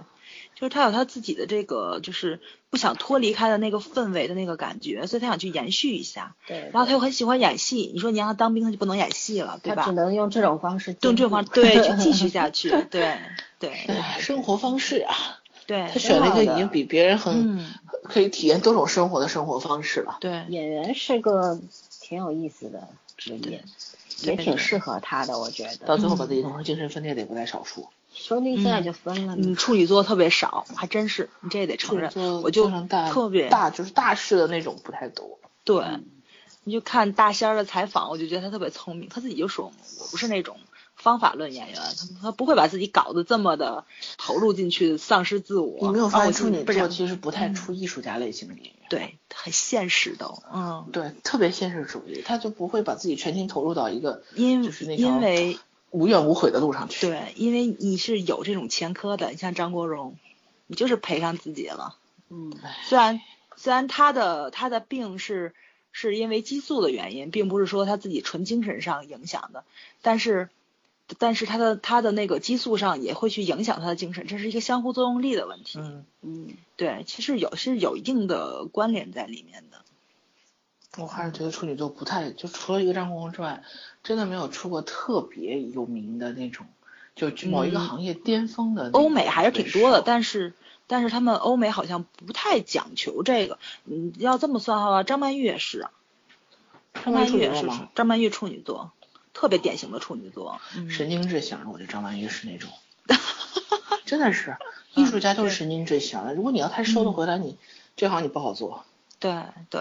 Speaker 3: 就是他有他自己的这个，就是不想脱离开的那个氛围的那个感觉，所以他想去延续一下。
Speaker 2: 对，
Speaker 3: 然后他又很喜欢演戏，你说你让他当兵，他就不能演戏了，对
Speaker 2: 他只
Speaker 3: 吧？
Speaker 2: 能用这种方式进入，
Speaker 3: 用这 方对去继续下去，对对
Speaker 1: 哎，生活方式啊，
Speaker 3: 对
Speaker 1: 他，选了一
Speaker 2: 挺
Speaker 1: 个
Speaker 2: 好
Speaker 1: 已
Speaker 2: 的
Speaker 1: 经比别人很、
Speaker 3: 嗯，
Speaker 1: 可以体验多种生活的生活方式了。
Speaker 3: 对
Speaker 2: 演员是个挺有意思的职业，也
Speaker 3: 对对
Speaker 2: 挺适合他的，我觉
Speaker 1: 到
Speaker 2: 得。
Speaker 1: 最后把自
Speaker 3: 嗯
Speaker 1: 己弄成精神分裂的也不在少数。
Speaker 2: 说不定现在就分了
Speaker 3: 你
Speaker 2: 呢。
Speaker 3: 嗯处女座特别少，还真是，你这也得承认。
Speaker 1: 做
Speaker 3: 我就
Speaker 1: 做成大
Speaker 3: 特别
Speaker 1: 大就是大事的那种不太多。
Speaker 3: 对，你就看大仙儿的采访，我就觉得他特别聪明，他自己就说我不是那种方法论演员，他他不会把自己搞得这么的投入进去，丧失自我。
Speaker 1: 你没有发
Speaker 3: 啊
Speaker 1: 现
Speaker 3: 我自
Speaker 1: 处
Speaker 3: 己
Speaker 1: 女
Speaker 3: 不嗯
Speaker 1: 座
Speaker 3: 然
Speaker 1: 其实不太出艺术家类型的演员，
Speaker 3: 对，很现实都，嗯，
Speaker 1: 对，特别现实主义，他就不会把自己全心投入到一个
Speaker 3: 因
Speaker 1: 就是那条
Speaker 3: 因为
Speaker 1: 无怨无悔的路上去。，
Speaker 3: 对，因为你是有这种前科的，你像张国荣，你就是赔上自己了。
Speaker 2: 嗯，
Speaker 3: 虽然虽然他的他的病是是因为激素的原因，并不是说他自己纯精神上影响的，但是但是他的他的那个激素上也会去影响他的精神，这是一个相互作用力的问题。
Speaker 1: 嗯，
Speaker 2: 嗯，
Speaker 3: 对，其实有是有一定的关联在里面的。
Speaker 1: 我还是觉得处女座不太，就除了一个张国荣之外，真的没有出过特别有名的那种，就某一个
Speaker 3: 嗯
Speaker 1: 行业巅峰的那种。
Speaker 3: 欧美还是挺多的，
Speaker 1: 嗯对
Speaker 3: 但是但是他们欧美好像不太讲求这个。嗯，要这么算的话，张曼玉也是啊，张
Speaker 1: 张曼玉
Speaker 3: 曼
Speaker 1: 处
Speaker 3: 玉
Speaker 1: 女
Speaker 3: 也
Speaker 1: 座
Speaker 3: 是
Speaker 1: 吗？
Speaker 3: 张曼玉处女座，特别典型的处女座。嗯
Speaker 1: 神经质型的，我觉得张曼玉是那 种，真的是艺术家都是神经质型的。如果你要太收得回来，你这行你不好做。
Speaker 3: 对对，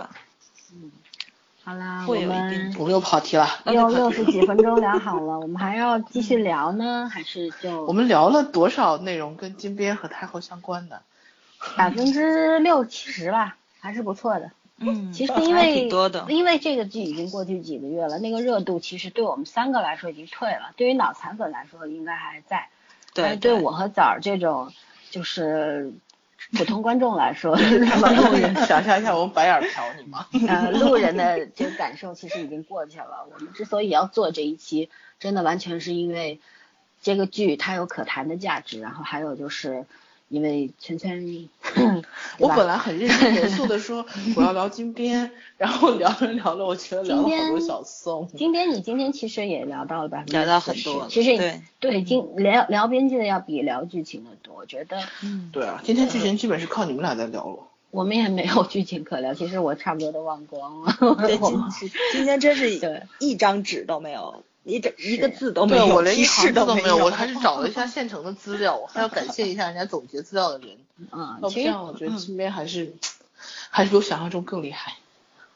Speaker 2: 好啦，我
Speaker 3: 会有一定
Speaker 2: 们
Speaker 1: 我们又跑题了，
Speaker 2: 用六十几分钟聊好 了，我们还要继续聊呢，还是就
Speaker 1: 我们聊了多少内容跟金边和太后相关 的？
Speaker 2: 百分之六七十吧，还是不错的。
Speaker 3: 嗯，
Speaker 2: 其实
Speaker 3: 还
Speaker 2: 因为
Speaker 3: 挺多的，
Speaker 2: 因为这个剧已经过去几个月了，那个热度其实对我们三个来说已经退了，对于脑残粉来说应该还在，但
Speaker 3: 哎对
Speaker 2: 是对我和枣儿这种就是普通观众来 说，那 么路人
Speaker 1: 想象一下，我们白眼儿瞟你吗？
Speaker 2: 呃路人的这个感受其实已经过去了。我们之所以要做这一期，真的完全是因为这个剧它有可谈的价值，然后还有就是因为圈 圈，对
Speaker 1: 我
Speaker 2: 吧
Speaker 1: 本来很认真严肃的 说我要聊金边，然后聊着聊着，我觉得聊了好多小宋。
Speaker 2: 今天你今天其实也聊到了百分之
Speaker 3: 聊到很多了
Speaker 2: 其实
Speaker 3: 对
Speaker 2: 对今聊聊编辑的要比聊剧情的多，我觉得
Speaker 3: 嗯，
Speaker 1: 对啊，今天剧情基本是靠你们俩在聊了。
Speaker 2: 我们也没有剧情可聊，其实我差不多都忘光了。
Speaker 3: 对，
Speaker 2: 我
Speaker 3: 今哦今天真是
Speaker 2: 对
Speaker 3: 一张纸都没有，一张一个字都没
Speaker 1: 对，
Speaker 3: 有，
Speaker 1: 我连一
Speaker 3: 提示
Speaker 1: 行字
Speaker 3: 都
Speaker 1: 都
Speaker 3: 没
Speaker 1: 没有，我还是找了一下现成的资料，我还要感谢一下人家总结资料的人。
Speaker 2: 嗯，
Speaker 1: 要不
Speaker 2: 其
Speaker 1: 哦这
Speaker 2: 实
Speaker 1: 样，我觉得金边还是还是比我想象中更厉害。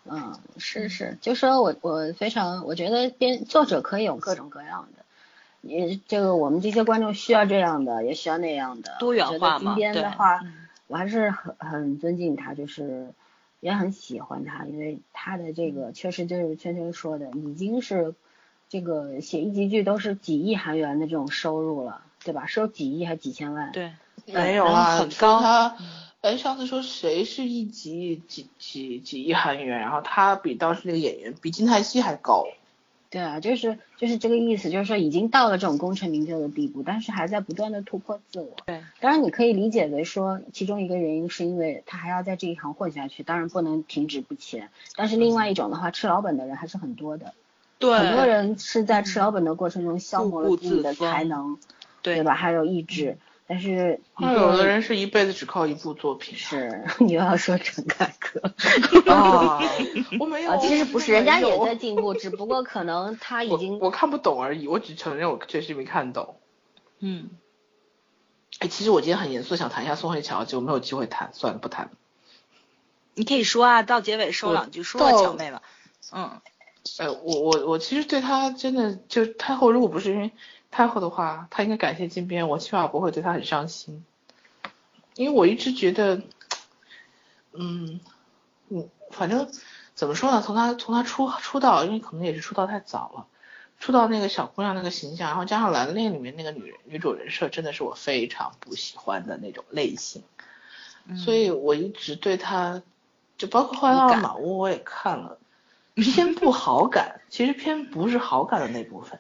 Speaker 2: 嗯是是，就说我我非常，我觉得编作者可以有各种各样的。也这个我们这些观众需要这样的，也需要那样的。
Speaker 3: 多元化
Speaker 2: 我觉得金
Speaker 3: 嘛
Speaker 2: 边
Speaker 3: 对嗯
Speaker 2: 的话，我还是很很尊敬他，就是也很喜欢他，因为他的这
Speaker 3: 嗯
Speaker 2: 个确实就是圈圈说的，已经是这个写一集剧都是几亿韩元的这种收入了，对吧？收几亿还几千万？
Speaker 3: 对，
Speaker 1: 没有啊，
Speaker 3: 很
Speaker 1: 说
Speaker 3: 高
Speaker 1: 他，哎，上次说谁是一集几几几亿韩元，然后他比当时那个演员比金泰熙还高。
Speaker 2: 对啊，就是就是这个意思，就是说已经到了这种功成名就的地步，但是还在不断的突破自我。
Speaker 3: 对，
Speaker 2: 当然你可以理解为说，其中一个原因是因为他还要在这一行混下去，当然不能停止不前。但是另外一种的话，吃老本的人还是很多的，
Speaker 3: 对嗯
Speaker 2: 很多人是在吃老本的过程中消磨
Speaker 3: 固
Speaker 2: 了
Speaker 3: 步
Speaker 2: 自己的
Speaker 3: 自封
Speaker 2: 才能，
Speaker 3: 对嗯
Speaker 2: 吧？还有意志，但是你
Speaker 1: 那
Speaker 2: 不
Speaker 1: 有
Speaker 2: 能
Speaker 1: 的人是一辈子只靠一部作品。
Speaker 2: 是 你又要说陈凯 歌。
Speaker 1: 啊， 我没有。
Speaker 2: 啊，其实不是，人家也在
Speaker 1: 我
Speaker 2: 进步，只不过可能他已
Speaker 1: 我
Speaker 2: 经
Speaker 1: 我看不懂而已，我只承认我确实没看懂。
Speaker 3: 嗯，
Speaker 1: 哎，其实我今天很严肃想谈一下宋慧乔，结果没有机会谈，算了，不谈了。
Speaker 3: 你可以说啊，到结尾说两句，说
Speaker 1: 到
Speaker 3: 说乔妹吧，嗯，
Speaker 1: 呃，我我我其实对她真的就太后，如果不是因为太后的话，她应该感谢金边，我起码不会对她很伤心，因为我一直觉得，嗯，嗯，反正怎么说呢？从她从她出出道，因为可能也是出道太早了，出道那个小姑娘那个形象，然后加上《蓝恋》里面那个女人女主人设，真的是我非常不喜欢的那种类型，所以我一直对她，就包括《花
Speaker 3: 嗯无
Speaker 1: 样
Speaker 3: 感
Speaker 1: 满屋》我也看了，偏不好感，其实偏不是好感的那部分，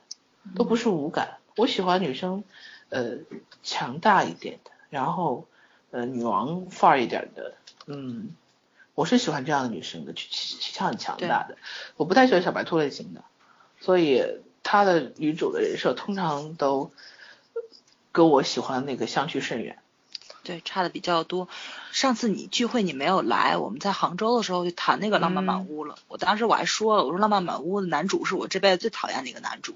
Speaker 1: 都不是无感。我喜欢女生，呃，强大一点的，然后呃，女王范儿一点的，嗯，我是喜欢这样的女生的，气气气场很强大的。我不太喜欢小白兔类型的，所以她的女主的人设通常都跟我喜欢那个相去甚远。
Speaker 3: 对，差的比较多。上次你聚会你没有来，我们在杭州的时候就谈那个《浪漫
Speaker 1: 嗯
Speaker 3: 满屋》了。我当时我还说了，我说《浪漫满屋》的男主是我这辈子最讨厌的一个男主，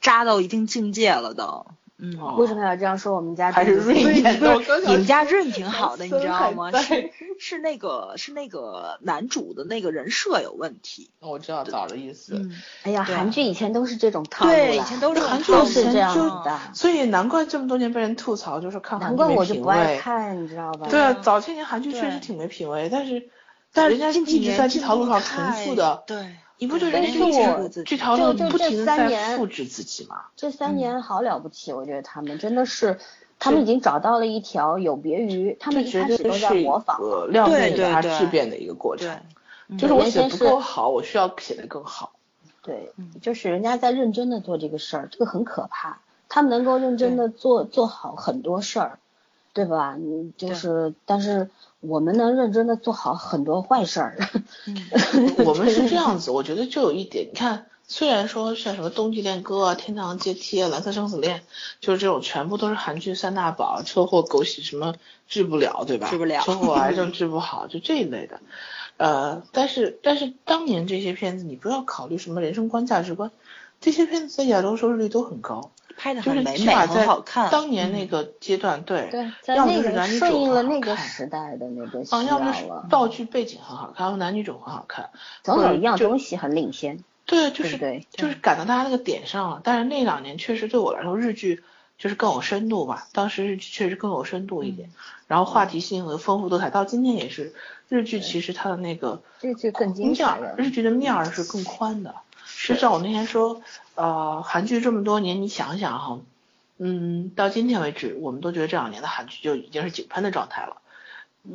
Speaker 3: 渣到一定境界了都。嗯，
Speaker 1: 哦
Speaker 2: 为什么要这样说？我们
Speaker 3: 哎
Speaker 2: 家
Speaker 1: 还是
Speaker 2: 弟弟
Speaker 1: 瑞典的？我刚
Speaker 3: 你
Speaker 1: 想
Speaker 3: 们家润挺好的，你
Speaker 1: 森
Speaker 3: 知道
Speaker 1: 还
Speaker 3: 吗？
Speaker 1: 在
Speaker 3: 是是那个是那个男主的那个人设有问题。
Speaker 1: 哦我知道枣的意思。
Speaker 3: 嗯，
Speaker 2: 哎呀，
Speaker 3: 对
Speaker 2: 韩剧以前都是这种套路啦，
Speaker 3: 对，以前都是
Speaker 1: 韩剧
Speaker 2: 都
Speaker 3: 套
Speaker 1: 以
Speaker 3: 路
Speaker 2: 是
Speaker 1: 前
Speaker 2: 这样
Speaker 1: 就
Speaker 2: 子的，
Speaker 1: 所以难怪这么多年被人吐槽，就是看韩剧
Speaker 2: 难怪
Speaker 1: 没
Speaker 2: 我就
Speaker 1: 品
Speaker 2: 不爱
Speaker 1: 味。
Speaker 2: 看，你知道吧？
Speaker 1: 对啊，
Speaker 3: 嗯
Speaker 1: 早些年韩剧确实
Speaker 3: 对
Speaker 1: 挺没品位，但是但人家
Speaker 3: 近几
Speaker 1: 一直
Speaker 3: 年
Speaker 1: 在这
Speaker 3: 进
Speaker 1: 条路
Speaker 3: 步
Speaker 1: 上重
Speaker 3: 太
Speaker 1: 复的，
Speaker 3: 对，
Speaker 1: 你不觉得
Speaker 2: 但
Speaker 1: 人
Speaker 2: 是
Speaker 1: 家一直
Speaker 2: 我
Speaker 1: 这条
Speaker 2: 就
Speaker 1: 路
Speaker 2: 就
Speaker 1: 不
Speaker 2: 这
Speaker 1: 停的
Speaker 2: 三
Speaker 1: 在
Speaker 2: 年
Speaker 1: 复制自己嘛？
Speaker 2: 这三
Speaker 1: 嗯
Speaker 2: 年好了不起，我觉得他们真的是，他们已经找到了一条有别于他
Speaker 1: 这
Speaker 2: 们一
Speaker 1: 绝
Speaker 2: 开始
Speaker 1: 对
Speaker 2: 都在
Speaker 1: 是一
Speaker 2: 模仿，
Speaker 1: 个量
Speaker 3: 对
Speaker 1: 变
Speaker 3: 对
Speaker 1: 压
Speaker 3: 对
Speaker 1: 质变的一个过
Speaker 3: 对
Speaker 1: 程，就是
Speaker 2: 嗯
Speaker 1: 我
Speaker 2: 原
Speaker 1: 写
Speaker 2: 先
Speaker 1: 不
Speaker 2: 是
Speaker 1: 够好，我需要写得更好。
Speaker 2: 对
Speaker 3: 嗯，
Speaker 2: 就是人家在认真的做这个事儿，这个很可怕。他们能够认真的做做好很多事儿，对吧？你就
Speaker 3: 对
Speaker 2: 是，但是我们能认真的做好很多坏事儿。
Speaker 3: 嗯，
Speaker 1: 我们是这样子，我觉得就有一点，你看，虽然说像什么《冬季恋歌》啊、《天堂阶梯》啊、《蓝色生死恋》，就是这种全部都是韩剧三大宝，车祸、狗血什么治不了，对吧？
Speaker 3: 治不了
Speaker 1: 车祸、癌 症治不好，就这一类的。呃，但是但是当年这些片子，你不要考虑什么人生观、价值观，这些片子在亚洲收视率都很高，
Speaker 3: 拍的
Speaker 1: 就
Speaker 3: 很
Speaker 1: 是
Speaker 3: 唯
Speaker 1: 起
Speaker 3: 美，
Speaker 1: 码在
Speaker 3: 很好看。嗯
Speaker 1: 当年那个阶段，对，
Speaker 2: 对， 在
Speaker 1: 要么
Speaker 2: 那
Speaker 1: 就是
Speaker 2: 个
Speaker 1: 男女
Speaker 2: 顺
Speaker 1: 主
Speaker 2: 应
Speaker 1: 很
Speaker 2: 了
Speaker 1: 好
Speaker 2: 那个
Speaker 1: 看
Speaker 2: 时代的那个需
Speaker 1: 啊，
Speaker 2: 要
Speaker 1: 要么就是
Speaker 2: 了，
Speaker 1: 道具背景很好看，要么男女主很好看，
Speaker 2: 总有一样
Speaker 1: 或者就
Speaker 2: 东西很领先。
Speaker 1: 对，就
Speaker 2: 对
Speaker 1: 是
Speaker 2: 不对
Speaker 1: 就是赶到大家那个点上了。但是那两年确实对我来说，日剧就是更有深度吧，当时日剧确实更有深度一点，
Speaker 2: 嗯
Speaker 1: 然后话题性和丰富度才到今天也是。日剧其实它的那个
Speaker 2: 日剧更精
Speaker 1: 面
Speaker 2: 彩
Speaker 1: 儿，
Speaker 2: 了。
Speaker 1: 日剧的面儿是更宽的。实际上我那天说，呃，韩剧这么多年，你想想哈，嗯，到今天为止，我们都觉得这两年的韩剧就已经是井喷的状态了，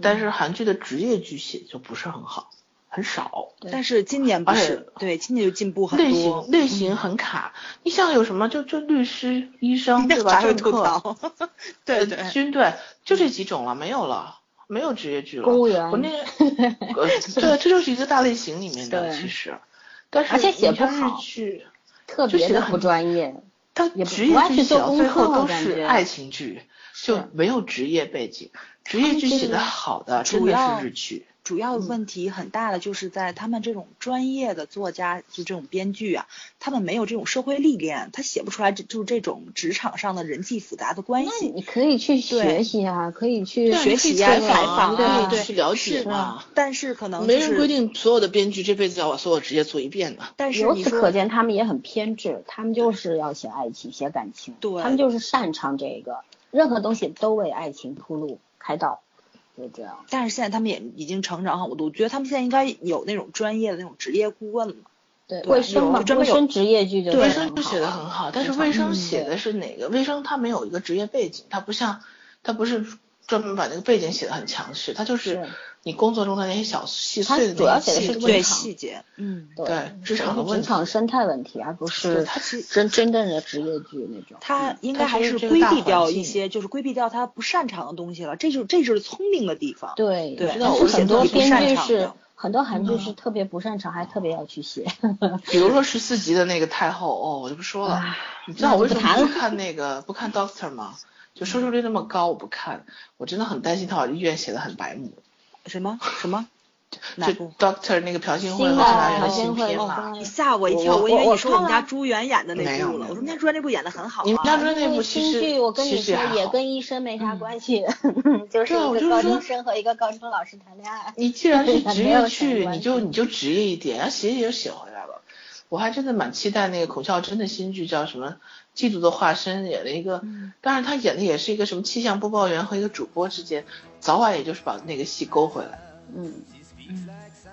Speaker 1: 但
Speaker 2: 嗯
Speaker 1: 是韩剧的职业剧写就不是很好，很少。
Speaker 3: 但是今年不
Speaker 1: 而且
Speaker 3: 是，对，今年就进步很
Speaker 1: 类
Speaker 3: 多嗯
Speaker 1: 型。类型很卡，你像有什么就就律师、医生对吧？
Speaker 3: 还会
Speaker 1: 政
Speaker 3: 吐
Speaker 1: 客、
Speaker 3: 槽， 对
Speaker 1: 呃
Speaker 3: 对，嗯
Speaker 1: 军队，就这几种了，没有了，没有职业剧了。
Speaker 2: 公务员
Speaker 1: 我 那呃，对，这就是一个大类型里面的
Speaker 2: 对
Speaker 1: 其实，但是
Speaker 2: 而且
Speaker 1: 你
Speaker 2: 写不
Speaker 1: 像
Speaker 2: 好
Speaker 1: 日剧，
Speaker 2: 特
Speaker 1: 就
Speaker 2: 别
Speaker 1: 写
Speaker 2: 的
Speaker 1: 得
Speaker 2: 不
Speaker 1: 很
Speaker 2: 专业，
Speaker 1: 它
Speaker 2: 也不
Speaker 1: 职
Speaker 2: 不
Speaker 1: 业
Speaker 2: 爱
Speaker 1: 剧
Speaker 2: 去
Speaker 1: 写
Speaker 2: 做
Speaker 1: 到
Speaker 2: 功
Speaker 1: 最后
Speaker 2: 课
Speaker 1: 都
Speaker 2: 感
Speaker 1: 是
Speaker 2: 觉
Speaker 1: 爱情剧，就是没有职业背景。职业
Speaker 2: 们
Speaker 1: 剧
Speaker 2: 这
Speaker 1: 写
Speaker 2: 个
Speaker 1: 的好的
Speaker 3: 主
Speaker 1: 真的
Speaker 3: 要
Speaker 1: 是日剧，
Speaker 3: 主要
Speaker 1: 嗯
Speaker 3: 问题很大的就是在他们这种专业的作家，就这种编剧啊，他们没有这种社会历练，他写不出来这就是这种职场上的人际复杂的关
Speaker 2: 那
Speaker 3: 系。
Speaker 2: 你可以去学
Speaker 3: 对
Speaker 2: 习啊，可以去
Speaker 1: 对啊你
Speaker 3: 学
Speaker 1: 可以
Speaker 3: 习呀、
Speaker 1: 采
Speaker 3: 采
Speaker 1: 访啊
Speaker 3: 访啊，
Speaker 1: 你可以去了解啊
Speaker 3: 是
Speaker 1: 嘛
Speaker 3: 但是可能、就
Speaker 1: 没
Speaker 3: 是、
Speaker 1: 人规，定所有的编剧这辈子要把所有职业做一遍的。
Speaker 3: 但是
Speaker 2: 由
Speaker 3: 你
Speaker 2: 此
Speaker 3: 说
Speaker 2: 可见，他们也很偏执，他们就是要写爱情，写感情，
Speaker 3: 对
Speaker 2: 他们就是擅长这个，任何东西都为爱情铺路开道，就这样。
Speaker 3: 但是现在他们也已经成长很多，我觉得他们现在应该有那种专业的那种职业顾问了。
Speaker 2: 对，
Speaker 3: 对
Speaker 2: 卫生嘛，
Speaker 3: 有专
Speaker 2: 卫
Speaker 3: 门有
Speaker 2: 生职业剧就
Speaker 3: 对
Speaker 1: 卫
Speaker 2: 是
Speaker 1: 生
Speaker 2: 很
Speaker 1: 就
Speaker 2: 好嗯
Speaker 1: 写的很好，但是卫生写的是哪个？卫生它没有一个职业背景，它不像，它不是专门把那个背景写的很强势，它就是
Speaker 2: 是
Speaker 1: 你工作中的那些小细碎的
Speaker 2: 它主要
Speaker 1: 那
Speaker 2: 写
Speaker 1: 些
Speaker 2: 的
Speaker 1: 细节
Speaker 2: 是对
Speaker 3: 对细节，嗯，
Speaker 2: 对
Speaker 1: 对职场的
Speaker 2: 是
Speaker 1: 问
Speaker 2: 职
Speaker 1: 题
Speaker 2: 场生态问题，而不是
Speaker 3: 对它其
Speaker 2: 真真正的职业剧那种。
Speaker 3: 他应该
Speaker 1: 它
Speaker 3: 还
Speaker 1: 就是是这个
Speaker 3: 规
Speaker 1: 大
Speaker 3: 避
Speaker 1: 环
Speaker 3: 掉
Speaker 1: 境
Speaker 3: 一些，就是规避掉他不擅长的东西了。这就这就是聪明的地方。
Speaker 2: 对，
Speaker 3: 对
Speaker 2: 但
Speaker 3: 那
Speaker 2: 是
Speaker 3: 我写
Speaker 2: 很
Speaker 3: 作
Speaker 2: 多
Speaker 3: 也不
Speaker 2: 编
Speaker 3: 擅
Speaker 2: 剧
Speaker 3: 长
Speaker 2: 是
Speaker 3: 的
Speaker 2: 很多韩剧是特别不擅长，还特别要去写。
Speaker 1: 比如说十四集的那个太后，哦，我就不说了
Speaker 2: 唉。
Speaker 1: 你知道我为什
Speaker 2: 那
Speaker 1: 么
Speaker 2: 就不谈
Speaker 1: 不
Speaker 2: 了
Speaker 1: 看那个不看 Doctor 吗？就收视率那么高，我不看，我真的很担心他把医院写的很白目。
Speaker 3: 什么什么？哪
Speaker 1: 就
Speaker 3: 部
Speaker 1: Doctor 那个朴信惠
Speaker 2: 新
Speaker 1: 和
Speaker 2: 的
Speaker 1: 郑南
Speaker 2: 朴
Speaker 1: 的
Speaker 2: 信
Speaker 1: 新
Speaker 2: 惠
Speaker 1: 片
Speaker 2: 哦
Speaker 1: 嘛，
Speaker 3: 你吓我一跳，
Speaker 2: 我
Speaker 3: 我以为
Speaker 2: 我
Speaker 3: 你说我们
Speaker 2: 看
Speaker 3: 家
Speaker 2: 了
Speaker 3: 朱元演的
Speaker 1: 没
Speaker 3: 那
Speaker 1: 有
Speaker 3: 部了。
Speaker 1: 没有
Speaker 3: 我说我们家朱元那部演的很好啊。
Speaker 1: 你们家朱元那
Speaker 2: 因
Speaker 1: 部
Speaker 2: 为
Speaker 1: 其
Speaker 2: 新
Speaker 1: 实
Speaker 2: 剧我跟
Speaker 1: 其
Speaker 2: 你
Speaker 1: 实
Speaker 2: 说
Speaker 1: 还
Speaker 2: 也
Speaker 1: 好。
Speaker 2: 跟医生没啥关系， 啊就是
Speaker 1: 对
Speaker 2: 一
Speaker 1: 我就是
Speaker 2: 个高
Speaker 1: 说
Speaker 2: 中生和一个高中老师谈恋爱。
Speaker 1: 你既然是职
Speaker 2: 没有
Speaker 1: 业
Speaker 2: 相
Speaker 1: 剧，
Speaker 2: 关
Speaker 1: 你
Speaker 2: 性
Speaker 1: 就你就职业一点，然后写也写回来了。我还真的蛮期待那个孔孝真的新剧叫什么《嫉妒的化身》，演了一个，
Speaker 3: 嗯
Speaker 1: 当然他演的也是一个什么气象播报员和一个主播之间，早晚也就是把那个戏勾回来。
Speaker 2: 嗯，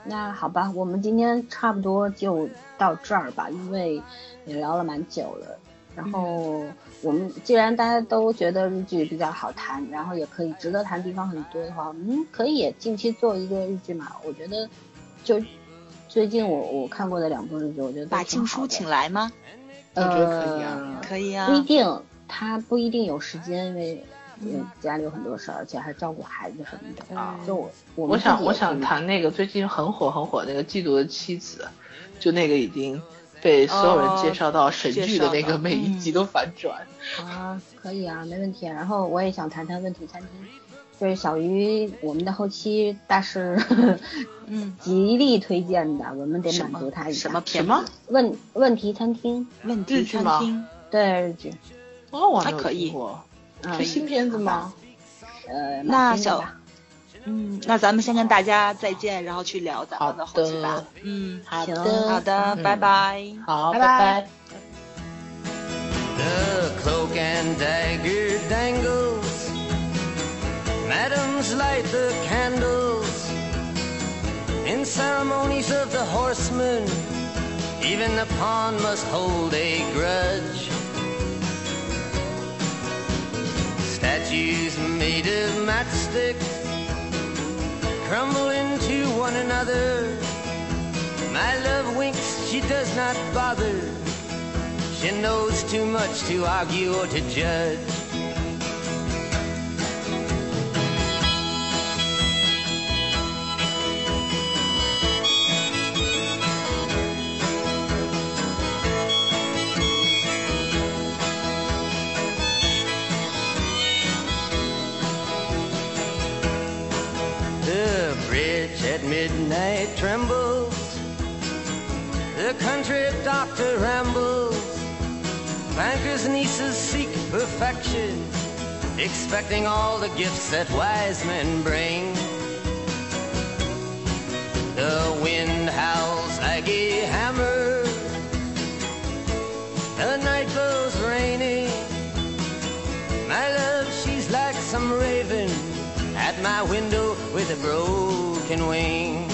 Speaker 2: 那好吧，我们今天差不多就到这儿吧，因为也聊了蛮久了。然后
Speaker 3: 嗯
Speaker 2: 我们既然大家都觉得日剧比较好谈，然后也可以值得谈的地方很多的话，嗯，可以也近期做一个日剧嘛。我觉得就最近我我看过的两部日剧，我觉得都
Speaker 3: 把
Speaker 2: 挺
Speaker 3: 静
Speaker 2: 好
Speaker 3: 书
Speaker 2: 的
Speaker 3: 请来吗？
Speaker 1: 我觉得可以啊
Speaker 2: 呃
Speaker 3: 可以啊
Speaker 2: 不，一定，他不一定有时间，因为嗯家里有很多事儿，而且还照顾孩子什么的。
Speaker 1: 啊
Speaker 2: 就我
Speaker 1: 我
Speaker 2: 我们
Speaker 1: 想
Speaker 2: 自己
Speaker 1: 我
Speaker 2: 也
Speaker 1: 想
Speaker 2: 是
Speaker 1: 谈那个最近很火很火那个《缉毒的妻子》，就那个已经被所有人介绍到神剧的那
Speaker 3: 哦介绍
Speaker 1: 个，
Speaker 3: 到嗯
Speaker 1: 每一集都反转。
Speaker 2: 啊，可以啊，没问题啊。然后我也想谈谈问题餐厅，就是小鱼我们的后期大师
Speaker 3: 嗯，
Speaker 2: 极力推荐的，我们得
Speaker 3: 什
Speaker 2: 满足
Speaker 3: 么
Speaker 2: 他一下。
Speaker 3: 什么片
Speaker 1: 什么？
Speaker 2: 问问题餐厅？
Speaker 3: 问
Speaker 1: 日
Speaker 3: 题
Speaker 1: 剧
Speaker 3: 餐
Speaker 1: 吗
Speaker 3: 厅？嗯
Speaker 2: 对日剧，
Speaker 1: 哦，我还没有
Speaker 3: 还可以
Speaker 1: 听过，
Speaker 2: 嗯
Speaker 1: 是，新片子吗？
Speaker 2: 呃，
Speaker 3: 那
Speaker 2: 马丁的
Speaker 3: 小
Speaker 2: 吧
Speaker 3: 嗯，那咱们先跟大家再见，然后去聊咱们的后期
Speaker 1: 好
Speaker 3: 吧
Speaker 1: 的。
Speaker 3: 嗯，
Speaker 1: 好
Speaker 2: 行
Speaker 3: 好的，拜拜。
Speaker 1: 好，
Speaker 3: 拜
Speaker 1: 拜
Speaker 3: 拜
Speaker 1: 拜。
Speaker 4: The cloak and dagger dangles. Madams light the candles. In ceremonies of the horsemen, even the pawn must hold a grudge. Statues made of matchstick crumble into one another. My love winks, she does not bother. She knows too much to argue or to judge. The bridge at midnight trembles. The country doctor rambles. Bankers' nieces seek perfection, expecting all the gifts that wise men bring. The wind howls like a hammer. The night goes rainy. My love, she's like some raven at my window with a broken wing.